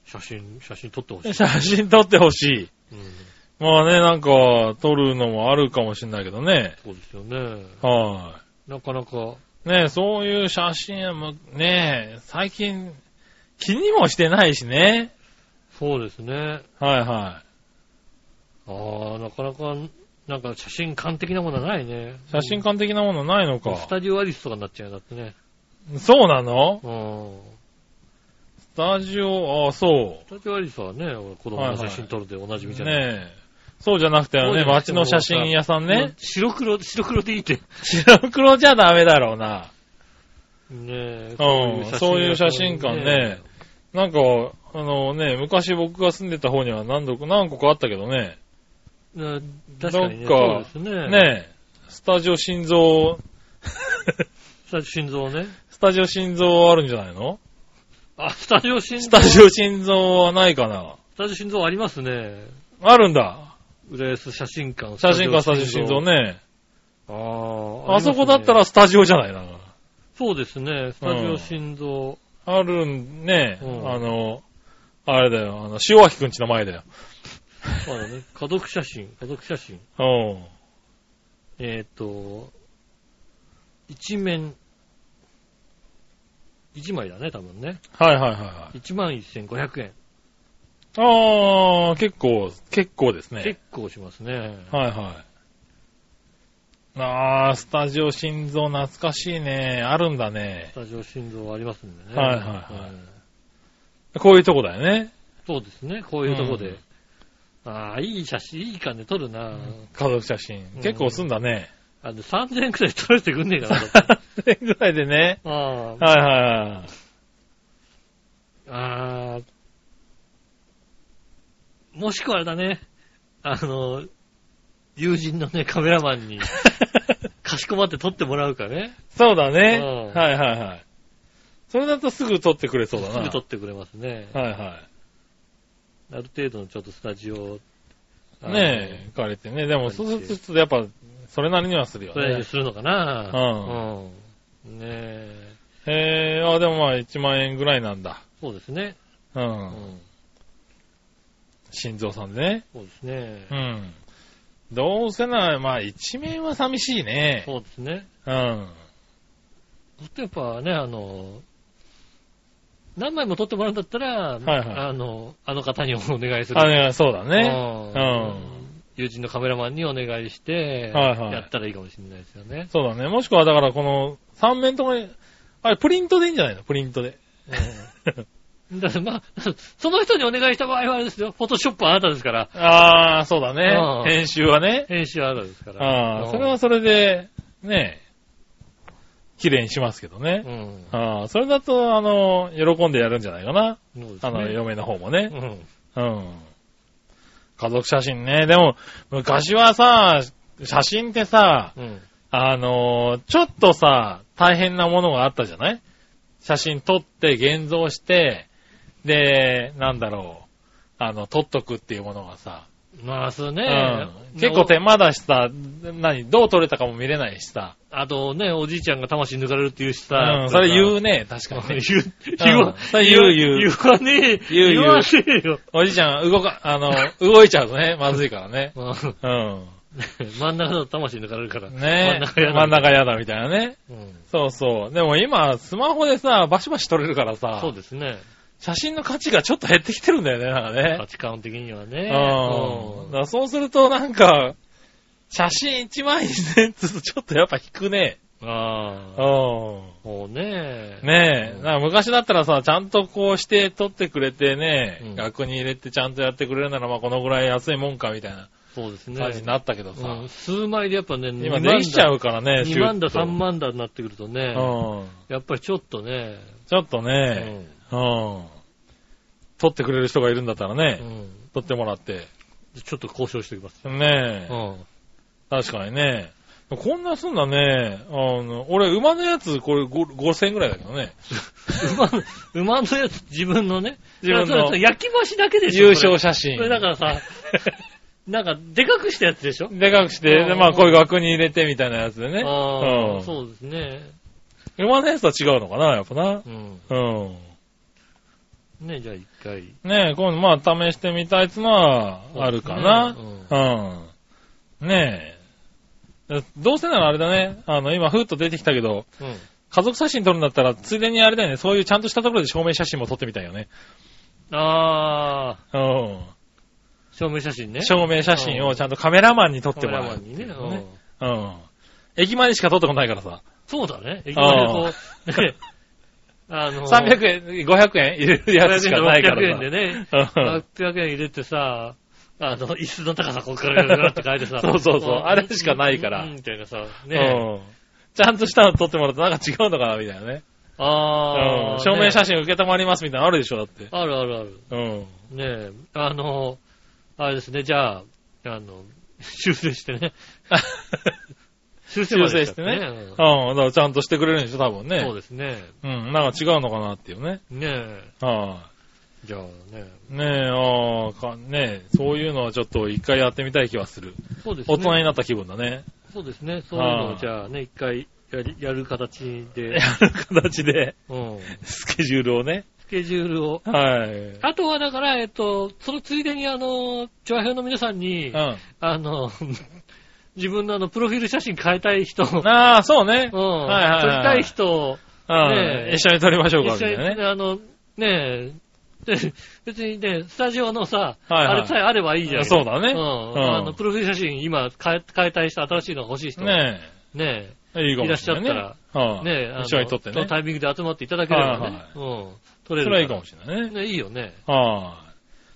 [SPEAKER 2] 写真、写真撮ってほしい。
[SPEAKER 3] 写真撮ってほしい。
[SPEAKER 2] うん。
[SPEAKER 3] まあね、なんか、撮るのもあるかもしんないけどね。
[SPEAKER 2] そうですよね。
[SPEAKER 3] は
[SPEAKER 2] なかなか、
[SPEAKER 3] い。ねえ、そういう写真はもう、ねえ、最近、気にもしてないしね。
[SPEAKER 2] そうですね。
[SPEAKER 3] はいは
[SPEAKER 2] ああ、なかなか、なんか写真館的なものはないね。
[SPEAKER 3] い。写真館的なものない
[SPEAKER 2] う
[SPEAKER 3] の
[SPEAKER 2] ん
[SPEAKER 3] か
[SPEAKER 2] ス。タジオアリスとかになっちゃうよだってね。
[SPEAKER 3] そうなの
[SPEAKER 2] うん。
[SPEAKER 3] スタジオ、ああ、そう。
[SPEAKER 2] スタジオアリスはね、俺子供の写真撮るでおなじみじゃない。
[SPEAKER 3] ねえ。そうじゃなくて、あの
[SPEAKER 2] そうじ
[SPEAKER 3] ね、
[SPEAKER 2] ゃなく
[SPEAKER 3] 街
[SPEAKER 2] て
[SPEAKER 3] の写真屋さん
[SPEAKER 2] も
[SPEAKER 3] ね
[SPEAKER 2] う。白黒、白黒でいいって。ね
[SPEAKER 3] 白黒じゃダメだろうな。
[SPEAKER 2] え
[SPEAKER 3] うんそういう写真館ね。なんか、あのね、昔僕が住んでた方には何度か、何個かあったけどね。
[SPEAKER 2] ね確かにね、そ
[SPEAKER 3] ど
[SPEAKER 2] う
[SPEAKER 3] っか
[SPEAKER 2] ですね。
[SPEAKER 3] ねえ、スタジオ心臓、
[SPEAKER 2] スタジオ心臓ね。
[SPEAKER 3] スタジオ心臓あるんじゃないの
[SPEAKER 2] あ、スタジオ心臓。
[SPEAKER 3] スタジオ心臓はないかな
[SPEAKER 2] スタジオ心臓ありますね。
[SPEAKER 3] あるんだ。
[SPEAKER 2] 浦安写真館。
[SPEAKER 3] 写真館スタジオ心臓。ね。
[SPEAKER 2] ああ。
[SPEAKER 3] あそこだった
[SPEAKER 2] ありますね、
[SPEAKER 3] らスタジオじゃないな。
[SPEAKER 2] そうですね、スタジオ心臓。
[SPEAKER 3] あるんね、
[SPEAKER 2] うん
[SPEAKER 3] あの、あれだよ、あの、塩脇くんちの前だよ。
[SPEAKER 2] そうだね。家族写真、家族写真。
[SPEAKER 3] うん。
[SPEAKER 2] えっ、と、一面、一枚だね、多分ね。
[SPEAKER 3] はいはいはいはい。
[SPEAKER 2] 1万1500円。
[SPEAKER 3] ああ、結構、結構ですね。
[SPEAKER 2] 結構しますね。
[SPEAKER 3] はいはい。ああ、スタジオ心臓懐かしいね。あるんだね
[SPEAKER 2] ス。タジオ心臓ありますんでね。
[SPEAKER 3] はいはいはい
[SPEAKER 2] うん
[SPEAKER 3] こういうとこだよね。
[SPEAKER 2] そうですね、こういうとこ
[SPEAKER 3] う
[SPEAKER 2] で
[SPEAKER 3] ん。
[SPEAKER 2] ああ、いい写真、いい感じで撮るな。
[SPEAKER 3] 家族写真。
[SPEAKER 2] うん
[SPEAKER 3] 結構すんだね。
[SPEAKER 2] あの3000円くらい撮られてくんねえ かなと思って。
[SPEAKER 3] 3000円ぐらいでね。
[SPEAKER 2] ああ、
[SPEAKER 3] はいはいはい。
[SPEAKER 2] あーもしくはあれだね、あの、友人のね、カメラマンに、かしこまって撮ってもらうかね。
[SPEAKER 3] そうだね
[SPEAKER 2] うん。
[SPEAKER 3] はいはいはい。それだとすぐ撮ってくれそうだな。
[SPEAKER 2] すぐ撮ってくれますね。
[SPEAKER 3] はいは
[SPEAKER 2] ある程度のちょっとスタジオ、
[SPEAKER 3] い。ねえ、借りてね。でも、そうすると、やっぱ、それなりにはする
[SPEAKER 2] え
[SPEAKER 3] よ
[SPEAKER 2] それ
[SPEAKER 3] ね
[SPEAKER 2] に。するのかな。
[SPEAKER 3] うん
[SPEAKER 2] うん。ねえ、
[SPEAKER 3] へえ、あ、でもまあ、1万円ぐらいなんだ。
[SPEAKER 2] そうですね。
[SPEAKER 3] う。
[SPEAKER 2] うんん。
[SPEAKER 3] 心臓さんでね。
[SPEAKER 2] そうですね
[SPEAKER 3] う。ん。どうせなら、まあ、一面は寂しいね。
[SPEAKER 2] そうですね。
[SPEAKER 3] うん。
[SPEAKER 2] ちょっとやっぱね、あの、何枚も撮ってもらうんだったら、
[SPEAKER 3] はい
[SPEAKER 2] あの、あの方にお願いする。
[SPEAKER 3] あ、ね、そうだね。
[SPEAKER 2] うん友人のカメラマンにお願いして、
[SPEAKER 3] はいはい
[SPEAKER 2] やったらいいかもしれないですよね。
[SPEAKER 3] そうだね。もしくは、だからこの3面ともに、あれ、プリントでいいんじゃないのプリントで。
[SPEAKER 2] うん。だからまあ、その人にお願いした場合はあれですよ。フォトショップはあなたですから。
[SPEAKER 3] ああ、そうだ
[SPEAKER 2] うん
[SPEAKER 3] ね。編集はね。
[SPEAKER 2] 編集はあなたですから。
[SPEAKER 3] あ
[SPEAKER 2] う
[SPEAKER 3] あ、
[SPEAKER 2] ん
[SPEAKER 3] それは、それで、ね、綺麗にしますけどね
[SPEAKER 2] う。ん。
[SPEAKER 3] ああ、それだと、あの、喜んでやるんじゃないかな。
[SPEAKER 2] そうですね
[SPEAKER 3] あの、嫁の方も
[SPEAKER 2] う
[SPEAKER 3] ね。
[SPEAKER 2] ん。
[SPEAKER 3] うん。家族写真ね。でも、昔はさ、写真ってさ、
[SPEAKER 2] うん。
[SPEAKER 3] あの、ちょっとさ、大変なものがあったじゃない写真撮って、現像して、で、なんだろう、あの、撮っとくっていうものがさ、
[SPEAKER 2] まあ、そうね、
[SPEAKER 3] うん、結構手間だしさ、何、どう撮れたかも見れないしさ、
[SPEAKER 2] あとね、おじいちゃんが魂抜かれるっていうしさ。
[SPEAKER 3] うん、それ言うね、確かにね、
[SPEAKER 2] 言う、言わ、
[SPEAKER 3] それ言う言
[SPEAKER 2] 言わねえ。
[SPEAKER 3] 言う言う
[SPEAKER 2] わねえよ。
[SPEAKER 3] おじいちゃん、動か、あの、動いちゃうとね、まずいからね。
[SPEAKER 2] うん
[SPEAKER 3] うん。
[SPEAKER 2] 真ん中の魂抜かれるから。真
[SPEAKER 3] ね
[SPEAKER 2] ん中や
[SPEAKER 3] 真
[SPEAKER 2] だ
[SPEAKER 3] ん中やだみたいなね。
[SPEAKER 2] うん
[SPEAKER 3] そうそう。でも今、スマホでさ、バシバシ撮れるからさ
[SPEAKER 2] そう、ですね。
[SPEAKER 3] 写真の価値がちょっと減ってきてるんだよね、なんかね
[SPEAKER 2] 価。値観的にはね。
[SPEAKER 3] うん。だからそうすると、なんか、写真1枚にね、ちょっとやっぱ引くね。
[SPEAKER 2] うんああ。
[SPEAKER 3] うん。
[SPEAKER 2] もうね。
[SPEAKER 3] ねえ、
[SPEAKER 2] うん
[SPEAKER 3] なんか昔だったらさ、ちゃんとこうして取ってくれてね、
[SPEAKER 2] うん
[SPEAKER 3] 額に入れてちゃんとやってくれるなら、まあこのぐらい安いもんかみたいな
[SPEAKER 2] そうですね。
[SPEAKER 3] 感じになったけどさ、
[SPEAKER 2] うん数枚でやっぱね、
[SPEAKER 3] 今できちゃ
[SPEAKER 2] う。
[SPEAKER 3] うからね、
[SPEAKER 2] 2万だ、
[SPEAKER 3] シュ
[SPEAKER 2] 3
[SPEAKER 3] ッと
[SPEAKER 2] 万だになってくるとね、
[SPEAKER 3] うん。
[SPEAKER 2] やっぱりちょっとね、
[SPEAKER 3] ちょっと
[SPEAKER 2] う
[SPEAKER 3] ね、
[SPEAKER 2] ん
[SPEAKER 3] うん。取ってくれる人がいるんだったら
[SPEAKER 2] う
[SPEAKER 3] ね、
[SPEAKER 2] ん
[SPEAKER 3] 取ってもらって。
[SPEAKER 2] ちょっと交渉しておきます。
[SPEAKER 3] ねえ、
[SPEAKER 2] うん
[SPEAKER 3] 確かにね。こんなすんだね。あの、俺、馬のやつ、これ5 5000円ぐらいだけどね。
[SPEAKER 2] 馬の、馬のやつ、自分のね。
[SPEAKER 3] 自分の
[SPEAKER 2] いやそれさ焼き干しだけでしょ。
[SPEAKER 3] 優勝
[SPEAKER 2] し
[SPEAKER 3] 写真。
[SPEAKER 2] これだから さ、なんか、でかくしたやつでしょ。
[SPEAKER 3] でかくして、で、まあ、こういう額に入れてみたいなやつでね。
[SPEAKER 2] ああ、
[SPEAKER 3] うん
[SPEAKER 2] そうですね。
[SPEAKER 3] 馬のやつとは違うのかな、やっぱな。
[SPEAKER 2] うん。
[SPEAKER 3] うん。
[SPEAKER 2] ね、じゃあ一回。
[SPEAKER 3] ねえ、今度まあ試してみたいってのはあるかな。
[SPEAKER 2] そうです
[SPEAKER 3] うん。ねえ。どうせならあれだね。あの、今ふーっと出てきたけど、
[SPEAKER 2] うん。
[SPEAKER 3] 家族写真撮るんだったら、ついでにあれだよね。そういうちゃんとしたところで証明写真も撮ってみたいよね。
[SPEAKER 2] ああ、
[SPEAKER 3] うん。
[SPEAKER 2] 証明写真ね。
[SPEAKER 3] 証明写真をちゃんとカメラマンに撮っ
[SPEAKER 2] カ
[SPEAKER 3] て
[SPEAKER 2] メ
[SPEAKER 3] もら
[SPEAKER 2] ラ
[SPEAKER 3] う。
[SPEAKER 2] マンにね。うん
[SPEAKER 3] うん。駅前にしか撮ってこないからさ。
[SPEAKER 2] そうだね。駅前で
[SPEAKER 3] あ
[SPEAKER 2] こう、 ねあの、
[SPEAKER 3] 300円、500円入れるやつしかないか
[SPEAKER 2] 600
[SPEAKER 3] らさ。
[SPEAKER 2] 円でね、
[SPEAKER 3] うん。
[SPEAKER 2] 800円入れてさ、あの、椅子の高さこっからガラガラって変えてさ
[SPEAKER 3] そうそうそうんあれしかないから
[SPEAKER 2] うんみたいなさ、ね。
[SPEAKER 3] うん。ちゃんとしたの撮ってもらうとなんか違うのかな、みたいなね。
[SPEAKER 2] あ
[SPEAKER 3] う
[SPEAKER 2] あ、
[SPEAKER 3] ん証明
[SPEAKER 2] 真。
[SPEAKER 3] 写真受けたまりますみたいなのあるでしょ、だって。
[SPEAKER 2] あるあるある。
[SPEAKER 3] うん。
[SPEAKER 2] ねえ、あの、あれですね、じゃあ、あの、 修正して ね。修正までしちゃって
[SPEAKER 3] 修
[SPEAKER 2] ね。
[SPEAKER 3] うん、だからちゃんとしてくれるんでしょ、多分
[SPEAKER 2] うんそう
[SPEAKER 3] ね。
[SPEAKER 2] ですね。
[SPEAKER 3] うん、なんか違うのかなっていうね。
[SPEAKER 2] ねえ、
[SPEAKER 3] は
[SPEAKER 2] じゃあね。
[SPEAKER 3] い。ねえ、ああ、かねえ、そういうのはちょっと一回やってみたい気はする。
[SPEAKER 2] そうですね。
[SPEAKER 3] 大人になった気分 だね。
[SPEAKER 2] そうですね。そういうの
[SPEAKER 3] は
[SPEAKER 2] を、
[SPEAKER 3] い
[SPEAKER 2] じゃあね、一回やり、やる形
[SPEAKER 3] や
[SPEAKER 2] で、
[SPEAKER 3] る形で、
[SPEAKER 2] うん。
[SPEAKER 3] スケジュールをね。
[SPEAKER 2] スケジュールを。
[SPEAKER 3] はい。
[SPEAKER 2] あとは、だから、えっと、そのついでに、あの、調和表の皆さんに、
[SPEAKER 3] うん。
[SPEAKER 2] あの、 自分のあの、プロフィール写真変えたい 人、うん。
[SPEAKER 3] ああ、そうね。はいはい
[SPEAKER 2] 撮りたい人、
[SPEAKER 3] うん
[SPEAKER 2] ねえ
[SPEAKER 3] 一緒に撮りましょうか、
[SPEAKER 2] 一
[SPEAKER 3] み
[SPEAKER 2] 緒
[SPEAKER 3] た
[SPEAKER 2] に、
[SPEAKER 3] いなね。
[SPEAKER 2] あの、ねえ、で別にね、スタジオのさ、
[SPEAKER 3] はいはい
[SPEAKER 2] あれさえあればいいじゃん。
[SPEAKER 3] そうだね
[SPEAKER 2] うん。
[SPEAKER 3] うん
[SPEAKER 2] あの、プロフィール写真、今、変え、変えたい人、新しいのが欲しい人。
[SPEAKER 3] ね
[SPEAKER 2] ね
[SPEAKER 3] え。いいかもしれないね。
[SPEAKER 2] いらっし
[SPEAKER 3] は
[SPEAKER 2] え。
[SPEAKER 3] い
[SPEAKER 2] ねえ、あの
[SPEAKER 3] 一緒に撮って
[SPEAKER 2] その
[SPEAKER 3] ね。
[SPEAKER 2] タイミングで集まっていただければ
[SPEAKER 3] はい
[SPEAKER 2] ね。うん。撮れる
[SPEAKER 3] それはいいかもしれないね。
[SPEAKER 2] ね、いいよね。
[SPEAKER 3] は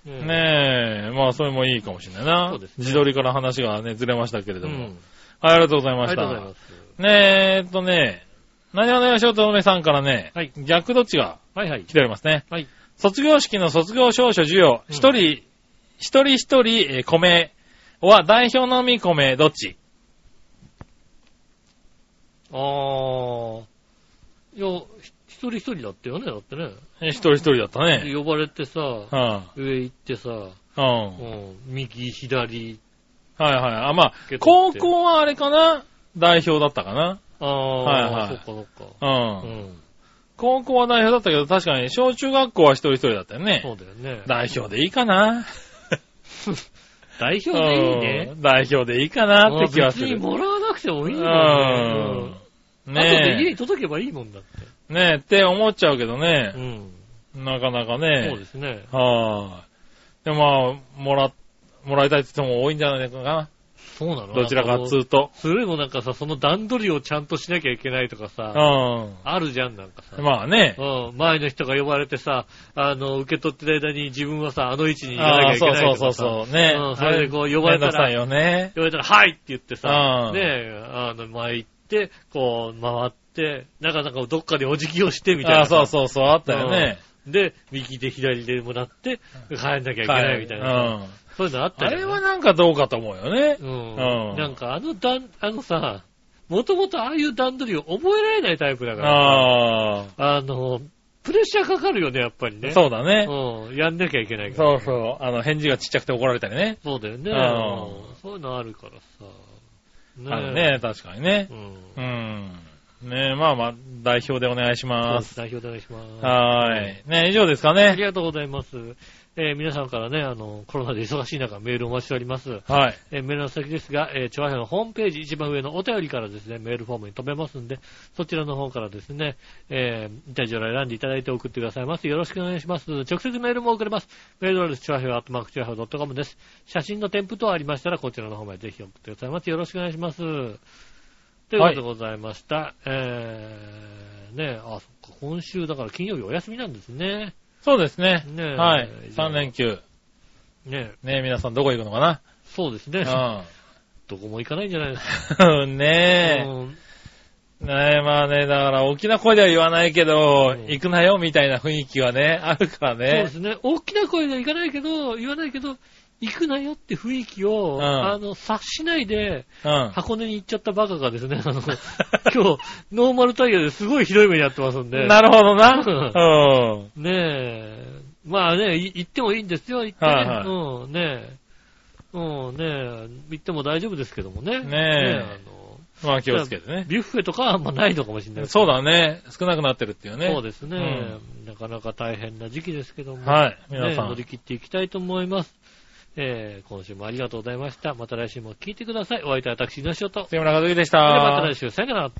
[SPEAKER 3] い。
[SPEAKER 2] ね
[SPEAKER 3] ねえ、まあそれもいいかもしれないな。
[SPEAKER 2] そうですね
[SPEAKER 3] 自撮りから話がね、ずれましたけれ
[SPEAKER 2] う
[SPEAKER 3] ども。はい、
[SPEAKER 2] ん。
[SPEAKER 3] ありがとうござい
[SPEAKER 2] あ
[SPEAKER 3] ま
[SPEAKER 2] り
[SPEAKER 3] し
[SPEAKER 2] が
[SPEAKER 3] た。
[SPEAKER 2] とうございます。
[SPEAKER 3] ねえ、えっとね、何話のしようとめさんからね、
[SPEAKER 2] はい
[SPEAKER 3] 逆どっちが
[SPEAKER 2] はいはい
[SPEAKER 3] 来。ておりますね。
[SPEAKER 2] はい。
[SPEAKER 3] 卒業式の卒業証書授与、
[SPEAKER 2] うん
[SPEAKER 3] 一人、一人一人、えー米は代表のみ米、どっち
[SPEAKER 2] あー。いや、ひ一人一人だったよね、だってね。
[SPEAKER 3] え一人一人だったね。
[SPEAKER 2] で呼ばれてさ、
[SPEAKER 3] は
[SPEAKER 2] 上行ってさ、
[SPEAKER 3] あ、うん。
[SPEAKER 2] う
[SPEAKER 3] はい
[SPEAKER 2] ん、右、左、
[SPEAKER 3] はい。あ、まあ
[SPEAKER 2] 受け、取っ
[SPEAKER 3] 高
[SPEAKER 2] て
[SPEAKER 3] 校はあれかな代表だったかな
[SPEAKER 2] ああ、
[SPEAKER 3] はいはい
[SPEAKER 2] そっかそっか。う
[SPEAKER 3] うん
[SPEAKER 2] ん。
[SPEAKER 3] 高校は代表だったけど、確かに小中学校は一人一人だったよね。
[SPEAKER 2] そうだよね。
[SPEAKER 3] 代表でいいかな。
[SPEAKER 2] 代表でいいね。
[SPEAKER 3] うん代表でいいかなって気はす
[SPEAKER 2] 別に
[SPEAKER 3] る。
[SPEAKER 2] もらわなくてもいいもんね。う
[SPEAKER 3] う。
[SPEAKER 2] んん。後で家
[SPEAKER 3] ね
[SPEAKER 2] に届けばいいもんだって。
[SPEAKER 3] え。ねえって思っちゃうけど
[SPEAKER 2] う
[SPEAKER 3] ね。
[SPEAKER 2] ん。
[SPEAKER 3] なかなか
[SPEAKER 2] そう
[SPEAKER 3] ね
[SPEAKER 2] で。すね。
[SPEAKER 3] はーい。で、まあ、もら、もらいたいって人も多いんじゃないかな。
[SPEAKER 2] そうなの
[SPEAKER 3] どちらかっつうと。
[SPEAKER 2] それよりもなんかさ、その段取りをちゃんとしなきゃいけないとか
[SPEAKER 3] う
[SPEAKER 2] さ、
[SPEAKER 3] ん。
[SPEAKER 2] あるじゃん、なんかさ。
[SPEAKER 3] まあね。
[SPEAKER 2] うん、前の人が呼ばれてさ、あの、受け取ってる間に自分はさ、あの位置に行か
[SPEAKER 3] あ
[SPEAKER 2] なき
[SPEAKER 3] あ、
[SPEAKER 2] ゃ
[SPEAKER 3] そ
[SPEAKER 2] いうけな
[SPEAKER 3] そ
[SPEAKER 2] いうと
[SPEAKER 3] そう
[SPEAKER 2] かさ。
[SPEAKER 3] そう。ね
[SPEAKER 2] うんそれでこう呼ばれたら
[SPEAKER 3] めんどくさいよね。
[SPEAKER 2] 言われたら、はいって言ってさ
[SPEAKER 3] う、ん
[SPEAKER 2] ねえ、あの、前行って、こう、回って、なかなかどっかでお辞儀をしてみたい
[SPEAKER 3] あ
[SPEAKER 2] な
[SPEAKER 3] あ、
[SPEAKER 2] さ。
[SPEAKER 3] そうそうそう、あったよね。
[SPEAKER 2] で、右で左でもらって、帰んなきゃいけないみたいな。
[SPEAKER 3] うん。
[SPEAKER 2] そういうのあった
[SPEAKER 3] あ
[SPEAKER 2] よね
[SPEAKER 3] れはなんかどうかと思うよね。
[SPEAKER 2] うん
[SPEAKER 3] うん
[SPEAKER 2] なんかあの段、あのさ、もともとああいう段取りを覚えられないタイプだから、
[SPEAKER 3] あ
[SPEAKER 2] あの、プレッシャーかかるよね、やっぱり
[SPEAKER 3] あ、
[SPEAKER 2] ね。
[SPEAKER 3] そうだね。
[SPEAKER 2] うん、やんなきゃいけないから。
[SPEAKER 3] そうそう。あの、返事がちっちゃくて怒られたりね。
[SPEAKER 2] そうだよね。
[SPEAKER 3] うん
[SPEAKER 2] うんそういうのあるからさ。ねえ
[SPEAKER 3] あるね、確かにね
[SPEAKER 2] う。ん。
[SPEAKER 3] うん。ねまあまあ、代表でお願いし
[SPEAKER 2] そう
[SPEAKER 3] ま。
[SPEAKER 2] ですす代表お願いします。
[SPEAKER 3] はーい。ね以上です か
[SPEAKER 2] あり
[SPEAKER 3] ね。
[SPEAKER 2] がとうございます。えー皆さんからね、あの、コロナで忙しい中メールをお待ちしております。
[SPEAKER 3] はい。
[SPEAKER 2] えーメールの先ですが、えー、調和表のホームページ一番上のお便りからですね、メールフォームに飛べますんで、そちらの方からですね、えー、イタジオラ選んでいただいて送ってくださいます。よろしくお願いします。直接メールも送れます。メールアドレス、調和表、アットマーク調和表 .com です。写真の添付等ありましたら、こちらの方までぜひ送ってくださいます。よろしくお願いします。ということでございました。えー、ねあ、そっか、今週だから金曜日お休みなんですね。
[SPEAKER 3] そうですね。
[SPEAKER 2] ねえ
[SPEAKER 3] はい。
[SPEAKER 2] じゃあ
[SPEAKER 3] 3連休。
[SPEAKER 2] ね
[SPEAKER 3] ね皆さんどこ行くの か
[SPEAKER 2] そうですね。
[SPEAKER 3] な
[SPEAKER 2] どこも行かないんじゃないですか。
[SPEAKER 3] うん。 ね
[SPEAKER 2] うん
[SPEAKER 3] え。ねえ、まあね、だから大きな声では言わないけ
[SPEAKER 2] う
[SPEAKER 3] ど、
[SPEAKER 2] ん
[SPEAKER 3] 行くなよみたいな雰囲気はね、 あるから
[SPEAKER 2] そうで
[SPEAKER 3] ね
[SPEAKER 2] す。ね。大きな声では行かないけど、言わないけど、行くなよって雰囲気を、
[SPEAKER 3] うん
[SPEAKER 2] あの、察しないで、
[SPEAKER 3] うん。
[SPEAKER 2] 箱根に行っちゃったバカがですね、あの、 今日、ノーマルタイヤですごいひどい目にあってますんで。
[SPEAKER 3] なるほど な。うん。
[SPEAKER 2] ねえ。まあね、い行ってもいいんですよ、行ってね。
[SPEAKER 3] はいはい
[SPEAKER 2] うん、ねえ。うん、ねえ、行っても大丈夫ですけどもね。
[SPEAKER 3] ねえ
[SPEAKER 2] あの
[SPEAKER 3] まあ気をつけてね。
[SPEAKER 2] ビュッフェとかはあんまないのかもしれないです
[SPEAKER 3] そうだね。少なくなってるっていうね。
[SPEAKER 2] そうですね、なかなか大変な時期ですけども。
[SPEAKER 3] はい。皆
[SPEAKER 2] ね
[SPEAKER 3] さ
[SPEAKER 2] 乗り
[SPEAKER 3] ん。
[SPEAKER 2] 切っていきたいと思います。えー、今週もありがとうございました。また来週も聞いてください。お相手は私、稲塩と。それ
[SPEAKER 3] 杉村和樹でし
[SPEAKER 2] で
[SPEAKER 3] た。
[SPEAKER 2] はまた来週、さよなら。